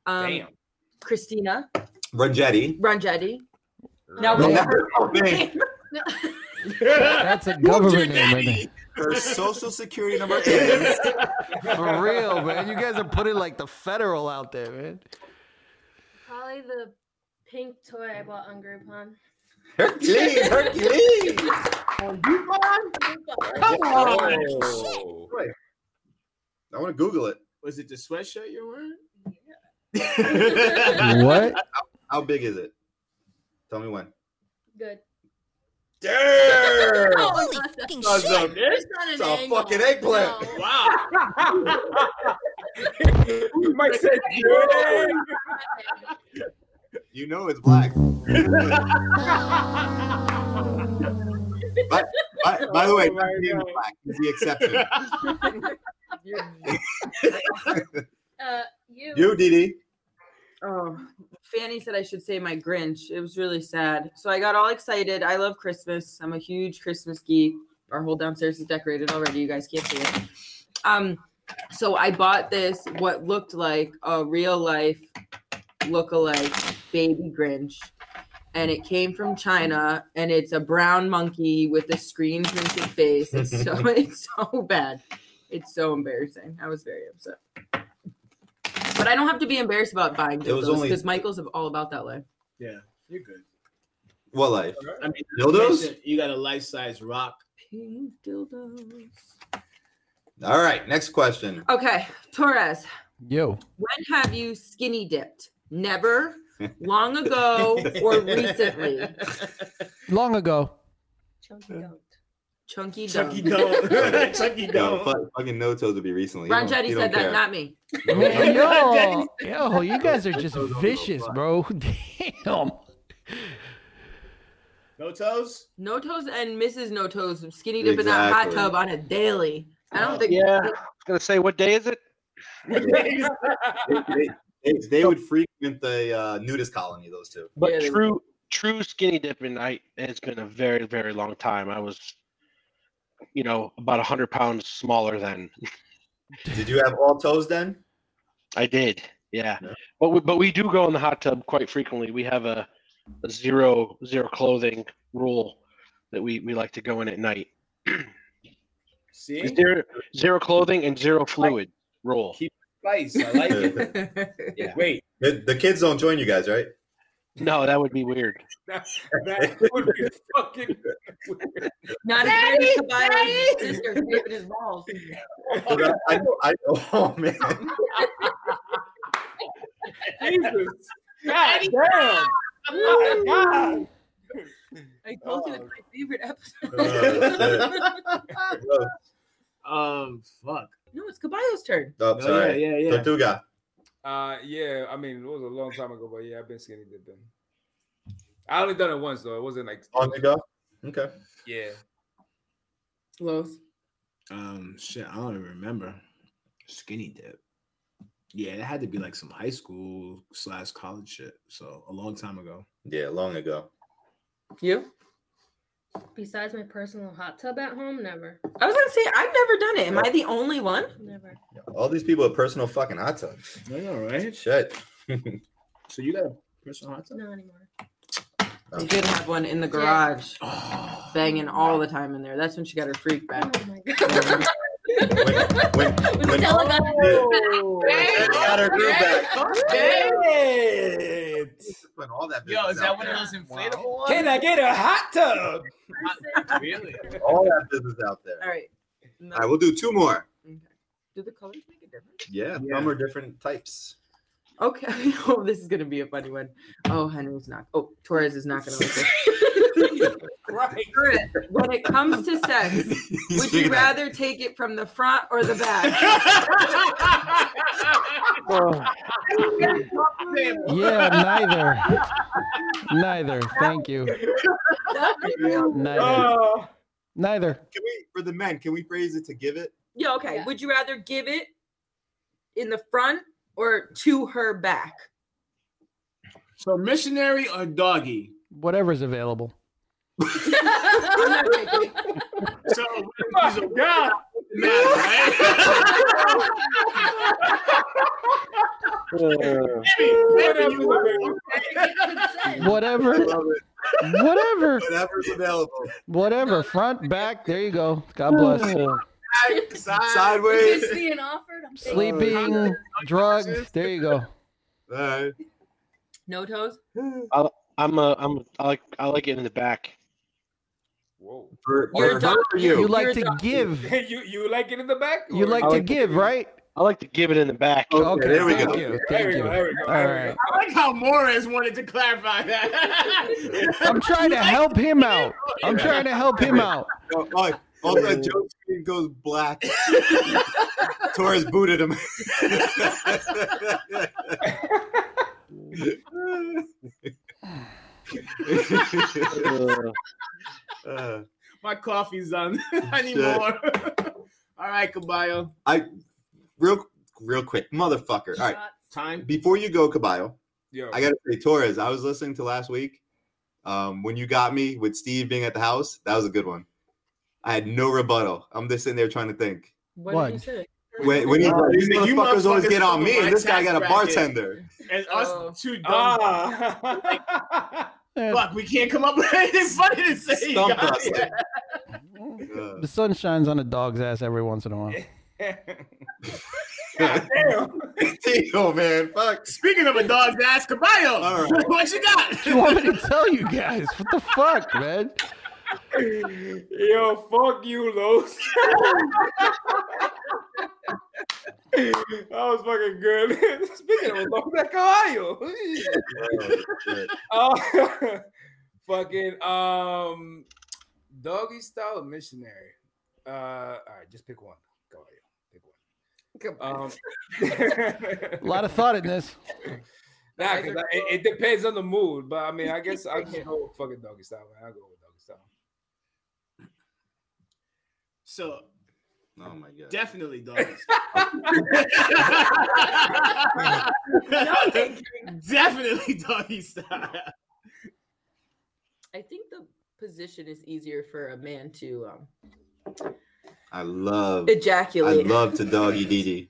[SPEAKER 7] Um,
[SPEAKER 3] Damn.
[SPEAKER 7] Christina
[SPEAKER 2] Rangetti.
[SPEAKER 7] Rangetti. Now
[SPEAKER 1] No,
[SPEAKER 7] we
[SPEAKER 1] that- That's a government name right there.
[SPEAKER 2] Her social security number is
[SPEAKER 1] For real, man. You guys are putting like the federal out there, man.
[SPEAKER 10] Probably the pink toy I bought on Groupon.
[SPEAKER 2] Hercules. Hercules.
[SPEAKER 10] Groupon?
[SPEAKER 3] Oh.
[SPEAKER 2] I want to Google it.
[SPEAKER 4] Was it the sweatshirt you're wearing?
[SPEAKER 1] What?
[SPEAKER 2] How big is it? Tell me when.
[SPEAKER 10] Good.
[SPEAKER 2] Damn!
[SPEAKER 4] Oh,
[SPEAKER 10] Holy fucking
[SPEAKER 4] That's a bitch.
[SPEAKER 2] It's a fucking eggplant.
[SPEAKER 4] Wow.
[SPEAKER 3] Mike said, yeah.
[SPEAKER 2] You know it's black. but, by, by the way,
[SPEAKER 3] Oh my
[SPEAKER 2] not being
[SPEAKER 3] God.
[SPEAKER 2] black is the exception.
[SPEAKER 10] Uh, you.
[SPEAKER 2] You, Dee Dee.
[SPEAKER 7] Oh, Fanny said I should say my Grinch. It was really sad. So I got all excited. I love Christmas. I'm a huge Christmas geek. Our whole downstairs is decorated already. You guys can't see it. Um, so I bought this what looked like a real life look-alike baby Grinch, and it came from China. And it's a brown monkey with a screen printed face. It's so it's so bad. It's so embarrassing. I was very upset. But I don't have to be embarrassed about buying
[SPEAKER 2] It was
[SPEAKER 7] dildos
[SPEAKER 2] only-
[SPEAKER 7] because Michael's all about that life.
[SPEAKER 4] Yeah, you're good.
[SPEAKER 2] What life?
[SPEAKER 4] I mean,
[SPEAKER 2] Dildos?
[SPEAKER 4] You got a life size rock.
[SPEAKER 7] Pink dildos.
[SPEAKER 2] All right, next question.
[SPEAKER 7] Okay, Torres,
[SPEAKER 1] Yo.
[SPEAKER 7] when have you skinny dipped? Never, long ago, or recently?
[SPEAKER 1] Long ago.
[SPEAKER 10] Chunky don't.
[SPEAKER 7] Chunky
[SPEAKER 4] Chucky
[SPEAKER 7] Chunky
[SPEAKER 4] don't. E. Chucky
[SPEAKER 2] Yo,
[SPEAKER 4] don't.
[SPEAKER 2] fuck, fucking no toes would be recently. You
[SPEAKER 7] Ron
[SPEAKER 2] don't-
[SPEAKER 7] Jetty
[SPEAKER 2] you
[SPEAKER 7] said
[SPEAKER 2] don't care.
[SPEAKER 7] that, not me.
[SPEAKER 1] Man, yo, yo, you guys are just
[SPEAKER 2] Those don't go
[SPEAKER 1] vicious,
[SPEAKER 2] fly.
[SPEAKER 1] bro. Damn.
[SPEAKER 4] No toes?
[SPEAKER 7] No toes and Mrs. No toes skinny dip in that hot
[SPEAKER 2] Exactly.
[SPEAKER 7] tub on a daily. I don't think.
[SPEAKER 11] Yeah. I was gonna say, what day is it?
[SPEAKER 2] They, they, they would frequent the uh, nudist colony, those two.
[SPEAKER 11] But
[SPEAKER 7] Yeah, they-
[SPEAKER 11] true, true skinny dipping. I it's been a very, very long time. I was, you know, about hundred pounds smaller then.
[SPEAKER 2] Did you have all toes then?
[SPEAKER 11] I did, yeah.
[SPEAKER 2] Yeah.
[SPEAKER 11] But we, but we do go in the hot tub quite frequently. We have a, a zero zero clothing rule, that we, we like to go in at night.
[SPEAKER 4] See?
[SPEAKER 11] Zero, zero clothing and zero fluid rule.
[SPEAKER 4] Spice. I like it. yeah. Wait.
[SPEAKER 2] The, the kids don't join you guys, right?
[SPEAKER 11] No, that would be weird.
[SPEAKER 3] That, that would be fucking.
[SPEAKER 7] Not
[SPEAKER 3] Daddy,
[SPEAKER 7] as bad as Kabila's sister saving his balls.
[SPEAKER 2] I, I, I, oh man,
[SPEAKER 3] Jesus. God damn. Oh, my God.
[SPEAKER 7] I told you it's my favorite
[SPEAKER 2] episode.
[SPEAKER 4] Um, fuck.
[SPEAKER 7] no, it's Caballo's turn.
[SPEAKER 2] oh,
[SPEAKER 4] yeah,
[SPEAKER 2] sorry.
[SPEAKER 4] yeah, yeah.
[SPEAKER 2] Tortuga.
[SPEAKER 3] Uh, yeah, I mean, it was a long time ago, but yeah, I've been skinny dipping. I only done it once though. It wasn't like
[SPEAKER 2] On the go. Okay.
[SPEAKER 3] yeah.
[SPEAKER 7] Los.
[SPEAKER 4] Um, shit, I don't even remember. Skinny dip. Yeah, that had to be like some high school slash college shit. So a long time ago.
[SPEAKER 2] Yeah, long ago.
[SPEAKER 7] You?
[SPEAKER 10] Besides my personal hot tub at home, never,
[SPEAKER 7] I was gonna say I've never done it. Am I the only one?
[SPEAKER 10] never.
[SPEAKER 2] All these people have personal fucking hot tubs.
[SPEAKER 4] I know, right?
[SPEAKER 2] Shit.
[SPEAKER 4] So you got a personal hot tub?
[SPEAKER 10] Not anymore.
[SPEAKER 7] You did have one in the garage, banging all the time in there. That's when she got her freak
[SPEAKER 10] Oh
[SPEAKER 7] back.
[SPEAKER 10] my god.
[SPEAKER 2] When when
[SPEAKER 10] Stella got
[SPEAKER 2] Stella got her groove back.
[SPEAKER 3] Shit.
[SPEAKER 2] When all that
[SPEAKER 4] Yo,
[SPEAKER 2] business
[SPEAKER 4] is that
[SPEAKER 2] out
[SPEAKER 4] one of
[SPEAKER 2] there.
[SPEAKER 4] those inflatable ones?
[SPEAKER 3] Can I get a hot tub?
[SPEAKER 4] really?
[SPEAKER 2] All that business out there.
[SPEAKER 7] All right.
[SPEAKER 2] All right, we'll do two more.
[SPEAKER 7] Do the colors make a difference?
[SPEAKER 2] Yeah,
[SPEAKER 4] Yeah.
[SPEAKER 2] some are different types.
[SPEAKER 7] Okay. Oh, this is gonna be a funny one. Oh, Henry's not. Oh, Torres is not gonna like this.
[SPEAKER 3] Right.
[SPEAKER 7] Torres, when it comes to sex, would you rather take it from the front or the back?
[SPEAKER 1] Oh, yeah, neither. Neither. Thank you. Neither.
[SPEAKER 3] Oh.
[SPEAKER 1] Neither.
[SPEAKER 2] Can we for the men? Can we phrase it to give it?
[SPEAKER 7] yeah. Okay.
[SPEAKER 10] Yeah.
[SPEAKER 7] Would you rather give it in the front or to her back?
[SPEAKER 4] So missionary or doggy?
[SPEAKER 1] Whatever's available.
[SPEAKER 7] I'm not taking it.
[SPEAKER 4] So he's a god. Right?
[SPEAKER 11] Uh,
[SPEAKER 3] Whatever you want.
[SPEAKER 1] Whatever. Whatever.
[SPEAKER 2] Whatever's available.
[SPEAKER 1] Whatever. Front, back. There you go. God bless.
[SPEAKER 10] If
[SPEAKER 2] Sideways.
[SPEAKER 10] it's being offered, I'm taking it.
[SPEAKER 1] Sleeping, drugs. There you go.
[SPEAKER 2] All right.
[SPEAKER 7] No toes.
[SPEAKER 11] I'm a, I'm I like I like it in the back.
[SPEAKER 3] Whoa.
[SPEAKER 2] For,
[SPEAKER 7] You're
[SPEAKER 2] for her or
[SPEAKER 7] done.
[SPEAKER 1] You
[SPEAKER 2] you?
[SPEAKER 7] You're
[SPEAKER 1] like to
[SPEAKER 7] done.
[SPEAKER 1] give.
[SPEAKER 3] you you like it in the back?
[SPEAKER 1] You
[SPEAKER 3] or-
[SPEAKER 1] like
[SPEAKER 11] I
[SPEAKER 1] to
[SPEAKER 11] like to
[SPEAKER 1] give, right?
[SPEAKER 11] I like to give it in the back.
[SPEAKER 2] Okay, there we
[SPEAKER 1] thank
[SPEAKER 2] go.
[SPEAKER 1] You.
[SPEAKER 3] There
[SPEAKER 1] Thank
[SPEAKER 3] we go.
[SPEAKER 1] you.
[SPEAKER 3] There we go.
[SPEAKER 1] All
[SPEAKER 3] there we
[SPEAKER 1] right.
[SPEAKER 3] go.
[SPEAKER 4] I like how Morris wanted to clarify that.
[SPEAKER 1] I'm trying to help him out. I'm trying to help him out.
[SPEAKER 2] Oh, oh, all that joke screen goes black. Torres booted him. Uh,
[SPEAKER 4] My coffee's done. I need
[SPEAKER 2] Shit.
[SPEAKER 4] more. All right, Caballo.
[SPEAKER 2] I real real quick, motherfucker. All right,
[SPEAKER 4] Time.
[SPEAKER 2] before you go, Caballo,
[SPEAKER 3] Yo.
[SPEAKER 2] I gotta say, Torres. I was listening to last week um, when you got me with Steve being at the house. That was a good one. I had no rebuttal. I'm just sitting there trying to think.
[SPEAKER 7] What,
[SPEAKER 1] What?
[SPEAKER 7] did you say?
[SPEAKER 2] When, when he's
[SPEAKER 4] Oh,
[SPEAKER 2] like, these
[SPEAKER 4] you- you
[SPEAKER 2] motherfuckers always
[SPEAKER 4] motherfuckers
[SPEAKER 2] get on me,
[SPEAKER 4] stole my
[SPEAKER 2] and this guy
[SPEAKER 4] tax
[SPEAKER 2] got a
[SPEAKER 4] bracket.
[SPEAKER 2] bartender.
[SPEAKER 4] And
[SPEAKER 7] Oh.
[SPEAKER 3] Uh,
[SPEAKER 4] us two dumb
[SPEAKER 3] Ah.
[SPEAKER 1] Eh,
[SPEAKER 4] fuck. We can't come up with anything funny to say. you
[SPEAKER 2] Stump
[SPEAKER 4] guys.
[SPEAKER 2] us. Uh,
[SPEAKER 1] The sun shines on a dog's ass every once in a while.
[SPEAKER 3] Damn.
[SPEAKER 2] oh man, fuck.
[SPEAKER 4] Speaking of a dog's ass, Caballo,
[SPEAKER 2] All right.
[SPEAKER 4] what you got?
[SPEAKER 1] You want me to tell you guys? What the fuck, man?
[SPEAKER 3] Yo, fuck you, Los. that was fucking good. Speaking of Los, that caballo.
[SPEAKER 2] Oh, shit.
[SPEAKER 3] Oh, fucking um, doggy style missionary. Uh, all right, just pick one. Go ahead, pick one. Um,
[SPEAKER 1] A lot of thought in this.
[SPEAKER 3] nah, 'cause I- it, it depends on the mood, but I mean, I guess I can go with fucking doggy style. Man. I'll go with doggy style.
[SPEAKER 4] So
[SPEAKER 2] Oh my god.
[SPEAKER 4] definitely dogs. definitely doggy style.
[SPEAKER 7] I think the position is easier for a man to um,
[SPEAKER 2] I love. I
[SPEAKER 7] ejaculate.
[SPEAKER 2] love to doggy DD.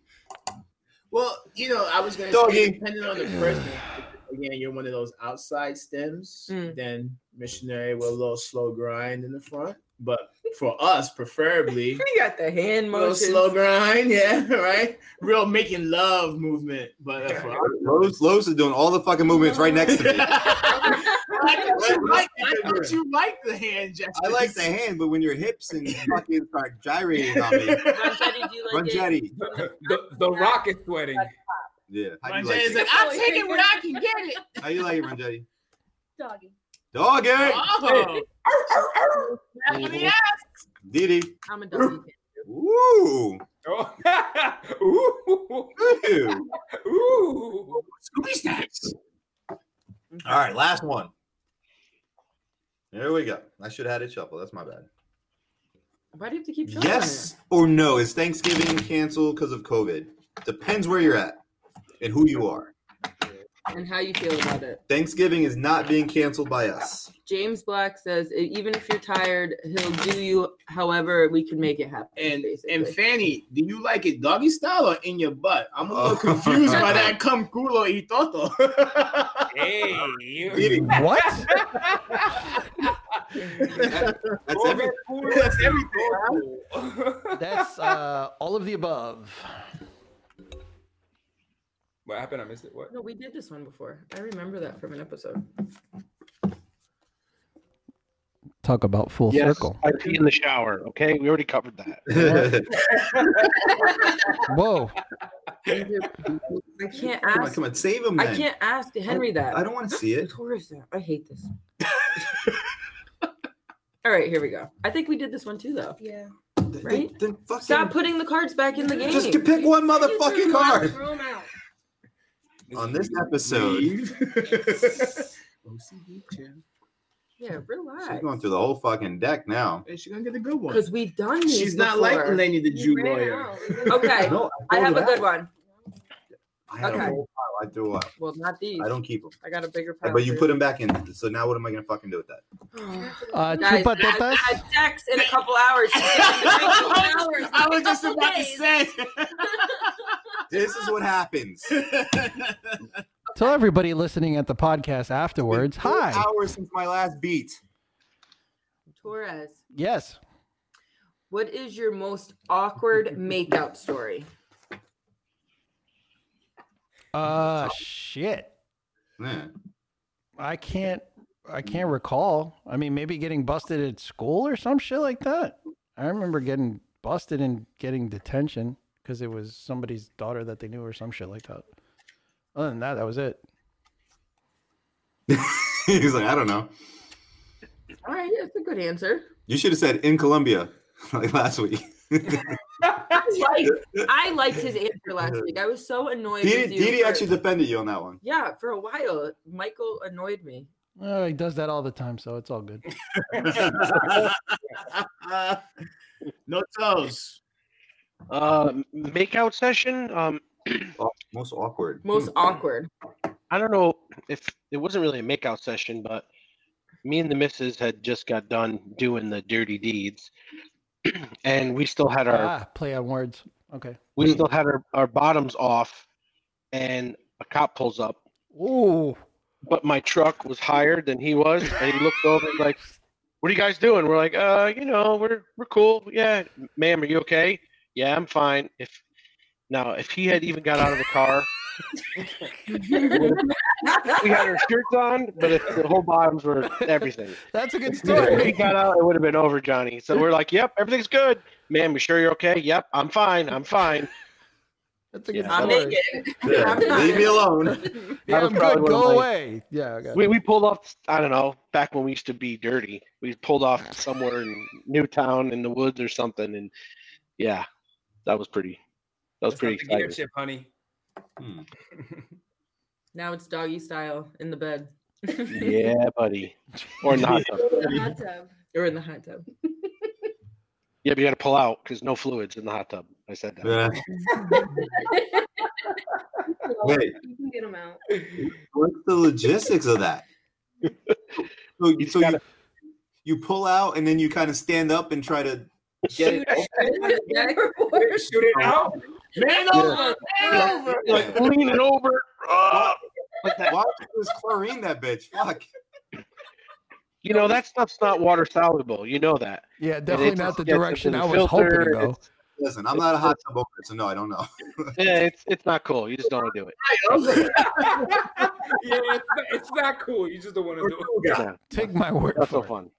[SPEAKER 4] Well, you know, I was gonna
[SPEAKER 2] Doggy.
[SPEAKER 4] say depending on the person. Again, again, you're one of those outside stems,
[SPEAKER 7] Hmm.
[SPEAKER 4] then missionary with a little slow grind in the front. But for us, preferably,
[SPEAKER 7] You got the hand
[SPEAKER 4] little
[SPEAKER 7] motion.
[SPEAKER 4] slow grind, yeah, right. Real making love movement, but uh, for us,
[SPEAKER 2] Lowe's, Lowe's is doing all the fucking movements right next to me.
[SPEAKER 4] I thought you liked, I thought you liked the hand gesture.
[SPEAKER 2] I like the hand, but when your hips and fucking start gyrating on me, run jetty.
[SPEAKER 3] The, the rock is sweating.
[SPEAKER 2] Yeah. How you like
[SPEAKER 4] Ranjay's
[SPEAKER 2] it?
[SPEAKER 10] Oh,
[SPEAKER 4] like, I'm taking what I can get it.
[SPEAKER 2] How you like it, Ranjay?
[SPEAKER 10] Doggy.
[SPEAKER 2] Doggy.
[SPEAKER 4] Oh.
[SPEAKER 7] Slap in the ass.
[SPEAKER 2] Didi.
[SPEAKER 7] I'm a doggy. kid.
[SPEAKER 2] Ooh.
[SPEAKER 3] Oh. Ooh.
[SPEAKER 2] Ooh.
[SPEAKER 3] Ooh.
[SPEAKER 4] Scooby snacks.
[SPEAKER 2] All right, last one. There we go. I should have had it shuffle. That's my bad.
[SPEAKER 7] Why do you have to keep showing
[SPEAKER 2] Yes or no? Is Thanksgiving canceled because of COVID? Depends where you're at and who you are.
[SPEAKER 7] it? And how you feel about it?
[SPEAKER 2] Thanksgiving is not being canceled by us.
[SPEAKER 7] James Black says, "E- even if you're tired, he'll do you. However, we can make it happen.
[SPEAKER 4] And and Fanny, do you like it doggy style or in your butt? I'm a little confused by that cum culo y toto.
[SPEAKER 3] Hey, you.
[SPEAKER 1] What?
[SPEAKER 2] That's every-
[SPEAKER 4] That's everything.
[SPEAKER 1] That's uh, all of the above.
[SPEAKER 3] What happened? I missed it. What?
[SPEAKER 7] No, we did this one before. I remember that from an episode.
[SPEAKER 1] Talk about full
[SPEAKER 11] Yes,
[SPEAKER 1] circle.
[SPEAKER 11] I pee in the shower. Okay, we already covered that.
[SPEAKER 1] Whoa.
[SPEAKER 7] I can't ask.
[SPEAKER 2] Come on, come on, save him.
[SPEAKER 7] I
[SPEAKER 2] then.
[SPEAKER 7] can't ask Henry that.
[SPEAKER 2] I don't want to see it.
[SPEAKER 7] Torso. I hate this. All right, here we go. I think we did this one too, though.
[SPEAKER 10] Yeah.
[SPEAKER 7] Right?
[SPEAKER 2] Then fucking
[SPEAKER 7] Stop putting the cards back in the game.
[SPEAKER 2] just pick one motherfucking card
[SPEAKER 10] Throw 'em out.
[SPEAKER 2] on this episode.
[SPEAKER 4] OCD Jim.
[SPEAKER 7] yeah,
[SPEAKER 2] She's
[SPEAKER 7] relax.
[SPEAKER 2] going through the whole fucking deck now.
[SPEAKER 4] Is she gonna get a good one?
[SPEAKER 7] Because we've done these
[SPEAKER 4] She's not
[SPEAKER 7] before.
[SPEAKER 4] like Lenny the Jew
[SPEAKER 10] Ran
[SPEAKER 4] lawyer.
[SPEAKER 10] out.
[SPEAKER 7] Okay,
[SPEAKER 2] No,
[SPEAKER 7] I
[SPEAKER 2] threw
[SPEAKER 7] have
[SPEAKER 2] it
[SPEAKER 7] a
[SPEAKER 2] out.
[SPEAKER 7] good one.
[SPEAKER 2] I had
[SPEAKER 7] Okay.
[SPEAKER 2] a whole pile. I threw up.
[SPEAKER 7] Well, not these.
[SPEAKER 2] I don't keep them.
[SPEAKER 7] I got a bigger pile.
[SPEAKER 2] But you
[SPEAKER 7] for
[SPEAKER 2] put them back in. So now what am I gonna fucking do with that?
[SPEAKER 1] Uh,
[SPEAKER 7] Guys, I,
[SPEAKER 1] chupatetas.
[SPEAKER 7] I have sex in a couple hours.
[SPEAKER 4] I was just about to say.
[SPEAKER 2] This is what happens.
[SPEAKER 1] Tell everybody listening at the podcast afterwards.
[SPEAKER 2] Two
[SPEAKER 1] Hi.
[SPEAKER 2] Hours since my last beat.
[SPEAKER 7] Torres,
[SPEAKER 1] Yes.
[SPEAKER 7] what is your most awkward makeout story?
[SPEAKER 1] Uh, shit.
[SPEAKER 2] Man.
[SPEAKER 1] I can't. I can't recall. I mean, maybe getting busted at school or some shit like that. I remember getting busted and getting detention because it was somebody's daughter that they knew or some shit like that. Other than that, that was it.
[SPEAKER 2] He's like, I don't know.
[SPEAKER 7] All right, that's a good answer.
[SPEAKER 2] You should have said in Colombia like last week.
[SPEAKER 7] I liked, I liked his answer last week. I was so annoyed.
[SPEAKER 2] Didi,
[SPEAKER 7] with you
[SPEAKER 2] Didi
[SPEAKER 7] for-
[SPEAKER 2] actually defended you on that one.
[SPEAKER 7] Yeah, for a while, Michael annoyed me.
[SPEAKER 1] Uh, he does that all the time, so it's all good.
[SPEAKER 2] Uh,
[SPEAKER 4] no toes.
[SPEAKER 11] Uh, makeout session. Um,
[SPEAKER 2] Oh, most awkward. Hmm.
[SPEAKER 7] Most awkward.
[SPEAKER 11] I don't know if it wasn't really a makeout session, but me and the missus had just got done doing the dirty deeds, and we still had our
[SPEAKER 1] Ah, play on words. Okay.
[SPEAKER 11] we still had our, our bottoms off, and a cop pulls up,
[SPEAKER 1] Ooh.
[SPEAKER 11] but my truck was higher than he was, and he looked over and like, "What are you guys doing?" We're like, "Uh, you know, we're we're cool. Yeah, ma'am, are you okay? Yeah, I'm fine." If now, if he had even got out of the car, we had our shirts on, but if the whole bottoms were everything.
[SPEAKER 1] That's a good
[SPEAKER 11] If he
[SPEAKER 1] story.
[SPEAKER 11] got out, it would have been over, Johnny. So we're like, "Yep, everything's good, ma'am. You sure you're okay? Yep, I'm fine. I'm fine."
[SPEAKER 1] That's a good
[SPEAKER 11] Yeah.
[SPEAKER 7] I'm
[SPEAKER 1] story.
[SPEAKER 7] naked.
[SPEAKER 2] Yeah.
[SPEAKER 7] I'm not-
[SPEAKER 2] Leave me alone.
[SPEAKER 1] Yeah, I'm
[SPEAKER 11] That was
[SPEAKER 1] good.
[SPEAKER 11] probably one of
[SPEAKER 1] Go
[SPEAKER 11] my-
[SPEAKER 1] away. Yeah. I got
[SPEAKER 11] We, we pulled off, I don't know, back when we used to be dirty. We pulled off somewhere in Newtown in the woods or something. And yeah, that was pretty, that was
[SPEAKER 3] That's
[SPEAKER 11] pretty
[SPEAKER 3] not the gear
[SPEAKER 11] exciting.
[SPEAKER 3] chip, honey.
[SPEAKER 7] Now it's doggy style in the bed.
[SPEAKER 11] Yeah, buddy. Or not. though.
[SPEAKER 10] The hot tub.
[SPEAKER 7] Or in the hot tub.
[SPEAKER 11] yeah, but you got to pull out because no fluids in the hot tub. I said that.
[SPEAKER 2] Yeah.
[SPEAKER 10] Well,
[SPEAKER 2] Wait,
[SPEAKER 10] You can get 'em out.
[SPEAKER 2] what's the logistics of that? So,
[SPEAKER 11] You
[SPEAKER 2] so
[SPEAKER 11] gotta-
[SPEAKER 2] you, you pull out and then you kind of stand up and try to get it.
[SPEAKER 3] Shoot it out.
[SPEAKER 4] Man over, man over.
[SPEAKER 11] Like leaning over. ah,
[SPEAKER 2] Why was chlorine that bitch? Fuck.
[SPEAKER 11] You know that stuff's not water soluble. You know that.
[SPEAKER 1] Yeah,
[SPEAKER 11] And
[SPEAKER 1] definitely
[SPEAKER 11] it's-
[SPEAKER 1] not the
[SPEAKER 11] yeah, it's
[SPEAKER 1] direction
[SPEAKER 11] in
[SPEAKER 1] I
[SPEAKER 11] the
[SPEAKER 1] was hoping to
[SPEAKER 11] filter,
[SPEAKER 1] go.
[SPEAKER 11] it's-
[SPEAKER 2] Listen, I'm not a hot tub opener, so no, I don't know.
[SPEAKER 11] Yeah, it's it's not cool. You just don't want to do it.
[SPEAKER 3] yeah, it's not, it's not cool. You just don't want to do it.
[SPEAKER 11] Yeah.
[SPEAKER 1] Take my word
[SPEAKER 11] Not so
[SPEAKER 1] for it.
[SPEAKER 11] fun.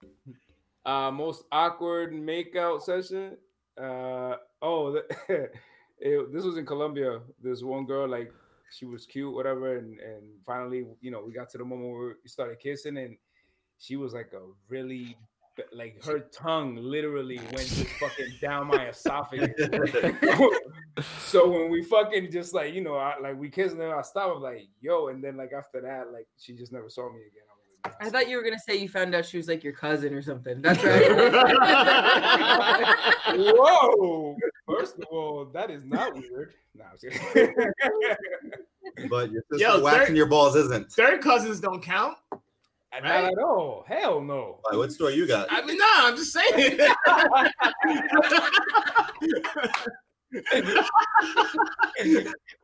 [SPEAKER 3] Uh, most awkward makeout session. Uh, oh, the, it- this was in Colombia. This one girl, like, she was cute, whatever, and and finally, you know, we got to the moment where we started kissing, and she was like a really. Like her tongue literally went just fucking down my esophagus. so when we fucking just like you know, I, like we kissed and then I stopped. I'm like, yo, and then like after that, like she just never saw me again.
[SPEAKER 7] I thought you were gonna say you found out she was like your cousin or something. That's right.
[SPEAKER 3] Whoa! First of all, that is not weird. Nah, I'm just kidding.
[SPEAKER 2] But your sister
[SPEAKER 4] Yo,
[SPEAKER 2] waxing
[SPEAKER 4] third-
[SPEAKER 2] your balls isn't.
[SPEAKER 4] Third cousins don't count.
[SPEAKER 3] not at all. Hell no.
[SPEAKER 2] Like, what story you got?
[SPEAKER 4] I mean, nah, I'm just saying.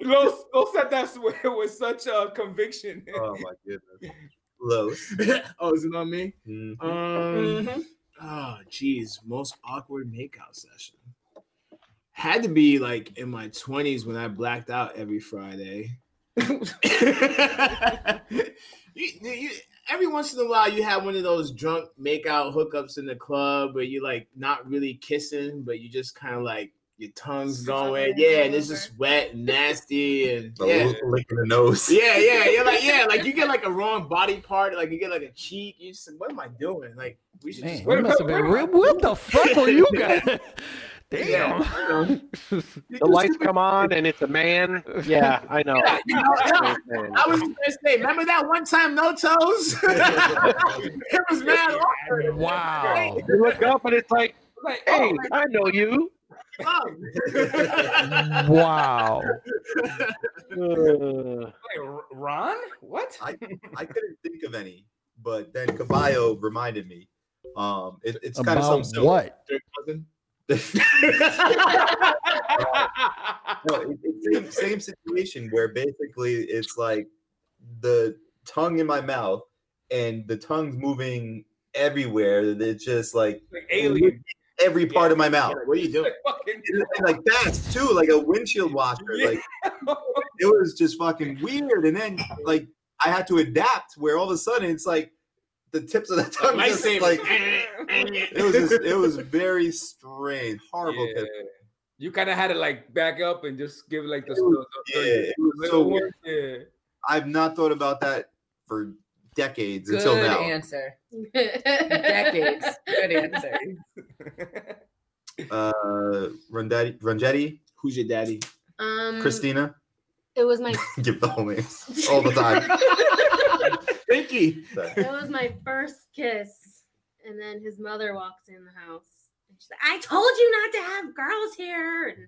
[SPEAKER 3] Los, Los said that with, with such uh, conviction.
[SPEAKER 2] Oh my goodness. Los.
[SPEAKER 4] oh, is it on me?
[SPEAKER 2] Mhm.
[SPEAKER 4] Um, oh, geez, most awkward makeout session had to be like in my 20s when I blacked out every Friday. You- you- you- every once in a while, you have one of those drunk makeout hookups in the club where you like not really kissing, but you just kind of like your tongue's going, yeah, and it's just wet and nasty, and
[SPEAKER 2] The
[SPEAKER 4] yeah.
[SPEAKER 2] little lick in the nose.
[SPEAKER 4] Yeah, yeah, yeah, like yeah, like you get like a wrong body part, like you get like a cheek. You just what am I doing? Like we should
[SPEAKER 1] Man,
[SPEAKER 4] just
[SPEAKER 1] you must have been real. What the fuck were you guys? Damn.
[SPEAKER 11] The lights come on and it's a man. Yeah, I know.
[SPEAKER 4] Yeah, you know, yeah. I was gonna say, remember that one time no toes? it was mad awkward.
[SPEAKER 1] Wow.
[SPEAKER 11] You look up and it's like,
[SPEAKER 3] Like,
[SPEAKER 4] Oh
[SPEAKER 7] Oh,
[SPEAKER 11] hey, I know you.
[SPEAKER 1] Wow.
[SPEAKER 11] Uh,
[SPEAKER 3] Wait, R- Ron? What?
[SPEAKER 2] I, I couldn't think of any, but then Caballo reminded me. Um, it, it's kind of
[SPEAKER 1] About
[SPEAKER 2] something similar.
[SPEAKER 1] what?
[SPEAKER 2] No, it- it's same, same situation where basically it's like the tongue in my mouth and the tongue's moving everywhere. It's just like
[SPEAKER 3] Like alien.
[SPEAKER 2] every part of my mouth.
[SPEAKER 4] what are you doing?
[SPEAKER 3] Like fucking.
[SPEAKER 2] And it's like that's too, like a windshield washer. Like it was just fucking weird. And then like I had to adapt where all of a sudden it's like the tips of the tongue just
[SPEAKER 4] Lightsaber.
[SPEAKER 2] like it was just, it was very strange, horrible.
[SPEAKER 3] Yeah. You kind of had to like back up and just give like the,
[SPEAKER 2] It was-
[SPEAKER 3] the- the-
[SPEAKER 2] yeah, it
[SPEAKER 3] the
[SPEAKER 2] was
[SPEAKER 3] little
[SPEAKER 2] so
[SPEAKER 3] one.
[SPEAKER 2] weird.
[SPEAKER 3] Yeah.
[SPEAKER 2] I've not thought about that for decades
[SPEAKER 7] Good
[SPEAKER 2] until now.
[SPEAKER 7] answer. Decades.
[SPEAKER 10] Decades.
[SPEAKER 7] Good answer.
[SPEAKER 2] Uh, Rondetti, Rondetti,
[SPEAKER 4] Who's your daddy?
[SPEAKER 10] Um,
[SPEAKER 2] Christina,
[SPEAKER 10] It was my
[SPEAKER 2] give the whole names all the time.
[SPEAKER 4] Pinky.
[SPEAKER 10] it was my first kiss, and then his mother walks in the house, and she's like, "I told you not to have girls here." And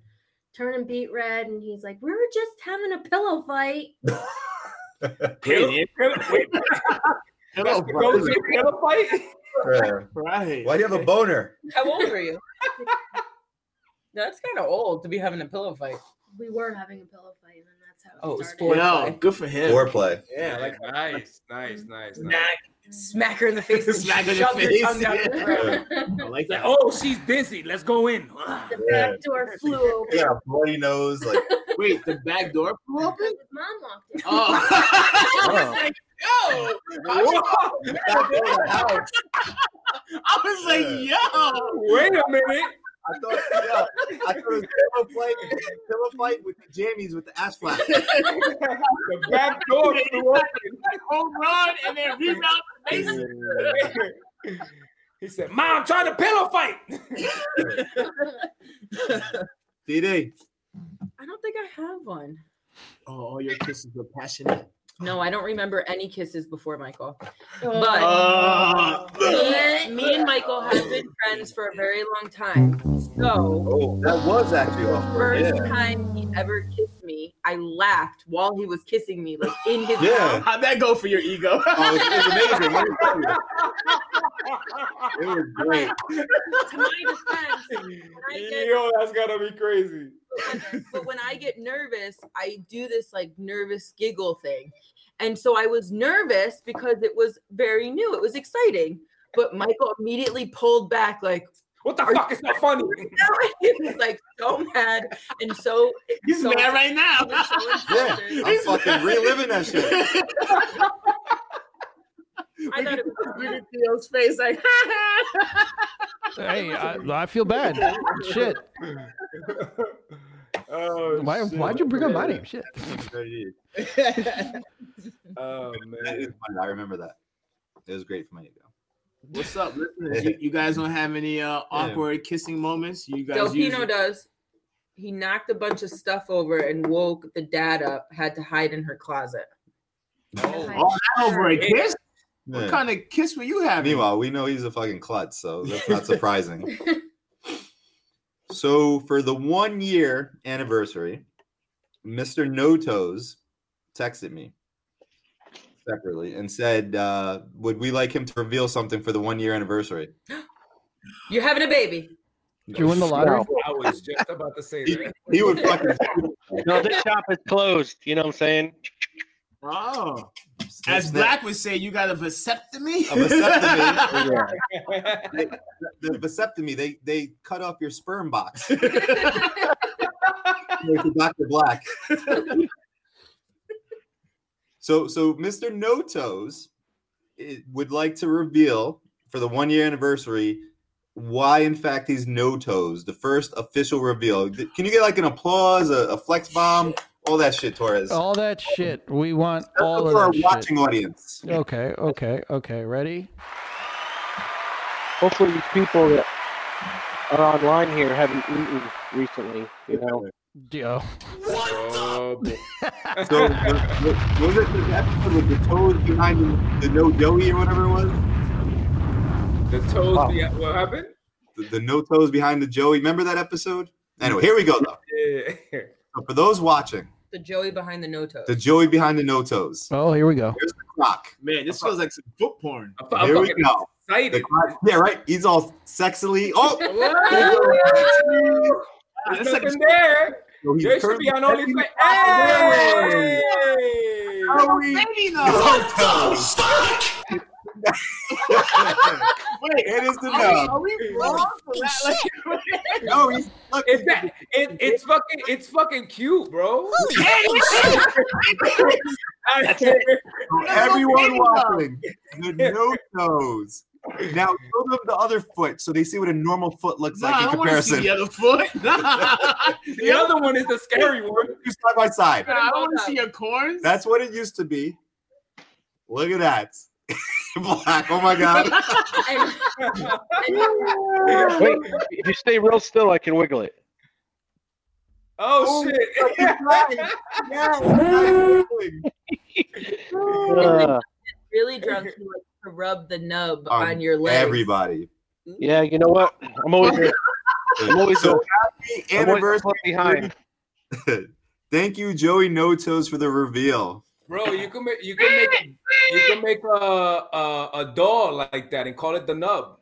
[SPEAKER 10] turning beat red, and he's like, "We were just having a pillow fight."
[SPEAKER 4] Hey,
[SPEAKER 3] Pillow- wait, that's the go-to pillow fight?
[SPEAKER 2] Yeah.
[SPEAKER 4] Right.
[SPEAKER 2] Why do you have a boner?
[SPEAKER 7] How old were you? That's kind of old to be having a pillow fight.
[SPEAKER 10] We were having a pillow fight, and then that's how
[SPEAKER 7] Oh, it
[SPEAKER 10] it
[SPEAKER 7] was
[SPEAKER 10] started.
[SPEAKER 7] four-
[SPEAKER 4] Well, good for him.
[SPEAKER 2] Foreplay.
[SPEAKER 4] Yeah, like
[SPEAKER 3] nice, nice, nice, nice.
[SPEAKER 4] Nah,
[SPEAKER 7] Smack her in the face. and
[SPEAKER 4] Smack her in the
[SPEAKER 7] shove your
[SPEAKER 4] face,
[SPEAKER 7] tongue down
[SPEAKER 4] yeah.
[SPEAKER 7] her throat.
[SPEAKER 4] I like
[SPEAKER 3] Like,
[SPEAKER 4] that.
[SPEAKER 3] oh, she's dizzy. Let's go in.
[SPEAKER 10] the
[SPEAKER 2] Yeah.
[SPEAKER 10] back door flew open.
[SPEAKER 2] You got a bloody nose. Like
[SPEAKER 4] wait, the back door flew open.
[SPEAKER 10] His mom walked in.
[SPEAKER 4] Oh. I was like, yo. I was-
[SPEAKER 2] back door of the house.
[SPEAKER 4] I was like, yo.
[SPEAKER 3] Wait a minute.
[SPEAKER 2] I thought, yeah, I thought it was pillow fight, pillow fight with the jammies with the ass flap.
[SPEAKER 3] The back door flew
[SPEAKER 4] Home run and then rebound to Mason.
[SPEAKER 3] open. He said, "Mom, I'm trying to pillow fight."
[SPEAKER 2] DD.
[SPEAKER 7] I don't think I have one.
[SPEAKER 4] Oh, all your kisses were passionate.
[SPEAKER 7] No, I don't remember any kisses before Michael.
[SPEAKER 4] Uh,
[SPEAKER 7] Me, me and Michael have been friends for a very long time. So,
[SPEAKER 2] Oh, that was actually awkward.
[SPEAKER 7] first
[SPEAKER 2] Yeah.
[SPEAKER 7] time he ever kissed me, I laughed while he was kissing me, like in his
[SPEAKER 2] Yeah.
[SPEAKER 4] How'd that go for your ego?
[SPEAKER 2] Oh, it was amazing. Let me tell you. It was great.
[SPEAKER 7] mouth. To my defense, when I get
[SPEAKER 3] Yo, that's gotta be crazy.
[SPEAKER 7] nervous, but when I get nervous, I do this like nervous giggle thing. And so I was nervous because it was very new. It was exciting. But Michael immediately pulled back, like,
[SPEAKER 3] what the fuck is that funny?
[SPEAKER 7] he was like so mad and so
[SPEAKER 4] He's
[SPEAKER 7] so,
[SPEAKER 4] mad right now.
[SPEAKER 7] he was so
[SPEAKER 2] Yeah,
[SPEAKER 7] insulted.
[SPEAKER 2] I'm fucking reliving that shit.
[SPEAKER 7] I thought it was
[SPEAKER 4] Look at Theo's face, like,
[SPEAKER 1] Hey, I, I feel bad. shit.
[SPEAKER 3] Oh,
[SPEAKER 1] Why,
[SPEAKER 3] shit.
[SPEAKER 1] why'd you bring up my name? Shit.
[SPEAKER 3] Oh
[SPEAKER 2] That is
[SPEAKER 3] man.
[SPEAKER 2] fun. I remember that. It was great for my ego.
[SPEAKER 4] What's up, listeners? You, you guys don't have any uh, awkward kissing moments? You guys
[SPEAKER 7] Delpino
[SPEAKER 4] usually-
[SPEAKER 7] does. He knocked a bunch of stuff over and woke the dad up. Had to hide in her closet.
[SPEAKER 4] Oh, all that over a kiss?
[SPEAKER 2] Yeah.
[SPEAKER 4] What kind of kiss were you having?
[SPEAKER 2] Meanwhile, we know he's a fucking klutz, so that's not surprising. so for the one year anniversary, Mr. No Toes texted me separately and said, uh, would we like him to reveal something for the one year anniversary?
[SPEAKER 7] You're having a baby.
[SPEAKER 1] Did you win the lottery?
[SPEAKER 3] I was just about to say that.
[SPEAKER 2] He would fucking
[SPEAKER 11] No, this shop is closed. You know what I'm saying?
[SPEAKER 4] Oh. As
[SPEAKER 2] snip.
[SPEAKER 4] Black would say, you got a vasectomy?
[SPEAKER 2] a
[SPEAKER 4] Uh-huh.
[SPEAKER 2] vasectomy. They- the vasectomy, they they cut off your sperm box. Doctor Black. so so Mr. No Toes eh, would like to reveal for the one year anniversary why in fact he's no toes the first official reveal Th- can you get like an applause a, a flex bomb all that shit torres
[SPEAKER 1] All that shit. We want
[SPEAKER 2] That's
[SPEAKER 1] all of
[SPEAKER 2] for our
[SPEAKER 1] that shit.
[SPEAKER 2] watching audience
[SPEAKER 1] Okay, okay, okay. Ready?
[SPEAKER 11] Hopefully, these people that are online here haven't eaten recently. You know,
[SPEAKER 1] Yo.
[SPEAKER 3] Oh, boy.
[SPEAKER 2] so was was it the episode with the toes behind the, the no doughy or whatever it was
[SPEAKER 3] the toes. be- What happened?
[SPEAKER 2] the, the no toes behind the Joey. Remember that episode? Anyway, here we go though.
[SPEAKER 3] Yeah.
[SPEAKER 2] So for those watching,
[SPEAKER 7] The Joey behind the no toes.
[SPEAKER 2] the Joey behind the no toes.
[SPEAKER 1] Oh, here we go.
[SPEAKER 2] Here's the croc.
[SPEAKER 4] Man, this feels like some foot porn.
[SPEAKER 3] I'm, fu- I'm
[SPEAKER 2] Here we
[SPEAKER 3] fucking
[SPEAKER 2] go. The
[SPEAKER 3] excited.
[SPEAKER 2] croc. Yeah, right. He's all sexily. Oh,
[SPEAKER 3] Whoa!
[SPEAKER 4] That's
[SPEAKER 3] There's
[SPEAKER 4] like
[SPEAKER 3] nothing there.
[SPEAKER 2] so he's
[SPEAKER 3] There should
[SPEAKER 2] currently
[SPEAKER 3] be on
[SPEAKER 2] sexy
[SPEAKER 3] OnlyFans.
[SPEAKER 2] Hey!
[SPEAKER 3] Hey!
[SPEAKER 2] Joey
[SPEAKER 4] baby though.
[SPEAKER 2] no toes.
[SPEAKER 4] Wait,
[SPEAKER 2] It is the
[SPEAKER 4] are we, are
[SPEAKER 2] no.
[SPEAKER 4] we wrong for that? Like,
[SPEAKER 2] No, he's look.
[SPEAKER 3] It's that. It, it's fucking. It's fucking cute, bro.
[SPEAKER 2] For everyone watching, the no toes. Now show them the other foot so they see what a normal foot looks
[SPEAKER 4] nah,
[SPEAKER 2] like
[SPEAKER 4] I
[SPEAKER 2] in
[SPEAKER 4] don't want to see
[SPEAKER 2] comparison.
[SPEAKER 4] the other foot. Nah, nah
[SPEAKER 3] the other one is the scary one.
[SPEAKER 2] Two side by side.
[SPEAKER 4] I don't want to see your corns.
[SPEAKER 2] That's what it used to be. Look at that. Black. Oh my god.
[SPEAKER 7] And-
[SPEAKER 11] wait. If you stay real still, I can wiggle it.
[SPEAKER 3] Oh shit!
[SPEAKER 11] Uh,
[SPEAKER 7] really drunk to, like, to rub the nub
[SPEAKER 2] On
[SPEAKER 7] on, your leg.
[SPEAKER 2] Everybody.
[SPEAKER 11] yeah, you know what? I'm always there. I'm always
[SPEAKER 2] So
[SPEAKER 11] there.
[SPEAKER 2] happy
[SPEAKER 11] I'm always
[SPEAKER 2] anniversary.
[SPEAKER 11] left behind.
[SPEAKER 2] Thank you, Joey No Toes, for the reveal.
[SPEAKER 3] Bro, you can make you can make you can make a a, a doll like that and call it the nub.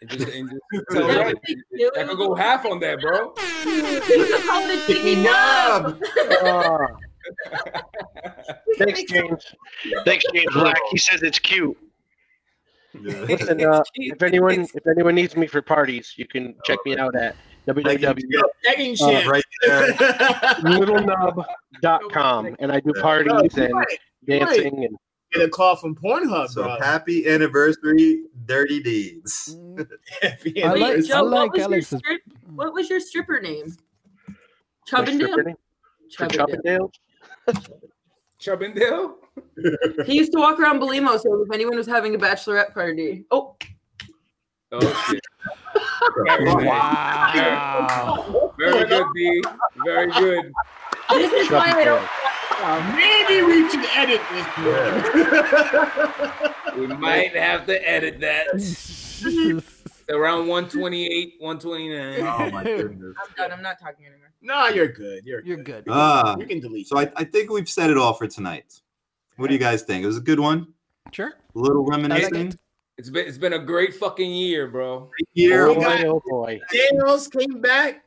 [SPEAKER 3] And just, and just tell
[SPEAKER 7] That
[SPEAKER 3] her
[SPEAKER 7] would be cute.
[SPEAKER 3] I could go half on that, bro.
[SPEAKER 7] You could call it a chicken nub.
[SPEAKER 11] Uh, thanks, James. Thanks, James Black. He says it's cute.
[SPEAKER 2] Yeah.
[SPEAKER 11] Listen, uh, if anyone if anyone needs me for parties, you can check me out at
[SPEAKER 2] Thank you,
[SPEAKER 4] begging
[SPEAKER 2] Joey,
[SPEAKER 11] uh,
[SPEAKER 4] shit.
[SPEAKER 2] right there.
[SPEAKER 11] www.littlenub.com, and I do parties and dancing and
[SPEAKER 4] Get a call from Pornhub,
[SPEAKER 2] So
[SPEAKER 4] bro.
[SPEAKER 2] happy anniversary, Dirty Deeds.
[SPEAKER 4] Happy
[SPEAKER 1] I
[SPEAKER 7] Wait,
[SPEAKER 1] like-
[SPEAKER 7] Joe,
[SPEAKER 1] like
[SPEAKER 7] what, was your
[SPEAKER 1] Alex's-
[SPEAKER 7] strip, what was your stripper name?
[SPEAKER 11] my
[SPEAKER 7] Chubb and Dale.
[SPEAKER 11] stripper name for
[SPEAKER 7] Chubb and Dale.
[SPEAKER 11] Chubbendale.
[SPEAKER 3] Chubbindale.
[SPEAKER 7] He used to walk around Belimo, so if anyone was having a bachelorette party, oh,
[SPEAKER 3] Oh shit! Very nice.
[SPEAKER 1] Wow.
[SPEAKER 3] Very good, B. Very good.
[SPEAKER 7] this is why I don't.
[SPEAKER 4] Maybe we should edit this.
[SPEAKER 3] We might have to edit that. Around 128, 129.
[SPEAKER 2] Oh my goodness.
[SPEAKER 7] I'm done. I'm not talking anymore.
[SPEAKER 4] No, you're good. You're
[SPEAKER 1] You're good.
[SPEAKER 2] Ah,
[SPEAKER 4] You can delete.
[SPEAKER 2] so I, I think we've said it all for tonight. What do you guys think? It was a good one.
[SPEAKER 1] Sure.
[SPEAKER 2] A little
[SPEAKER 1] I like
[SPEAKER 2] reminiscing.
[SPEAKER 3] It's been it's been a great fucking year, bro.
[SPEAKER 2] Here,
[SPEAKER 11] Oh
[SPEAKER 2] I'm
[SPEAKER 11] boy, oh boy.
[SPEAKER 4] Daniels came back.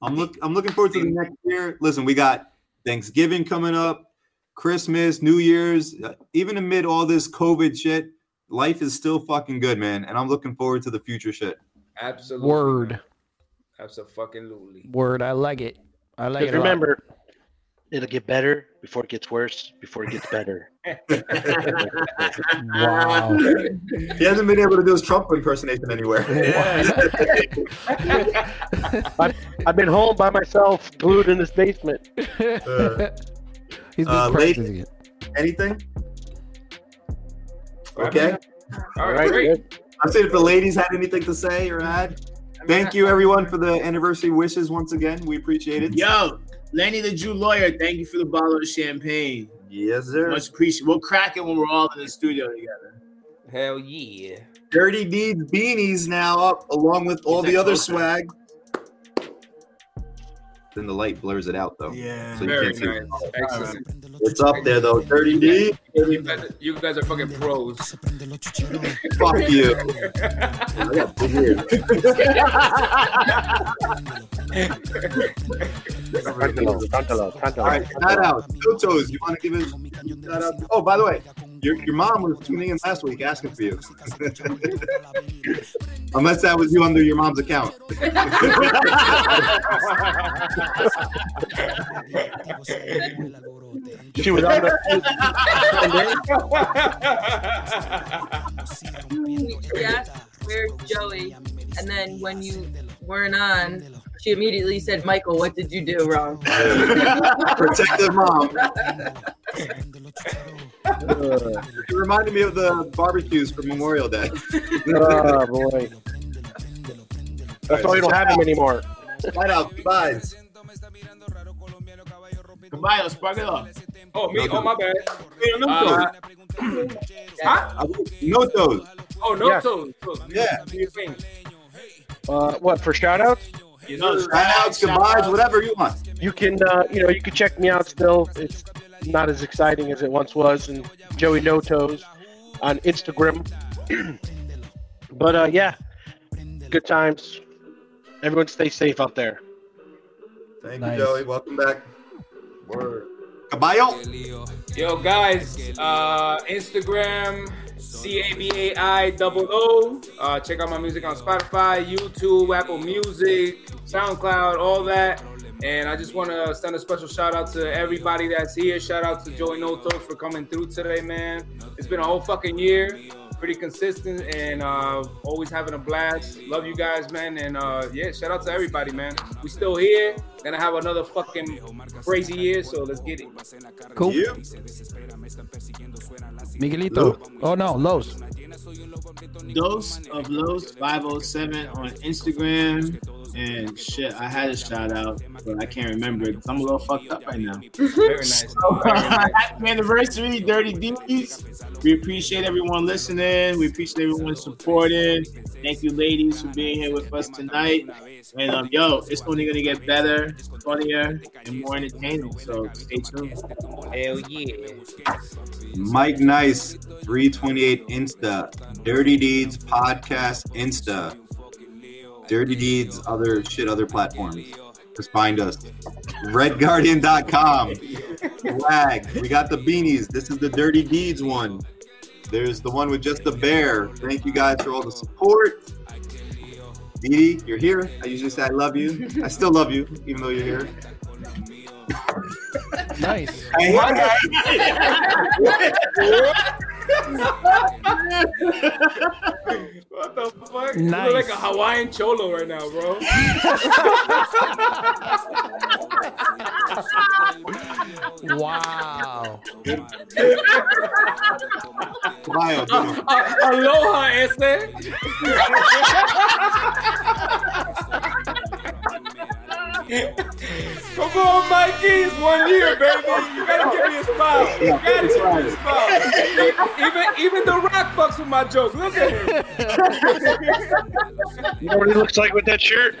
[SPEAKER 2] I'm look. I'm looking forward to the next year. Listen, we got Thanksgiving coming up, Christmas, New Year's, uh, even amid all this COVID shit, life is still fucking good, man. And I'm looking forward to the future shit.
[SPEAKER 3] Absolutely.
[SPEAKER 1] Word.
[SPEAKER 3] Absolutely.
[SPEAKER 1] Word. I like it. I like it.
[SPEAKER 11] Because
[SPEAKER 1] a lot.
[SPEAKER 11] remember, it'll get better before it gets worse, before it gets better.
[SPEAKER 1] Wow.
[SPEAKER 2] He hasn't been able to do his Trump impersonation anywhere.
[SPEAKER 11] I've, I've been home by myself, glued in this basement.
[SPEAKER 2] Uh,
[SPEAKER 1] He's been
[SPEAKER 2] uh,
[SPEAKER 1] practicing
[SPEAKER 2] lady,
[SPEAKER 1] it.
[SPEAKER 2] anything? Okay.
[SPEAKER 3] All right, great.
[SPEAKER 2] I said if the ladies had anything to say or add. Thank you everyone for the anniversary wishes once again. We appreciate it.
[SPEAKER 4] Yo, Lenny the Jew lawyer, thank you for the bottle of champagne.
[SPEAKER 2] Yes, sir.
[SPEAKER 4] Much appreciated. We'll crack it when we're all in the studio together.
[SPEAKER 6] Hell yeah.
[SPEAKER 2] Dirty Deeds beanies now up along with all the other swag. Then the light blurs it out though.
[SPEAKER 4] Yeah.
[SPEAKER 2] So you
[SPEAKER 3] Very
[SPEAKER 2] can't see
[SPEAKER 3] nice. Oh, Excellent.
[SPEAKER 2] It's up there though. Dirty Deeds.
[SPEAKER 3] You guys, are- you guys are fucking pros.
[SPEAKER 2] Fuck you. I got big ears.
[SPEAKER 11] Tantalo, tantalo, tantalo.
[SPEAKER 2] All right, shout out. Totos, you want to give us shout out? Oh, by the way, your, your mom was tuning in last week asking for you. Unless that was you under your mom's account.
[SPEAKER 11] She was on the,
[SPEAKER 3] Oh,
[SPEAKER 7] She asked, Where's Joey? And then when you weren't on, she immediately said, Michael, what did you do wrong?
[SPEAKER 2] Protective mom.
[SPEAKER 11] Ah,
[SPEAKER 2] it reminded me of the barbecues for Memorial Day.
[SPEAKER 11] oh boy. That's why we don't have him anymore.
[SPEAKER 2] Shout out, goodbyes.
[SPEAKER 4] Goodbye, spark it up.
[SPEAKER 3] Oh, me? Oh, my bad.
[SPEAKER 2] No toes.
[SPEAKER 3] Uh, huh?
[SPEAKER 2] No toes.
[SPEAKER 3] Oh, no
[SPEAKER 11] Yeah.
[SPEAKER 3] toes. toes.
[SPEAKER 2] Yeah.
[SPEAKER 3] Do your thing.
[SPEAKER 11] Uh, what for shout outs?
[SPEAKER 2] Shout outs, goodbyes, whatever you want.
[SPEAKER 11] You can uh, you know you can check me out still. It's not as exciting as it once was. And Joey No Toes on Instagram. but uh, yeah, good times. Everyone stay safe out there.
[SPEAKER 2] Thank
[SPEAKER 1] Nice.
[SPEAKER 2] you, Joey. Welcome back. Word. Caballo.
[SPEAKER 3] Yo, guys, uh, Instagram, C A B A I double O. Uh, check out my music on Spotify, YouTube, Apple Music, SoundCloud, all that. And I just want to send a special shout out to everybody that's here. Shout out to Joey Notos for coming through today, man. It's been a whole fucking year. Pretty consistent and uh, always having a blast. Love you guys, man. And uh, yeah, shout out to everybody, man. We still here. Gonna have another fucking crazy year, so let's get it.
[SPEAKER 1] Cool.
[SPEAKER 2] You.
[SPEAKER 1] Miguelito. Oh no, Los.
[SPEAKER 4] Dose of Los 507 on Instagram. And shit, I had a shout out, but I can't remember it 'cause I'm a little fucked up right now.
[SPEAKER 3] Very nice. Very nice.
[SPEAKER 4] Happy anniversary, Dirty D's. We appreciate everyone listening. We appreciate everyone supporting. Thank you, ladies, for being here with us tonight. And um, yo, it's only gonna get better, funnier, and more entertaining. So stay tuned.
[SPEAKER 6] Hell yeah.
[SPEAKER 2] Mike Nice, 328 Insta. Dirty Deeds Podcast Insta. Dirty Deeds, other shit, other platforms. Just find us. RedGuardian.com. Flag. We got the beanies. This is the Dirty Deeds one. There's the one with just the bear. Thank you guys for all the support. Dee, you're here. I usually say I love you. I still love you, even though you're here.
[SPEAKER 1] Nice.
[SPEAKER 2] Hey, hey,
[SPEAKER 3] What the
[SPEAKER 1] Nice.
[SPEAKER 3] fuck? You look like a Hawaiian cholo right now, bro.
[SPEAKER 1] Wow.
[SPEAKER 2] smile, dude.
[SPEAKER 3] A- Aloha, ese. Come on, Mikey. It's one year, baby. You gotta give me a smile. You gotta give me a smile. Even, even The Rock fucks with my jokes. Look at him.
[SPEAKER 11] You know what he looks like with that shirt?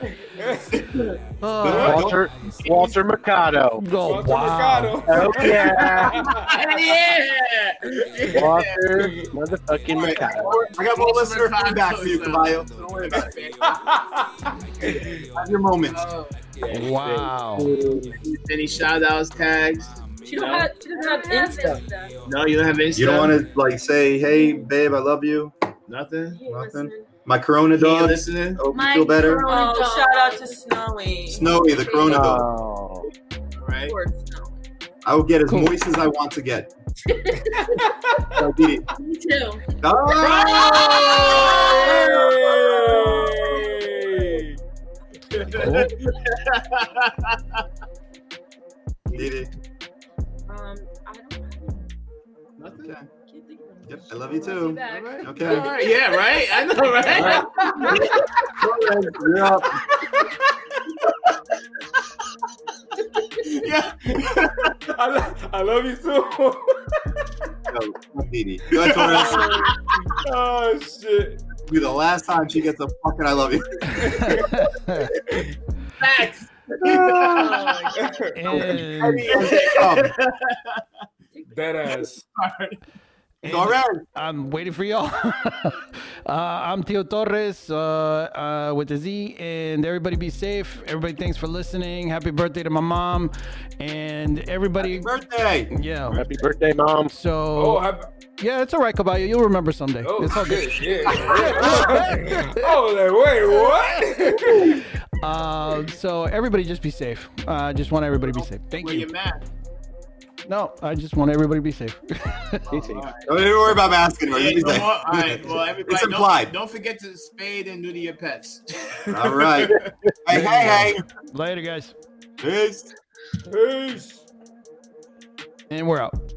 [SPEAKER 1] Oh,
[SPEAKER 11] Walter Walter Mercado.
[SPEAKER 1] oh,
[SPEAKER 3] Walter
[SPEAKER 1] wow.
[SPEAKER 3] Mercado.
[SPEAKER 11] Oh yeah,
[SPEAKER 4] yeah!
[SPEAKER 11] Walter motherfucking Mercado.
[SPEAKER 2] I got more listener feedback for you, Caballo. Don't worry about it. Have your moments.
[SPEAKER 1] Wow.
[SPEAKER 4] Any shout outs, tags?
[SPEAKER 7] She don't have, she doesn't have Insta.
[SPEAKER 4] No, you don't have Insta.
[SPEAKER 2] You don't want to like say, "Hey, babe, I love you."
[SPEAKER 4] Nothing.
[SPEAKER 2] Nothing. My Corona dog.
[SPEAKER 4] listening.
[SPEAKER 2] Hope you feel better.
[SPEAKER 7] Oh, shout out to Snowy.
[SPEAKER 2] Snowy, the Corona dog.
[SPEAKER 4] Right.
[SPEAKER 2] I will get as moist as I want to get. I'll be-
[SPEAKER 10] Me too.
[SPEAKER 2] Ah!
[SPEAKER 11] Oh.
[SPEAKER 2] Did it.
[SPEAKER 7] Um, I don't
[SPEAKER 2] Okay. Yep, I love you too.
[SPEAKER 10] Back.
[SPEAKER 2] Okay.
[SPEAKER 4] All right, yeah, right? I know, right?
[SPEAKER 3] yeah. I, lo- I love you too.
[SPEAKER 2] No, not Dee Dee. Go ahead, Torres.
[SPEAKER 3] oh shit.
[SPEAKER 2] Be the last time she gets a fucking I love you.
[SPEAKER 4] Facts.
[SPEAKER 1] And-
[SPEAKER 3] That ass.
[SPEAKER 1] I'm waiting for y'all. uh, I'm Tio Torres uh, uh, with the Z, and everybody be safe. Everybody, thanks for listening. Happy birthday to my mom, and everybody.
[SPEAKER 2] Birthday.
[SPEAKER 1] yeah.
[SPEAKER 11] Happy birthday, mom.
[SPEAKER 1] So.
[SPEAKER 3] Oh, I,
[SPEAKER 1] yeah, it's all right, Caballo. You'll remember someday.
[SPEAKER 3] oh
[SPEAKER 1] it's all good.
[SPEAKER 3] shit. Yeah. oh, like wait, what?
[SPEAKER 1] Uh, so everybody, just be safe. Uh, I just want everybody to be safe. Thank
[SPEAKER 4] Where
[SPEAKER 1] you.
[SPEAKER 4] you mad?
[SPEAKER 1] No, I just want everybody to be safe.
[SPEAKER 11] Be safe.
[SPEAKER 2] Don't even worry about asking her.
[SPEAKER 4] Yeah,
[SPEAKER 2] You
[SPEAKER 4] no
[SPEAKER 2] can
[SPEAKER 4] more-
[SPEAKER 2] say-
[SPEAKER 4] all right, well, everybody,
[SPEAKER 2] It's
[SPEAKER 4] don't-
[SPEAKER 2] implied.
[SPEAKER 4] Don't, forget to spade and neuter your pets.
[SPEAKER 2] All right. Hey, hey,
[SPEAKER 1] Later, guys,
[SPEAKER 2] hey. Peace.
[SPEAKER 3] Peace.
[SPEAKER 1] and we're out.